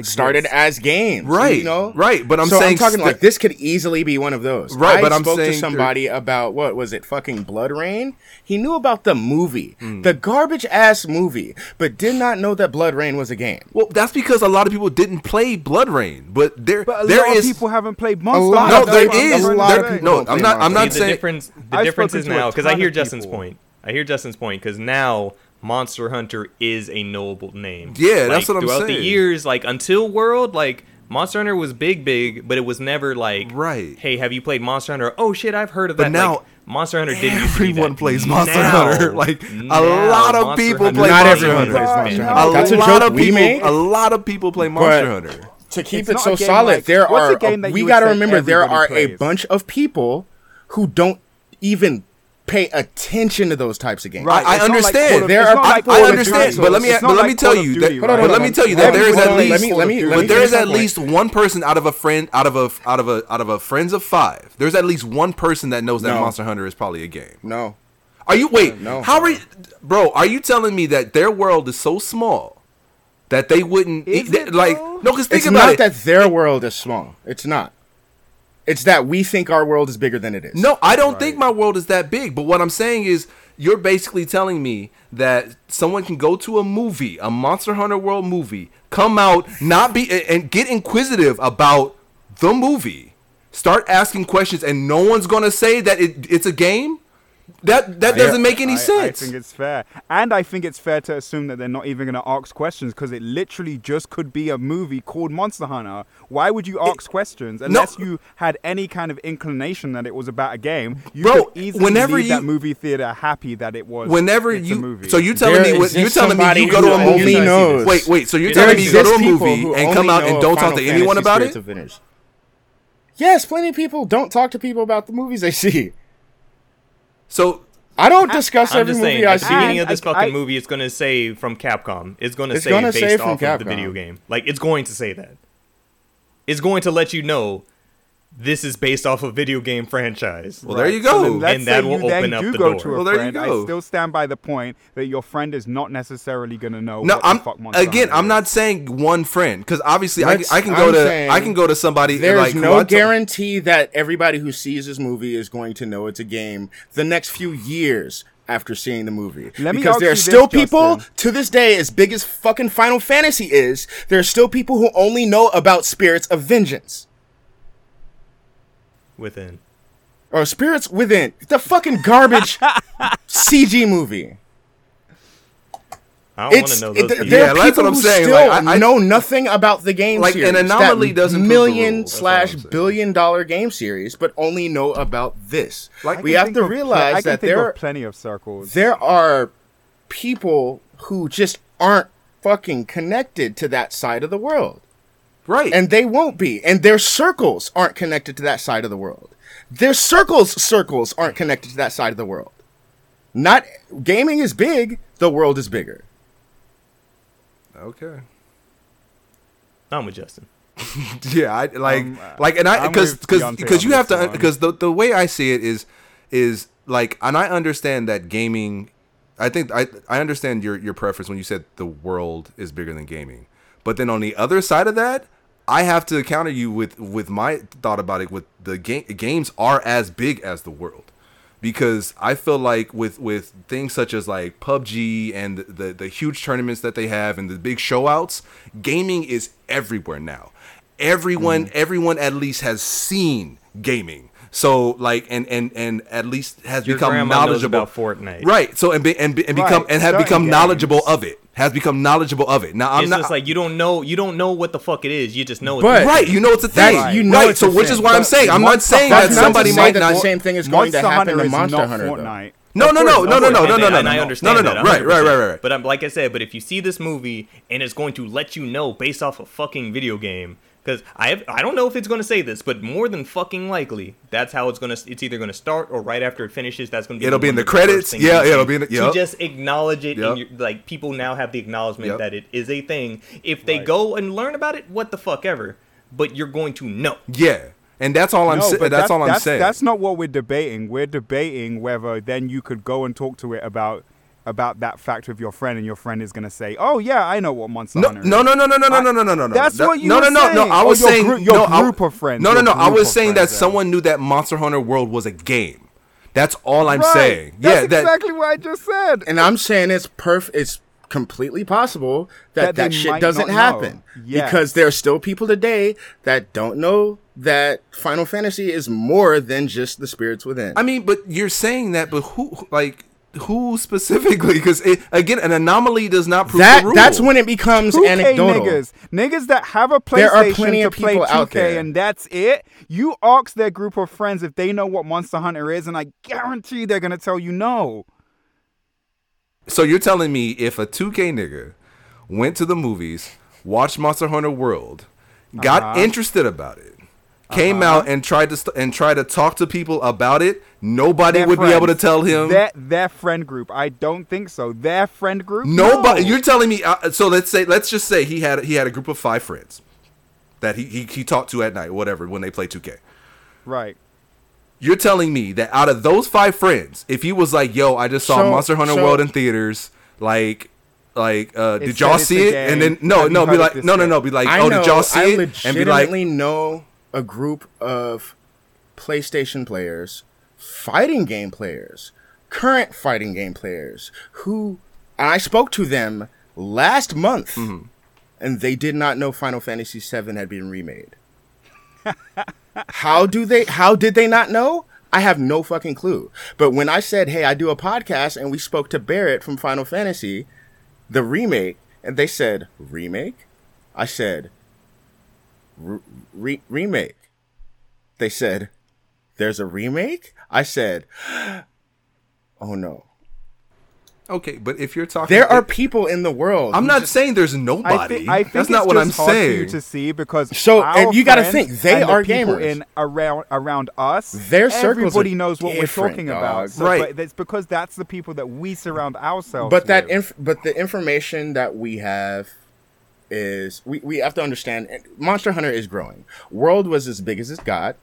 started
Exists.
as games.
Right,
You know?
right, but I'm
So
saying
talking
sti-
like this could easily be one of those.
Right,
I
but I'm
spoke
saying-
to somebody about what was it, fucking Blood Rain? He knew about the movie. The garbage ass movie, but did not know that Blood Rain was a game.
well that's because a lot of people didn't play blood rain but there
But a
there
lot
is
of people haven't played Monster
lot
Hunter.
no,
of
there
people-
is.
a lot of
There-
people
no,
don't
I'm
play
not.
See,
I'm
Monster
not
Hunter.
the
saying.
difference. The
I've
difference
spoken
is
to a
now because I
ton
hear
of
Justin's
people.
point. I hear Justin's point because now Monster Hunter is a knowable name.
Yeah,
Like,
that's what I'm
throughout
saying.
the years, like until World, like Monster Hunter was big, big, but it was never like,
Right.
Hey, have you played Monster Hunter? Oh shit, I've heard of
But
that.
now
like, Monster Hunter didn't. used to be
Everyone
that.
plays Monster
Now-
Hunter. [LAUGHS] Like a
now
lot of
Monster
people
Hunter-
play
Not
Monster
everyone
Hunter.
plays Monster
Right,
Hunter.
A
That's a
lot
joke
of
we
people.
made.
A lot of people play Monster Hunter.
to keep
It's
it
not
so
a game
solid,
like-
there
what's
are
a game that
we
you would
got to
say
remember there
everybody
are a
plays?
bunch of people who don't even pay attention to those types of games.
Right,
I- I
it's not like
understand.
Call of-
There
it's
are-
not
I-
like
I
Call of
understand,
Duty.
but let me-
It's not
but let
like
me
Call
tell
of
you
Duty,
that- but
right?
hold on, let me tell you that there is
hold
at
on, Let
least-
me let me let me
But there
finish
is at
my point.
least one person out of a friend out of a out of a out of a friends of five. There's at least one person that knows that
No.
Monster Hunter is probably a game.
no.
Are you wait?
No.
How are you, bro? Are you telling me that their world is so small that they wouldn't
Is
that-
it,
like
though?
no? Because think
It's
about
not
it.
that their world is small. It's not. It's that we think our world is bigger than it is.
No, I don't think my world is that big. But what I'm saying is, you're basically telling me that someone can go to a movie, a Monster Hunter World movie, come out, not be, and- and get inquisitive about the movie, start asking questions, and no one's gonna say that it, it's a game. That that doesn't make any
I-
sense.
I think it's fair, and I think it's fair to assume that they're not even going to ask questions because it literally just could be a movie called Monster Hunter. Why would you ask questions unless you had any kind of inclination that it was about a game? You
Bro,
could easily
whenever
leave that
you-
movie theater happy that it was.
Whenever
it's a
you,
movie.
so you telling
There
me what- you
exists
telling me you
somebody
go to a
who
movie?
only knows.
Wait, wait. So you're
There
telling me you go to a
exist people
movie
who
and
only
come out
know
and
of
don't talk
Final
to anyone
Fantasy
about
Spirits
it?
of Vengeance. Yes, plenty of people don't talk to people about the movies they see.
So
I don't discuss
I'm
every
just
movie
saying,
I
at the
see.
beginning of
And
this
I-
fucking
I-
movie, it's gonna say from Capcom. It's gonna
It's
say
gonna
based
say from
off of the
Capcom.
video game. Like it's going to say that. It's going to let you know this is based off a video game franchise.
well, there you
So
go.
then let's
And
say
that
you
will
then
open up
do
the
go
door.
to a
Oh. Well, there you
friend.
go.
I still stand by the point that your friend is not necessarily going to know.
No,
what
I'm
the fuck Monster
again.
Hunter
I'm
is.
not saying one friend because obviously I, can-
Let's-
I can go
I'm
to
saying
I can go to somebody.
There's
like, who I
no
t-
guarantee that everybody who sees this movie is going to know it's a game the next few years after seeing the movie.
Let me
because
ask
there
you
are
this,
still people
Justin.
to this day, as big as fucking Final Fantasy is, there are still people who only know about Spirits of Vengeance
within.
or Spirits
[LAUGHS]
Within. The fucking garbage CG movie.
I don't want
It's
to know
it,
those.
there
people.
they're-
are
Yeah, that's
people
what I'm
who
saying,
still
like, I- I-
know nothing about the game
Like, an
series.
anomaly doesn't prove the rule,
million
that's all
slash
I'm saying.
billion dollar game series, but only know about this.
I
Like we
can
have
think
to
of pl-
realize
I can
that
think
there
of plenty of circles.
there are people who just aren't fucking connected to that side of the world.
Right.
And they won't be. And their circles aren't connected to that side of the world. Their circles circles aren't connected to that side of the world. Not gaming is big, the world is bigger.
okay. [LAUGHS]
I'm with Justin.
Yeah, I like
Um, uh,
like and I
I'm
because
with
because
Beyonce
because
on
you have
this
to
one.
because the the way I see it is is like and I understand that gaming. I think I I understand your your preference when you said the world is bigger than gaming, but then on the other side of that. I have to counter you with with my thought about it. With the game, games are as big as the world, because I feel like with with things such as like PUBG and the the, the huge tournaments that they have and the big showouts, gaming is everywhere now everyone
Mm-hmm.
everyone at least has seen gaming so like and and and at least has
Your
become
grandma knows
knowledgeable
about Fortnite.
right so and be, and, be, and become
Right,
and have
certain
become
games.
knowledgeable of it has become knowledgeable of it now i'm
it's
not
just like you don't know. You don't know what the fuck it is. You just know. It's
But-
right you know it's a thing
Right,
right,
you know it's
so
a
which
thing,
is why i'm
but
saying i'm not
Monster
saying
Hunter-
that somebody
That's not
might
to say that
not
the same thing is going
Monster
to happen
Hunter
to
is
Monster
not
Hunter. though.
Fortnite.
no no no no no no no
and,
no no
and I
no
understand
no no
that.
no right right right right right
But I'm like I said, but if you see this movie and it's going to let you know based off a fucking video game, because I have, I don't know if it's going to say this, but more than fucking likely, that's how it's gonna. It's either going to start or right after it finishes, that's going to be.
It'll be in
one of
the
first
credits.
things you
Yeah,
see.
it'll be in the-
To
yep.
just acknowledge it,
Yep.
and you're, like people now have the acknowledgement
Yep.
that it is a thing. If they
Right.
go and learn about it, what the fuck ever. But you're going to know.
yeah and that's all i'm
No,
saying
but
that's all i'm
that's,
saying
That's not what we're debating. We're debating whether then you could go and talk to it about about that fact with your friend, and your friend is going to say, "Oh yeah, I know what Monster
No,
Hunter."
no,
is."
no, no, no, no, no,
I-
no, no, no, no.
That's
That-
what you
No,
were
no, no,
saying.
no. I was
Or your
saying
gru- your
no, I-
group of friends,
No, no,
your
no. I
group
was
of
saying that
friends, yeah.
someone knew that Monster Hunter World was a game. That's all I'm
Right.
saying.
That's
yeah, that
exactly what I just said.
And I'm saying it's perf it's completely possible
That
that
they
that,
might
shit doesn't
not
happen
know. Yes.
because there are still people today that don't know that Final Fantasy is more than just the spirits within.
I mean, but you're saying that, but who, like, who specifically? Because again, an anomaly does not prove
that
the rule.
that's when it becomes
2K
anecdotal.
niggas, niggas that have a PlayStation
There are plenty
to
of
play 2K
people out there.
and that's it. You ask their group of friends if they know what Monster Hunter is, and I guarantee they're gonna tell you no.
So you're telling me if a 2K nigga went to the movies, watched Monster Hunter World, got
Uh-huh.
interested about it, came out and tried to st- and tried to talk to people about it, nobody
Their
would be able to
friends.
tell him.
their their friend group. I don't think so. Their friend group.
Nobody.
No.
You're telling me. Uh, so let's say. Let's just say he had he had a group of five friends that he he, he talked to at night, whatever, when they play 2K.
right.
You're telling me that out of those five friends, if he was like, "Yo, I just saw
So-
Monster Hunter
so-
World in theaters," like. Like, uh, did
said
y'all
it's
see
a
it?
game.
And then no,
Have
no,
you
be
heard of
like,
this
no, no,
yet?
no, be like,
I
oh,
know-
did y'all see
I
it? And be like,
legitimately know a group of PlayStation players, fighting game players, current fighting game players who and I spoke to them last month,
Mm-hmm.
and they did not know Final Fantasy VII had been remade. [LAUGHS] how do they? How did they not know? I have no fucking clue. But when I said, "Hey, I do a podcast," and we spoke to Barrett from Final Fantasy, the remake, and they said remake. I said, re- remake. They said, there's a remake? I said, [GASPS] oh no.
okay, but if you're talking,
There are people in the world.
I'm
who
not
just-
saying there's nobody.
I think, I think
That's
it's
not what
just
I'm
hard For you
saying.
to see because
So,
our
and you gotta
friends
think, they
and the
are
people
gamers.
in around around us.
Their circles are
everybody knows what we're
different,
talking
dog.
about, so,
Right.
But it's because that's the people that we surround ourselves.
But that,
with.
inf- but the information that we have is we, we have to understand. and Monster Hunter is growing. World was as big as it got,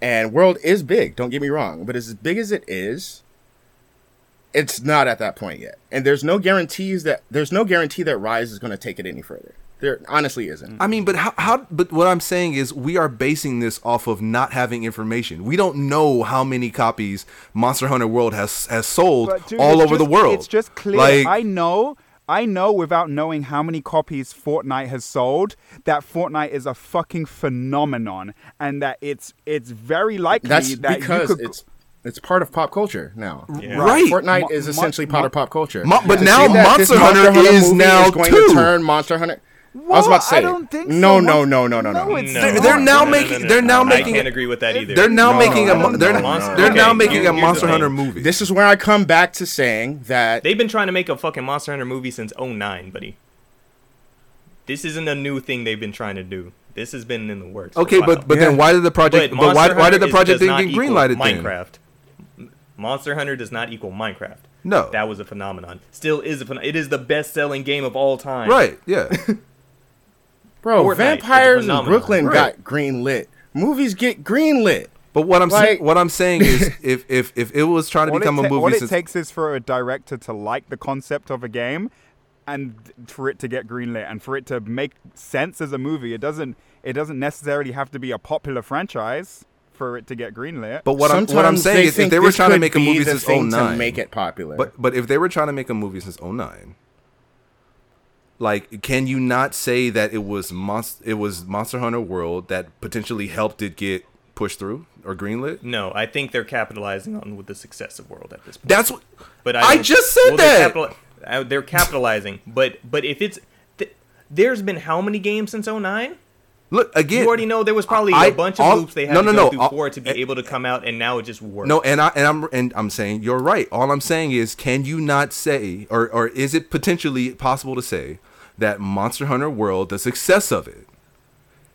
and World is big. Don't get me wrong, but as big as it is, it's not at that point yet. And there's no guarantees that there's no guarantee that Rise is going to take it any further. There honestly isn't.
I mean, but how, how? But what I'm saying is, we are basing this off of not having information. We don't know how many copies Monster Hunter World has has sold
But, dude,
all
it's
over the
just-
world.
It's just clear.
Like,
I know. I know without knowing how many copies Fortnite has sold that Fortnite is a fucking phenomenon and that it's it's very likely
That's
that you
because
could
it's It's part of pop culture now.
Yeah.
Right.
Fortnite
Mo-
is
mo-
essentially
mo-
part of pop culture.
Mo- but
To
now
see that this
Monster Hunter is
movie
now
going
two.
to turn Monster Hunter. I
Well,
was about to say.
I don't think so.
no, no,
Mon-
no, no, no, no.
No, it's-
They're- they're now making- they're now making-
I can't agree with that either.
They're now
No,
making
I
a mo-
don't
they're,
know.
they're
Okay,
now making
here-
a
here's the
Monster Hunter
thing.
movie.
This is where I come back to saying that
They've been trying to make a fucking Monster Hunter movie since 09, buddy. This isn't a new thing they've been trying to do. This has been in the works. for a
okay,
while.
but but then why did the project? But,
Monster
why why
Hunter
did the
is-
project
does
didn't
not
get
equal
greenlighted then?
Minecraft. M- Monster Hunter does not equal Minecraft.
No.
That was a phenomenon. Still is a phenomenon. It is the best-selling game of all time.
[LAUGHS] Right? Yeah.
bro,
Fortnite is
vampires in
phenomenal.
Brooklyn
Right.
got green lit. Movies get green lit.
But what I'm
Like-
saying, what I'm saying
[LAUGHS]
is, if if if it was trying to
All it
become
ta-
a
All
movie,
it
since,
takes is for a director to like the concept of a game, and for it to get greenlit, and for it to make sense as a movie. It doesn't. It doesn't necessarily have to be a popular franchise for it to get greenlit.
but what I'm what I'm
Sometimes
saying is, if
think
they were
this
trying to
could
make a
be
movie
the
since
thing to
09,
make it popular.
But but if they were trying to make a movie since 09, like can you not say that it was monster it was Monster Hunter World that potentially helped it get pushed through or greenlit?
No, I think they're capitalizing on with the success of World at this point.
That's what
But
I
don't-
just said
they're
that!
capitali- uh, they're capitalizing, but but if it's th- there's been how many games since 09?
look again.
You already know there was probably
I-
a bunch of
all-
loops they had
no,
to
no,
go
no,
through
all- eh,
for it to be able to come out, and now it just works.
No, and I and I'm and I'm saying you're right. All I'm saying is, can you not say, or or is it potentially possible to say that Monster Hunter World, the success of it,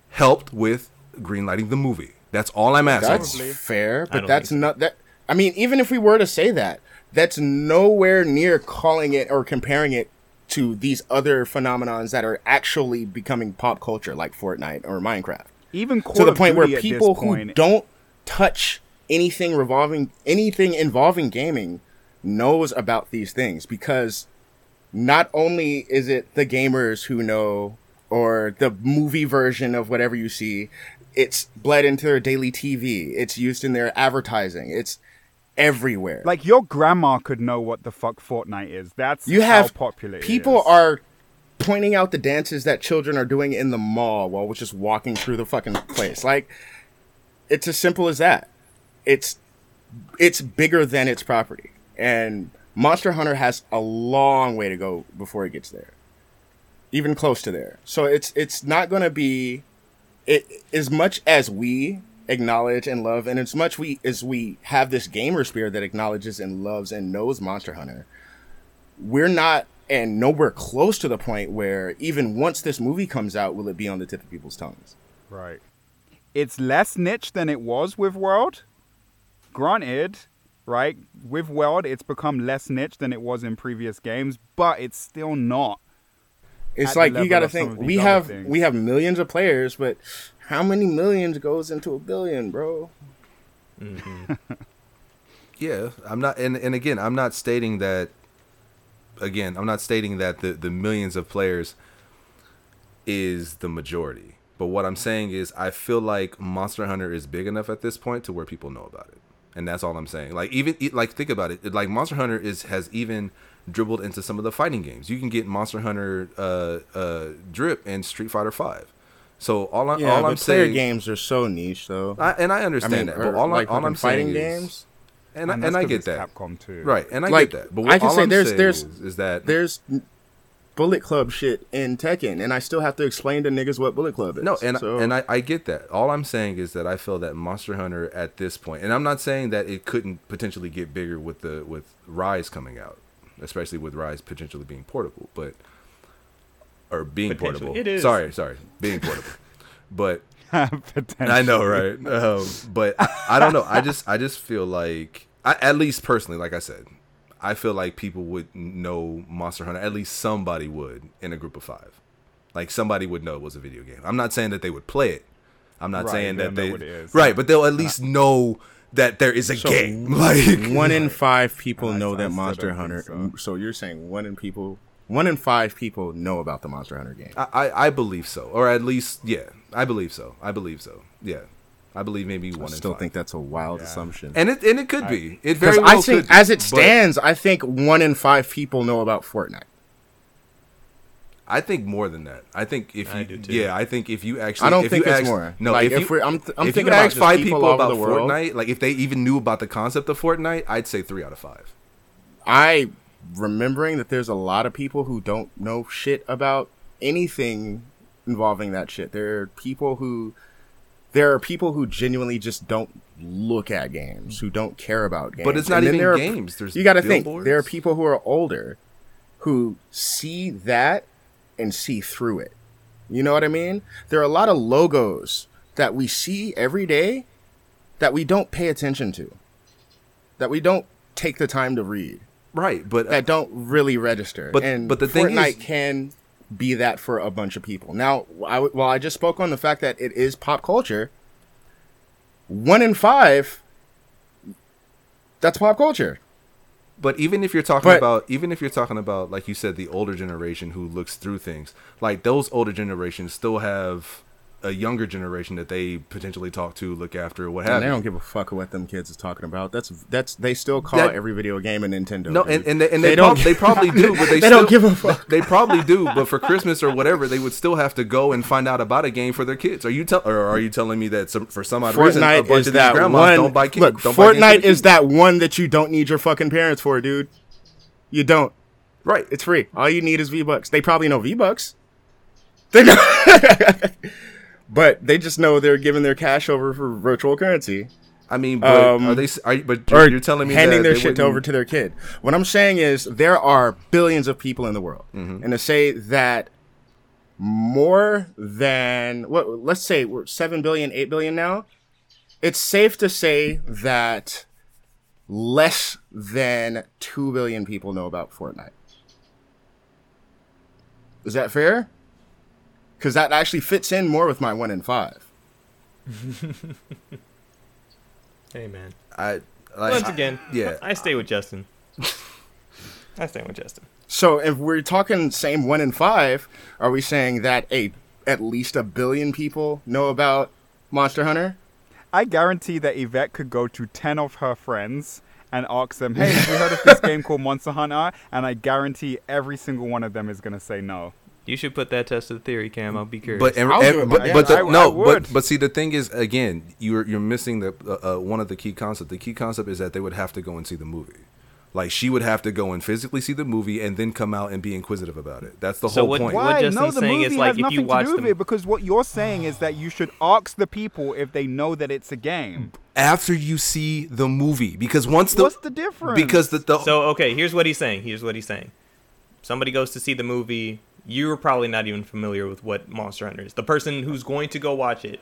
helped with greenlighting the movie? That's all I'm asking.
That's
Probably.
fair, but
don't
that's
think
not that. I mean, even if we were to say that, that's nowhere near calling it or comparing it to these other phenomenons that are actually becoming pop culture, like Fortnite or Minecraft.
even Call
to the
of
point where
Duty at this
people
point-
who don't touch anything revolving anything involving gaming knows about these things because not only is it the gamers who know or the movie version of whatever you see it's bled into their daily tv it's used in their advertising it's everywhere
Like your grandma could know what the fuck Fortnite is. That's
you
how
have
popular it
people
is.
are pointing out the dances that children are doing in the mall while we're just walking through the fucking place like it's as simple as that it's it's bigger than its property and monster hunter has a long way to go before it gets there even close to there so it's it's not going to be it as much as we acknowledge and love and as much we as we have this gamer spirit that acknowledges and loves and knows monster hunter we're not and nowhere close to the point where even once this movie comes out will it be on the tip of people's tongues
right. It's less niche than it was with World. Granted, right? With World, it's become less niche than it was in previous games, but it's still not.
it's
At the
like you
level
got to
of some
think
of these
we
other
have
things.
we have millions of players but how many millions goes into a billion bro
Yeah, I'm not, and, and again, I'm not stating that. Again, I'm not stating that the the millions of players is the majority. But what I'm saying is, I feel like Monster Hunter is big enough at this point to where people know about it, and that's all I'm saying. Like even e- like think about it, like Monster Hunter is has even dribbled into some of the fighting games. You can get Monster Hunter uh, uh, drip and Street Fighter Five. So all I,
yeah
all
but
I'm
player
saying,
games are so niche though
I, and I understand that, but
or,
all,
like,
I, all
fucking
I'm
fighting
saying is,
games
and, I-
that's
and I
'cause
get
it's
that.
Capcom too. [LAUGHS]
Right, and I
Like,
get that. But
I
what,
can
all
say
I'm
there's-
saying
there's-
is, is that
there's bullet club shit in tekken and i still have to explain to niggas what bullet club is
no, and
So-
and I, I get that. All I'm saying is that I feel that Monster Hunter at this point, and I'm not saying that it couldn't potentially get bigger with the with Rise coming out, especially with Rise potentially being portable, but or being
Potentially.
portable.
It is.
Sorry, sorry, being
[LAUGHS]
portable, but
Potentially.
[LAUGHS] I know, right? Um, but I, I don't know. I just I just feel like I, at least personally, like I said, I feel like people would know Monster Hunter. At least somebody would in a group of five. Like somebody would know it was a video game. I'm not saying that they would play it. I'm not
Right,
saying
they'll
that
know
they
what it is.
right, but they'll at least know that there is a game. [LAUGHS] Like
one in five people
I-
know
I
that
still
Monster
don't
Hunter.
think
So. you're saying one in people, one in five people know about the Monster Hunter game.
I, I I believe so, or at least yeah, I believe so. I believe so. Yeah, I believe maybe
I
one.
still
in five.
think that's a wild assumption.
and it and it could be. It very
Because
well
I think,
could be,
as it
but-
stands, I think one in five people know about Fortnite.
I think more than that. I think if
I
you,
do too.
yeah, I think if you actually,
I don't
if
think
you
it's
ask,
more.
No,
Like,
if,
if
you,
we're- I'm th- I'm
if
thinking
you
about
ask
just
five
people
people,
all over
about
the world.
Fortnite, like if they even knew about the concept of Fortnite, I'd say three out of five.
I remembering that there's a lot of people who don't know shit about anything involving that shit. There are people who there are people who genuinely just don't look at games, who don't care about games.
But it's not
And then
even
there are-
games. There's
you got to think
billboards.
there are people who are older who see that and see through it. You know what I mean? There are a lot of logos that we see every day that we don't pay attention to. That we don't take the time to read
right? But
that don't really register.
But-
and
but the
Fortnite
thing is-
can be that for a bunch of people. Now, I, w- while I just spoke on the fact that it is pop culture, one in five, that's pop culture.
But even if you're talking
But-
about even if you're talking about like you said the older generation who looks through things, like those older generations still have a younger generation that they potentially talk to, look after, what have
And they
you.
don't give a fuck what them kids is talking about. That's that's they still call
That-
every video game a Nintendo.
No,
dude.
and, and they, and they,
don't [LAUGHS]
prob- they probably do, but they,
They
still,
don't give a fuck.
They probably do, but for Christmas or whatever, they would still have to go and find out about a game for their kids. Are you tell or are you telling me that some, for some odd reason a
Fortnite
bunch
is
of these
that
grandmas
one.
don't buy kids? don't buy
look,
games for their
Fortnite
kids?
is that one that you don't need your fucking parents for, dude. You don't.
right?
It's free. All you need is V Bucks. They probably know V Bucks. [LAUGHS] but they just know they're giving their cash over for virtual currency
I mean, but
um,
are they? s- Are, you- but
or
you're, you're telling me
handing
that
their
they
shit
wouldn't-
over to their kid. What I'm saying is there are billions of people in the world,
Mm-hmm.
and to say that more than what let's say we're 7 billion 8 billion now it's safe to say that less than 2 billion people know about fortnite is that fair because that actually fits in more with my 1 in 5
Hey man.
I, like,
Once again,
yeah.
I stay with Justin.
[LAUGHS]
I stay with Justin.
So if we're talking same one in five, are we saying that a at least a billion people know about Monster Hunter?
I guarantee that Yvette could go to 10 of her friends and ask them, hey, have you heard of
[LAUGHS]
this game called Monster Hunter? And I guarantee every single one of them is going to say no.
You should put that test to the theory, Cam. I'll be curious.
But and,
I'll do
and-
it
but,
myself.
but the,
I- I
no,
would.
but but see the thing is again, you're you're missing the uh, uh, one of the key concept. The key concept is that they would have to go and see the movie. Like she would have to go and physically see the movie and then come out and be inquisitive about it. That's the
So
whole
what-
point.
what-
Why?
Justin's
no, the
saying
movie
is, like,
has
if you
nothing
watch
to do
them-
with it because what you're saying is that you should ask the people if they know that it's a game.
After you see the movie, because once the
What's the difference?
because the, the
so okay, here's what he's saying. Here's what he's saying. Somebody goes to see the movie. You're probably not even familiar with what Monster Hunter is. The person who's going to go watch it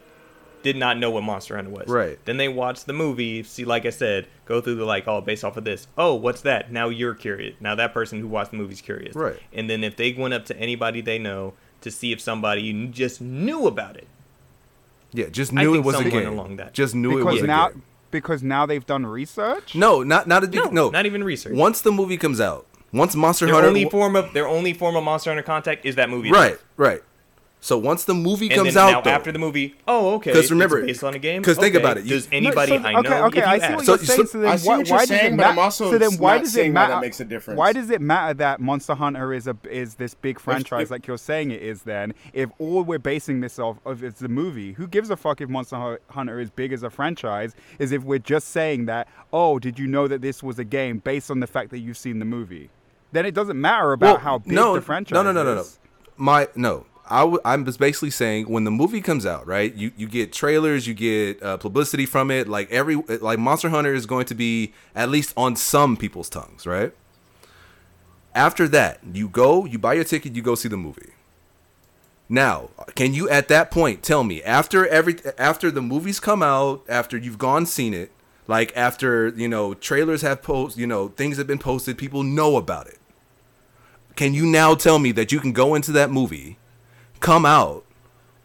did not know what Monster Hunter was.
Right.
Then they watch the movie. See, like I said, go through the like, oh, based off of this. Oh, what's that? Now you're curious. Now that person who watched the movie's curious.
Right.
And then if they went up to anybody they know to see if somebody kn- just knew about it,
yeah, just
I
knew it
think
was a
someone
game.
along that.
Just Hmm. knew it
because
was a
now
game.
because now they've done research.
No, not not a,
No,
no, no,
not even research.
Once the movie comes out, once Monster
their
Hunter,
only form of their only form of Monster Hunter contact is that movie.
right, right. So once the movie
and
comes
then
out,
now
though,
after the movie, oh okay,
'Cause
it's
remember-
based on a game.
'cause think
Okay,
about it, you-
Does anybody
No, so-
I know?
Okay, okay,
if you
I see
ask-
what
So-
you're saying.
so-
So then,
I see
why,
what you're
why does
saying,
it
but I'm
ma-
also
so then why
not
does it
seeing why
matter?
that makes a difference.
Why does it matter that Monster Hunter is a is this big franchise like you're saying it is? Then, if all we're basing this off of is the movie, who gives a fuck if Monster Hu- Hunter is big as a franchise? Is if we're just saying that, oh, did you know that this was a game based on the fact that you've seen the movie? Then it doesn't matter
Well,
about how big the franchise.
No, no, no, no, no.
is.
My no. I w- I'm just basically saying when the movie comes out, right? You you get trailers, you get uh, publicity from it. Like every like Monster Hunter is going to be at least on some people's tongues, right? After that, you go, you buy your ticket, you go see the movie. Now, can you at that point tell me after every after the movies come out, after you've gone seen it, like after you know trailers have post, you know things have been posted, people know about it. Can you now tell me that you can go into that movie, come out,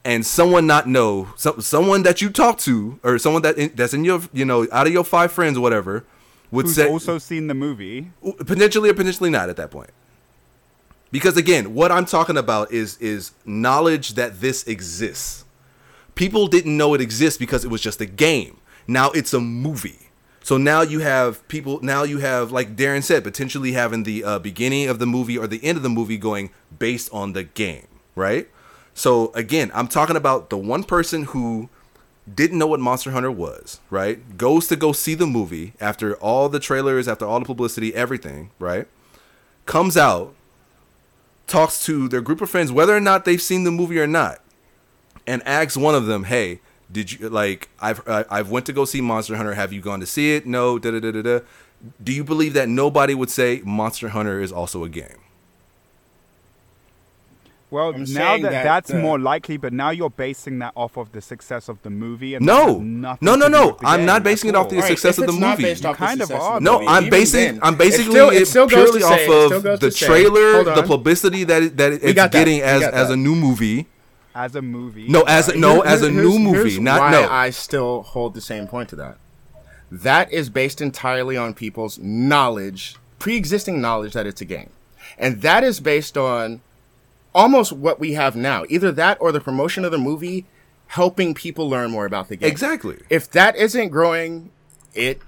and someone not know some, someone that you talk to or someone that in, that's in your you know out of your five friends or whatever would
Who's
say
also seen the movie?
potentially or potentially not at that point because again what i'm talking about is is knowledge that this exists people didn't know it exists because it was just a game now it's a movie So now you have people. Now you have, like Darren said, potentially having the uh, beginning of the movie or the end of the movie going based on the game, right? So again, I'm talking about the one person who didn't know what Monster Hunter was, right? Goes to go see the movie after all the trailers, after all the publicity, everything, right? Comes out, talks to their group of friends, whether or not they've seen the movie or not, and asks one of them, "Hey, did you like? I've I- I've went to go see Monster Hunter. Have you gone to see it? No. Da da da da da. Do you believe that nobody would say Monster Hunter is also a game?
Well,
I'm
now that,
saying that,
that's
uh,
more likely, but now you're basing that off of the success of the movie. And that has
No, no,
nothing
no,
to
no,
do with the
I'm
game
not
at
basing it off the
all.
All right,
success
if
of the
it's not
movie.
based off the
Kind of
success of
are,
the
though.
No,
movie,
I'm
even
basing
then,
I'm
it
basically
still-
it
still goes
purely
to
off
say- it still
of
goes
the
to say-
trailer,
Hold
the
on.
publicity that it, that it's
got that,
getting
we
as
got
as
that.
a new movie.
As a movie.
No, as a, no,
Here-
as a
here's-
new
here's
movie, not
why
no.
I still hold the same point to that. That is based entirely on people's knowledge, pre-existing knowledge that it's a game, and that is based on almost what we have now. Either that or the promotion of the movie helping people learn more about the game.
Exactly.
If that isn't growing, it.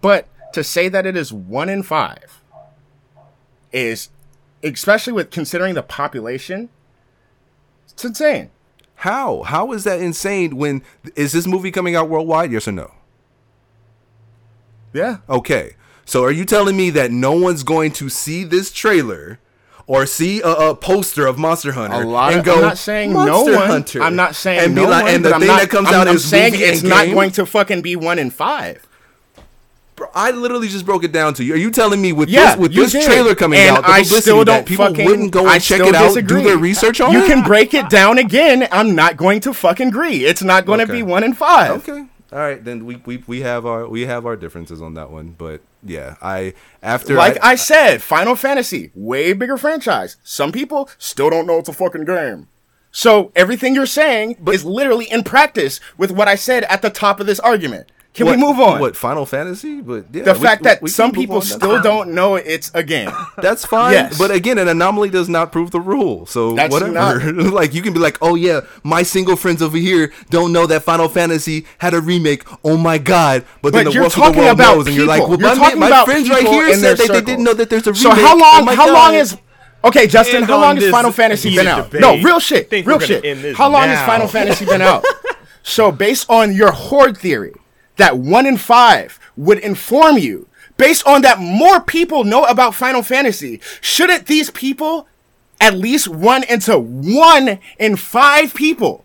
But to say that it is one in five is, especially with considering the population, it's insane.
How? How is that insane when is this movie coming out worldwide? Yes or no?
Yeah.
Okay. So are you telling me that no one's going to see this trailer or see a, a poster of Monster Hunter
A lot
and
of-
go
I'm not saying no
"Monster
one.
Hunter,"
I'm not saying
and be
no
like-
one,
and
but
the
I'm
thing
not-
that comes
I'm,
out
I'm
is
saying
movie
it's
and
not
game?
going to fucking be one in five.
Bro, I literally just broke it down to you. Are you telling me with
Yeah,
this with
you
this
did.
trailer coming
and
out, the
I
publicity
still
that
don't
people
fucking,
wouldn't go and
I
check
still
it out,
disagree.
do their research on
You
it?
can break it down again. I'm not going to fucking agree. It's not going
Okay.
to be one in five.
[LAUGHS] Okay. All right, then we, we we have our we have our differences on that one, but yeah, I after
Like I, said, Final Fantasy, way bigger franchise. Some people still don't know it's a fucking game. So everything you're saying is literally in practice with what I said at the top of this argument. Can
What-
we move on?
What Final Fantasy? But yeah,
the
we-
fact
we-
that
we can
some
move
people
on. That's
still
fine.
don't know it's
[LAUGHS]
a game.
That's fine.
Yes.
But again, an anomaly does not prove the rule. So
That's
whatever. [LAUGHS] like you can be like, oh yeah, my single friends over here don't know that Final Fantasy had a remake. Oh my god! But, then
But
the
you're
world, the
talking
world
about
knows, and you're like,
people.
well,
You're
my,
talking
my
about
friends right
people
here
in
said
their
that they
circle.
didn't know that there's a remake.
so how long?
Oh my
how long
God.
is? Okay, Justin,
End
how
on
long has
this
Final Fantasy
heated
been out?
debate.
No, real shit.
Think
real
we're gonna
shit.
end this
how long has
now.
[LAUGHS]
Final Fantasy been out? so based on your horde theory, that one in five would inform you. Based on that, more people know about Final Fantasy. Shouldn't these people at least run into one in five people?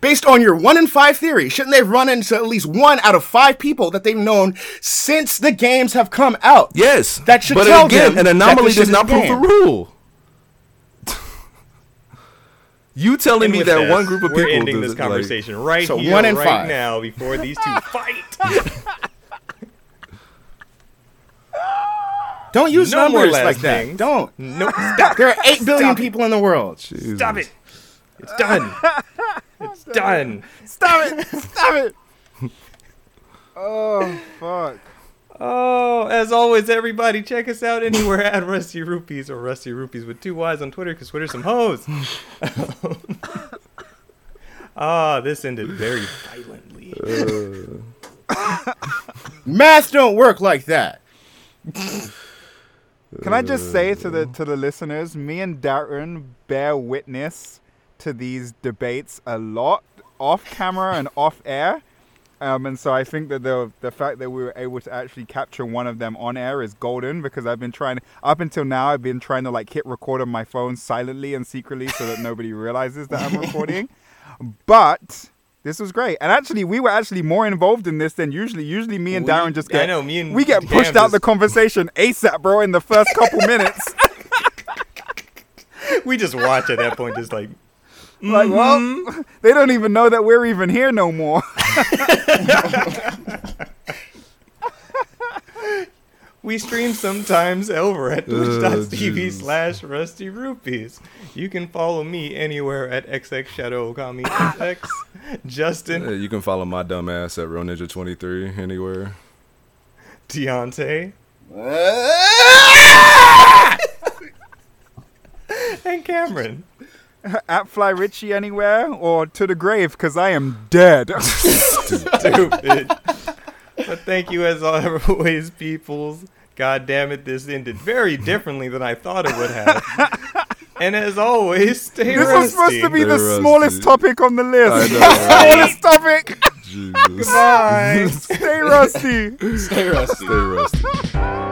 Based on your one in five theory, shouldn't they have run into at least one out of five people that they've known since the games have come out?
Yes.
That should
but
tell
again, an
them
anomaly
that this
does
shit
not
is
prove the
banned.
rule. [LAUGHS] you telling
And
me
with
that
this,
one group of
we're
people
ending
does-
this
like-
conversation right
So
here,
one in
right
five.
now, before these
[LAUGHS]
two fight.
Don't use
No more
numbers
last
like that.
names.
Don't.
no, stop!
There are
[LAUGHS]
8 billion
it.
people in the world.
Jesus.
Stop it! It's done.
[LAUGHS]
It's done.
Stop
[LAUGHS]
it! Stop it! oh, fuck.
Oh, as always, everybody, check us out anywhere at Rusty Rupees or Rusty Rupees with two Y's on Twitter because Twitter's some hoes. [LAUGHS] Ah, this ended very violently.
[LAUGHS]
Math don't work like that.
Can I just say to the to the listeners, me and Darren bear witness to these debates a lot, off
[LAUGHS]
camera and off air. Um, and so I think that the the fact that we were able to actually capture one of them on air is golden because I've been trying up until now I've been trying to like hit record on my phone silently and secretly so that nobody realizes
[LAUGHS]
that I'm recording. But this was great, and actually we were actually more involved in this than usually. Usually me and
We-
Darren just
I
get
know, me and
we get
Cam
pushed out
just-
the conversation ASAP, bro, in the first
[LAUGHS]
couple minutes.
We just watch at that point, just like,
Like,
Mm-hmm.
well, they don't even know that we're even here no more. [LAUGHS]
We stream sometimes over at twitch.tv
Jesus.
slash rusty rupees. You can follow me anywhere at xxshadowokami
Yeah,
Justin,
you can follow my dumb ass at Real Ninja 23 anywhere.
Deontay, and
[LAUGHS]
Cameron.
At Fly Richie [LAUGHS] anywhere or to the grave because I am dead.
Stupid. But thank you as always, peoples. God damn it, this ended very differently than I thought it would have.
[LAUGHS]
and as always, stay
This was supposed to
roasting.
be the
They're
smallest
rusty.
topic on the
I [LAUGHS]
list.
know, right?
smallest topic. [LAUGHS]
Jesus.
Bye.
Stay rusty.
Stay rusty.
Stay rusty.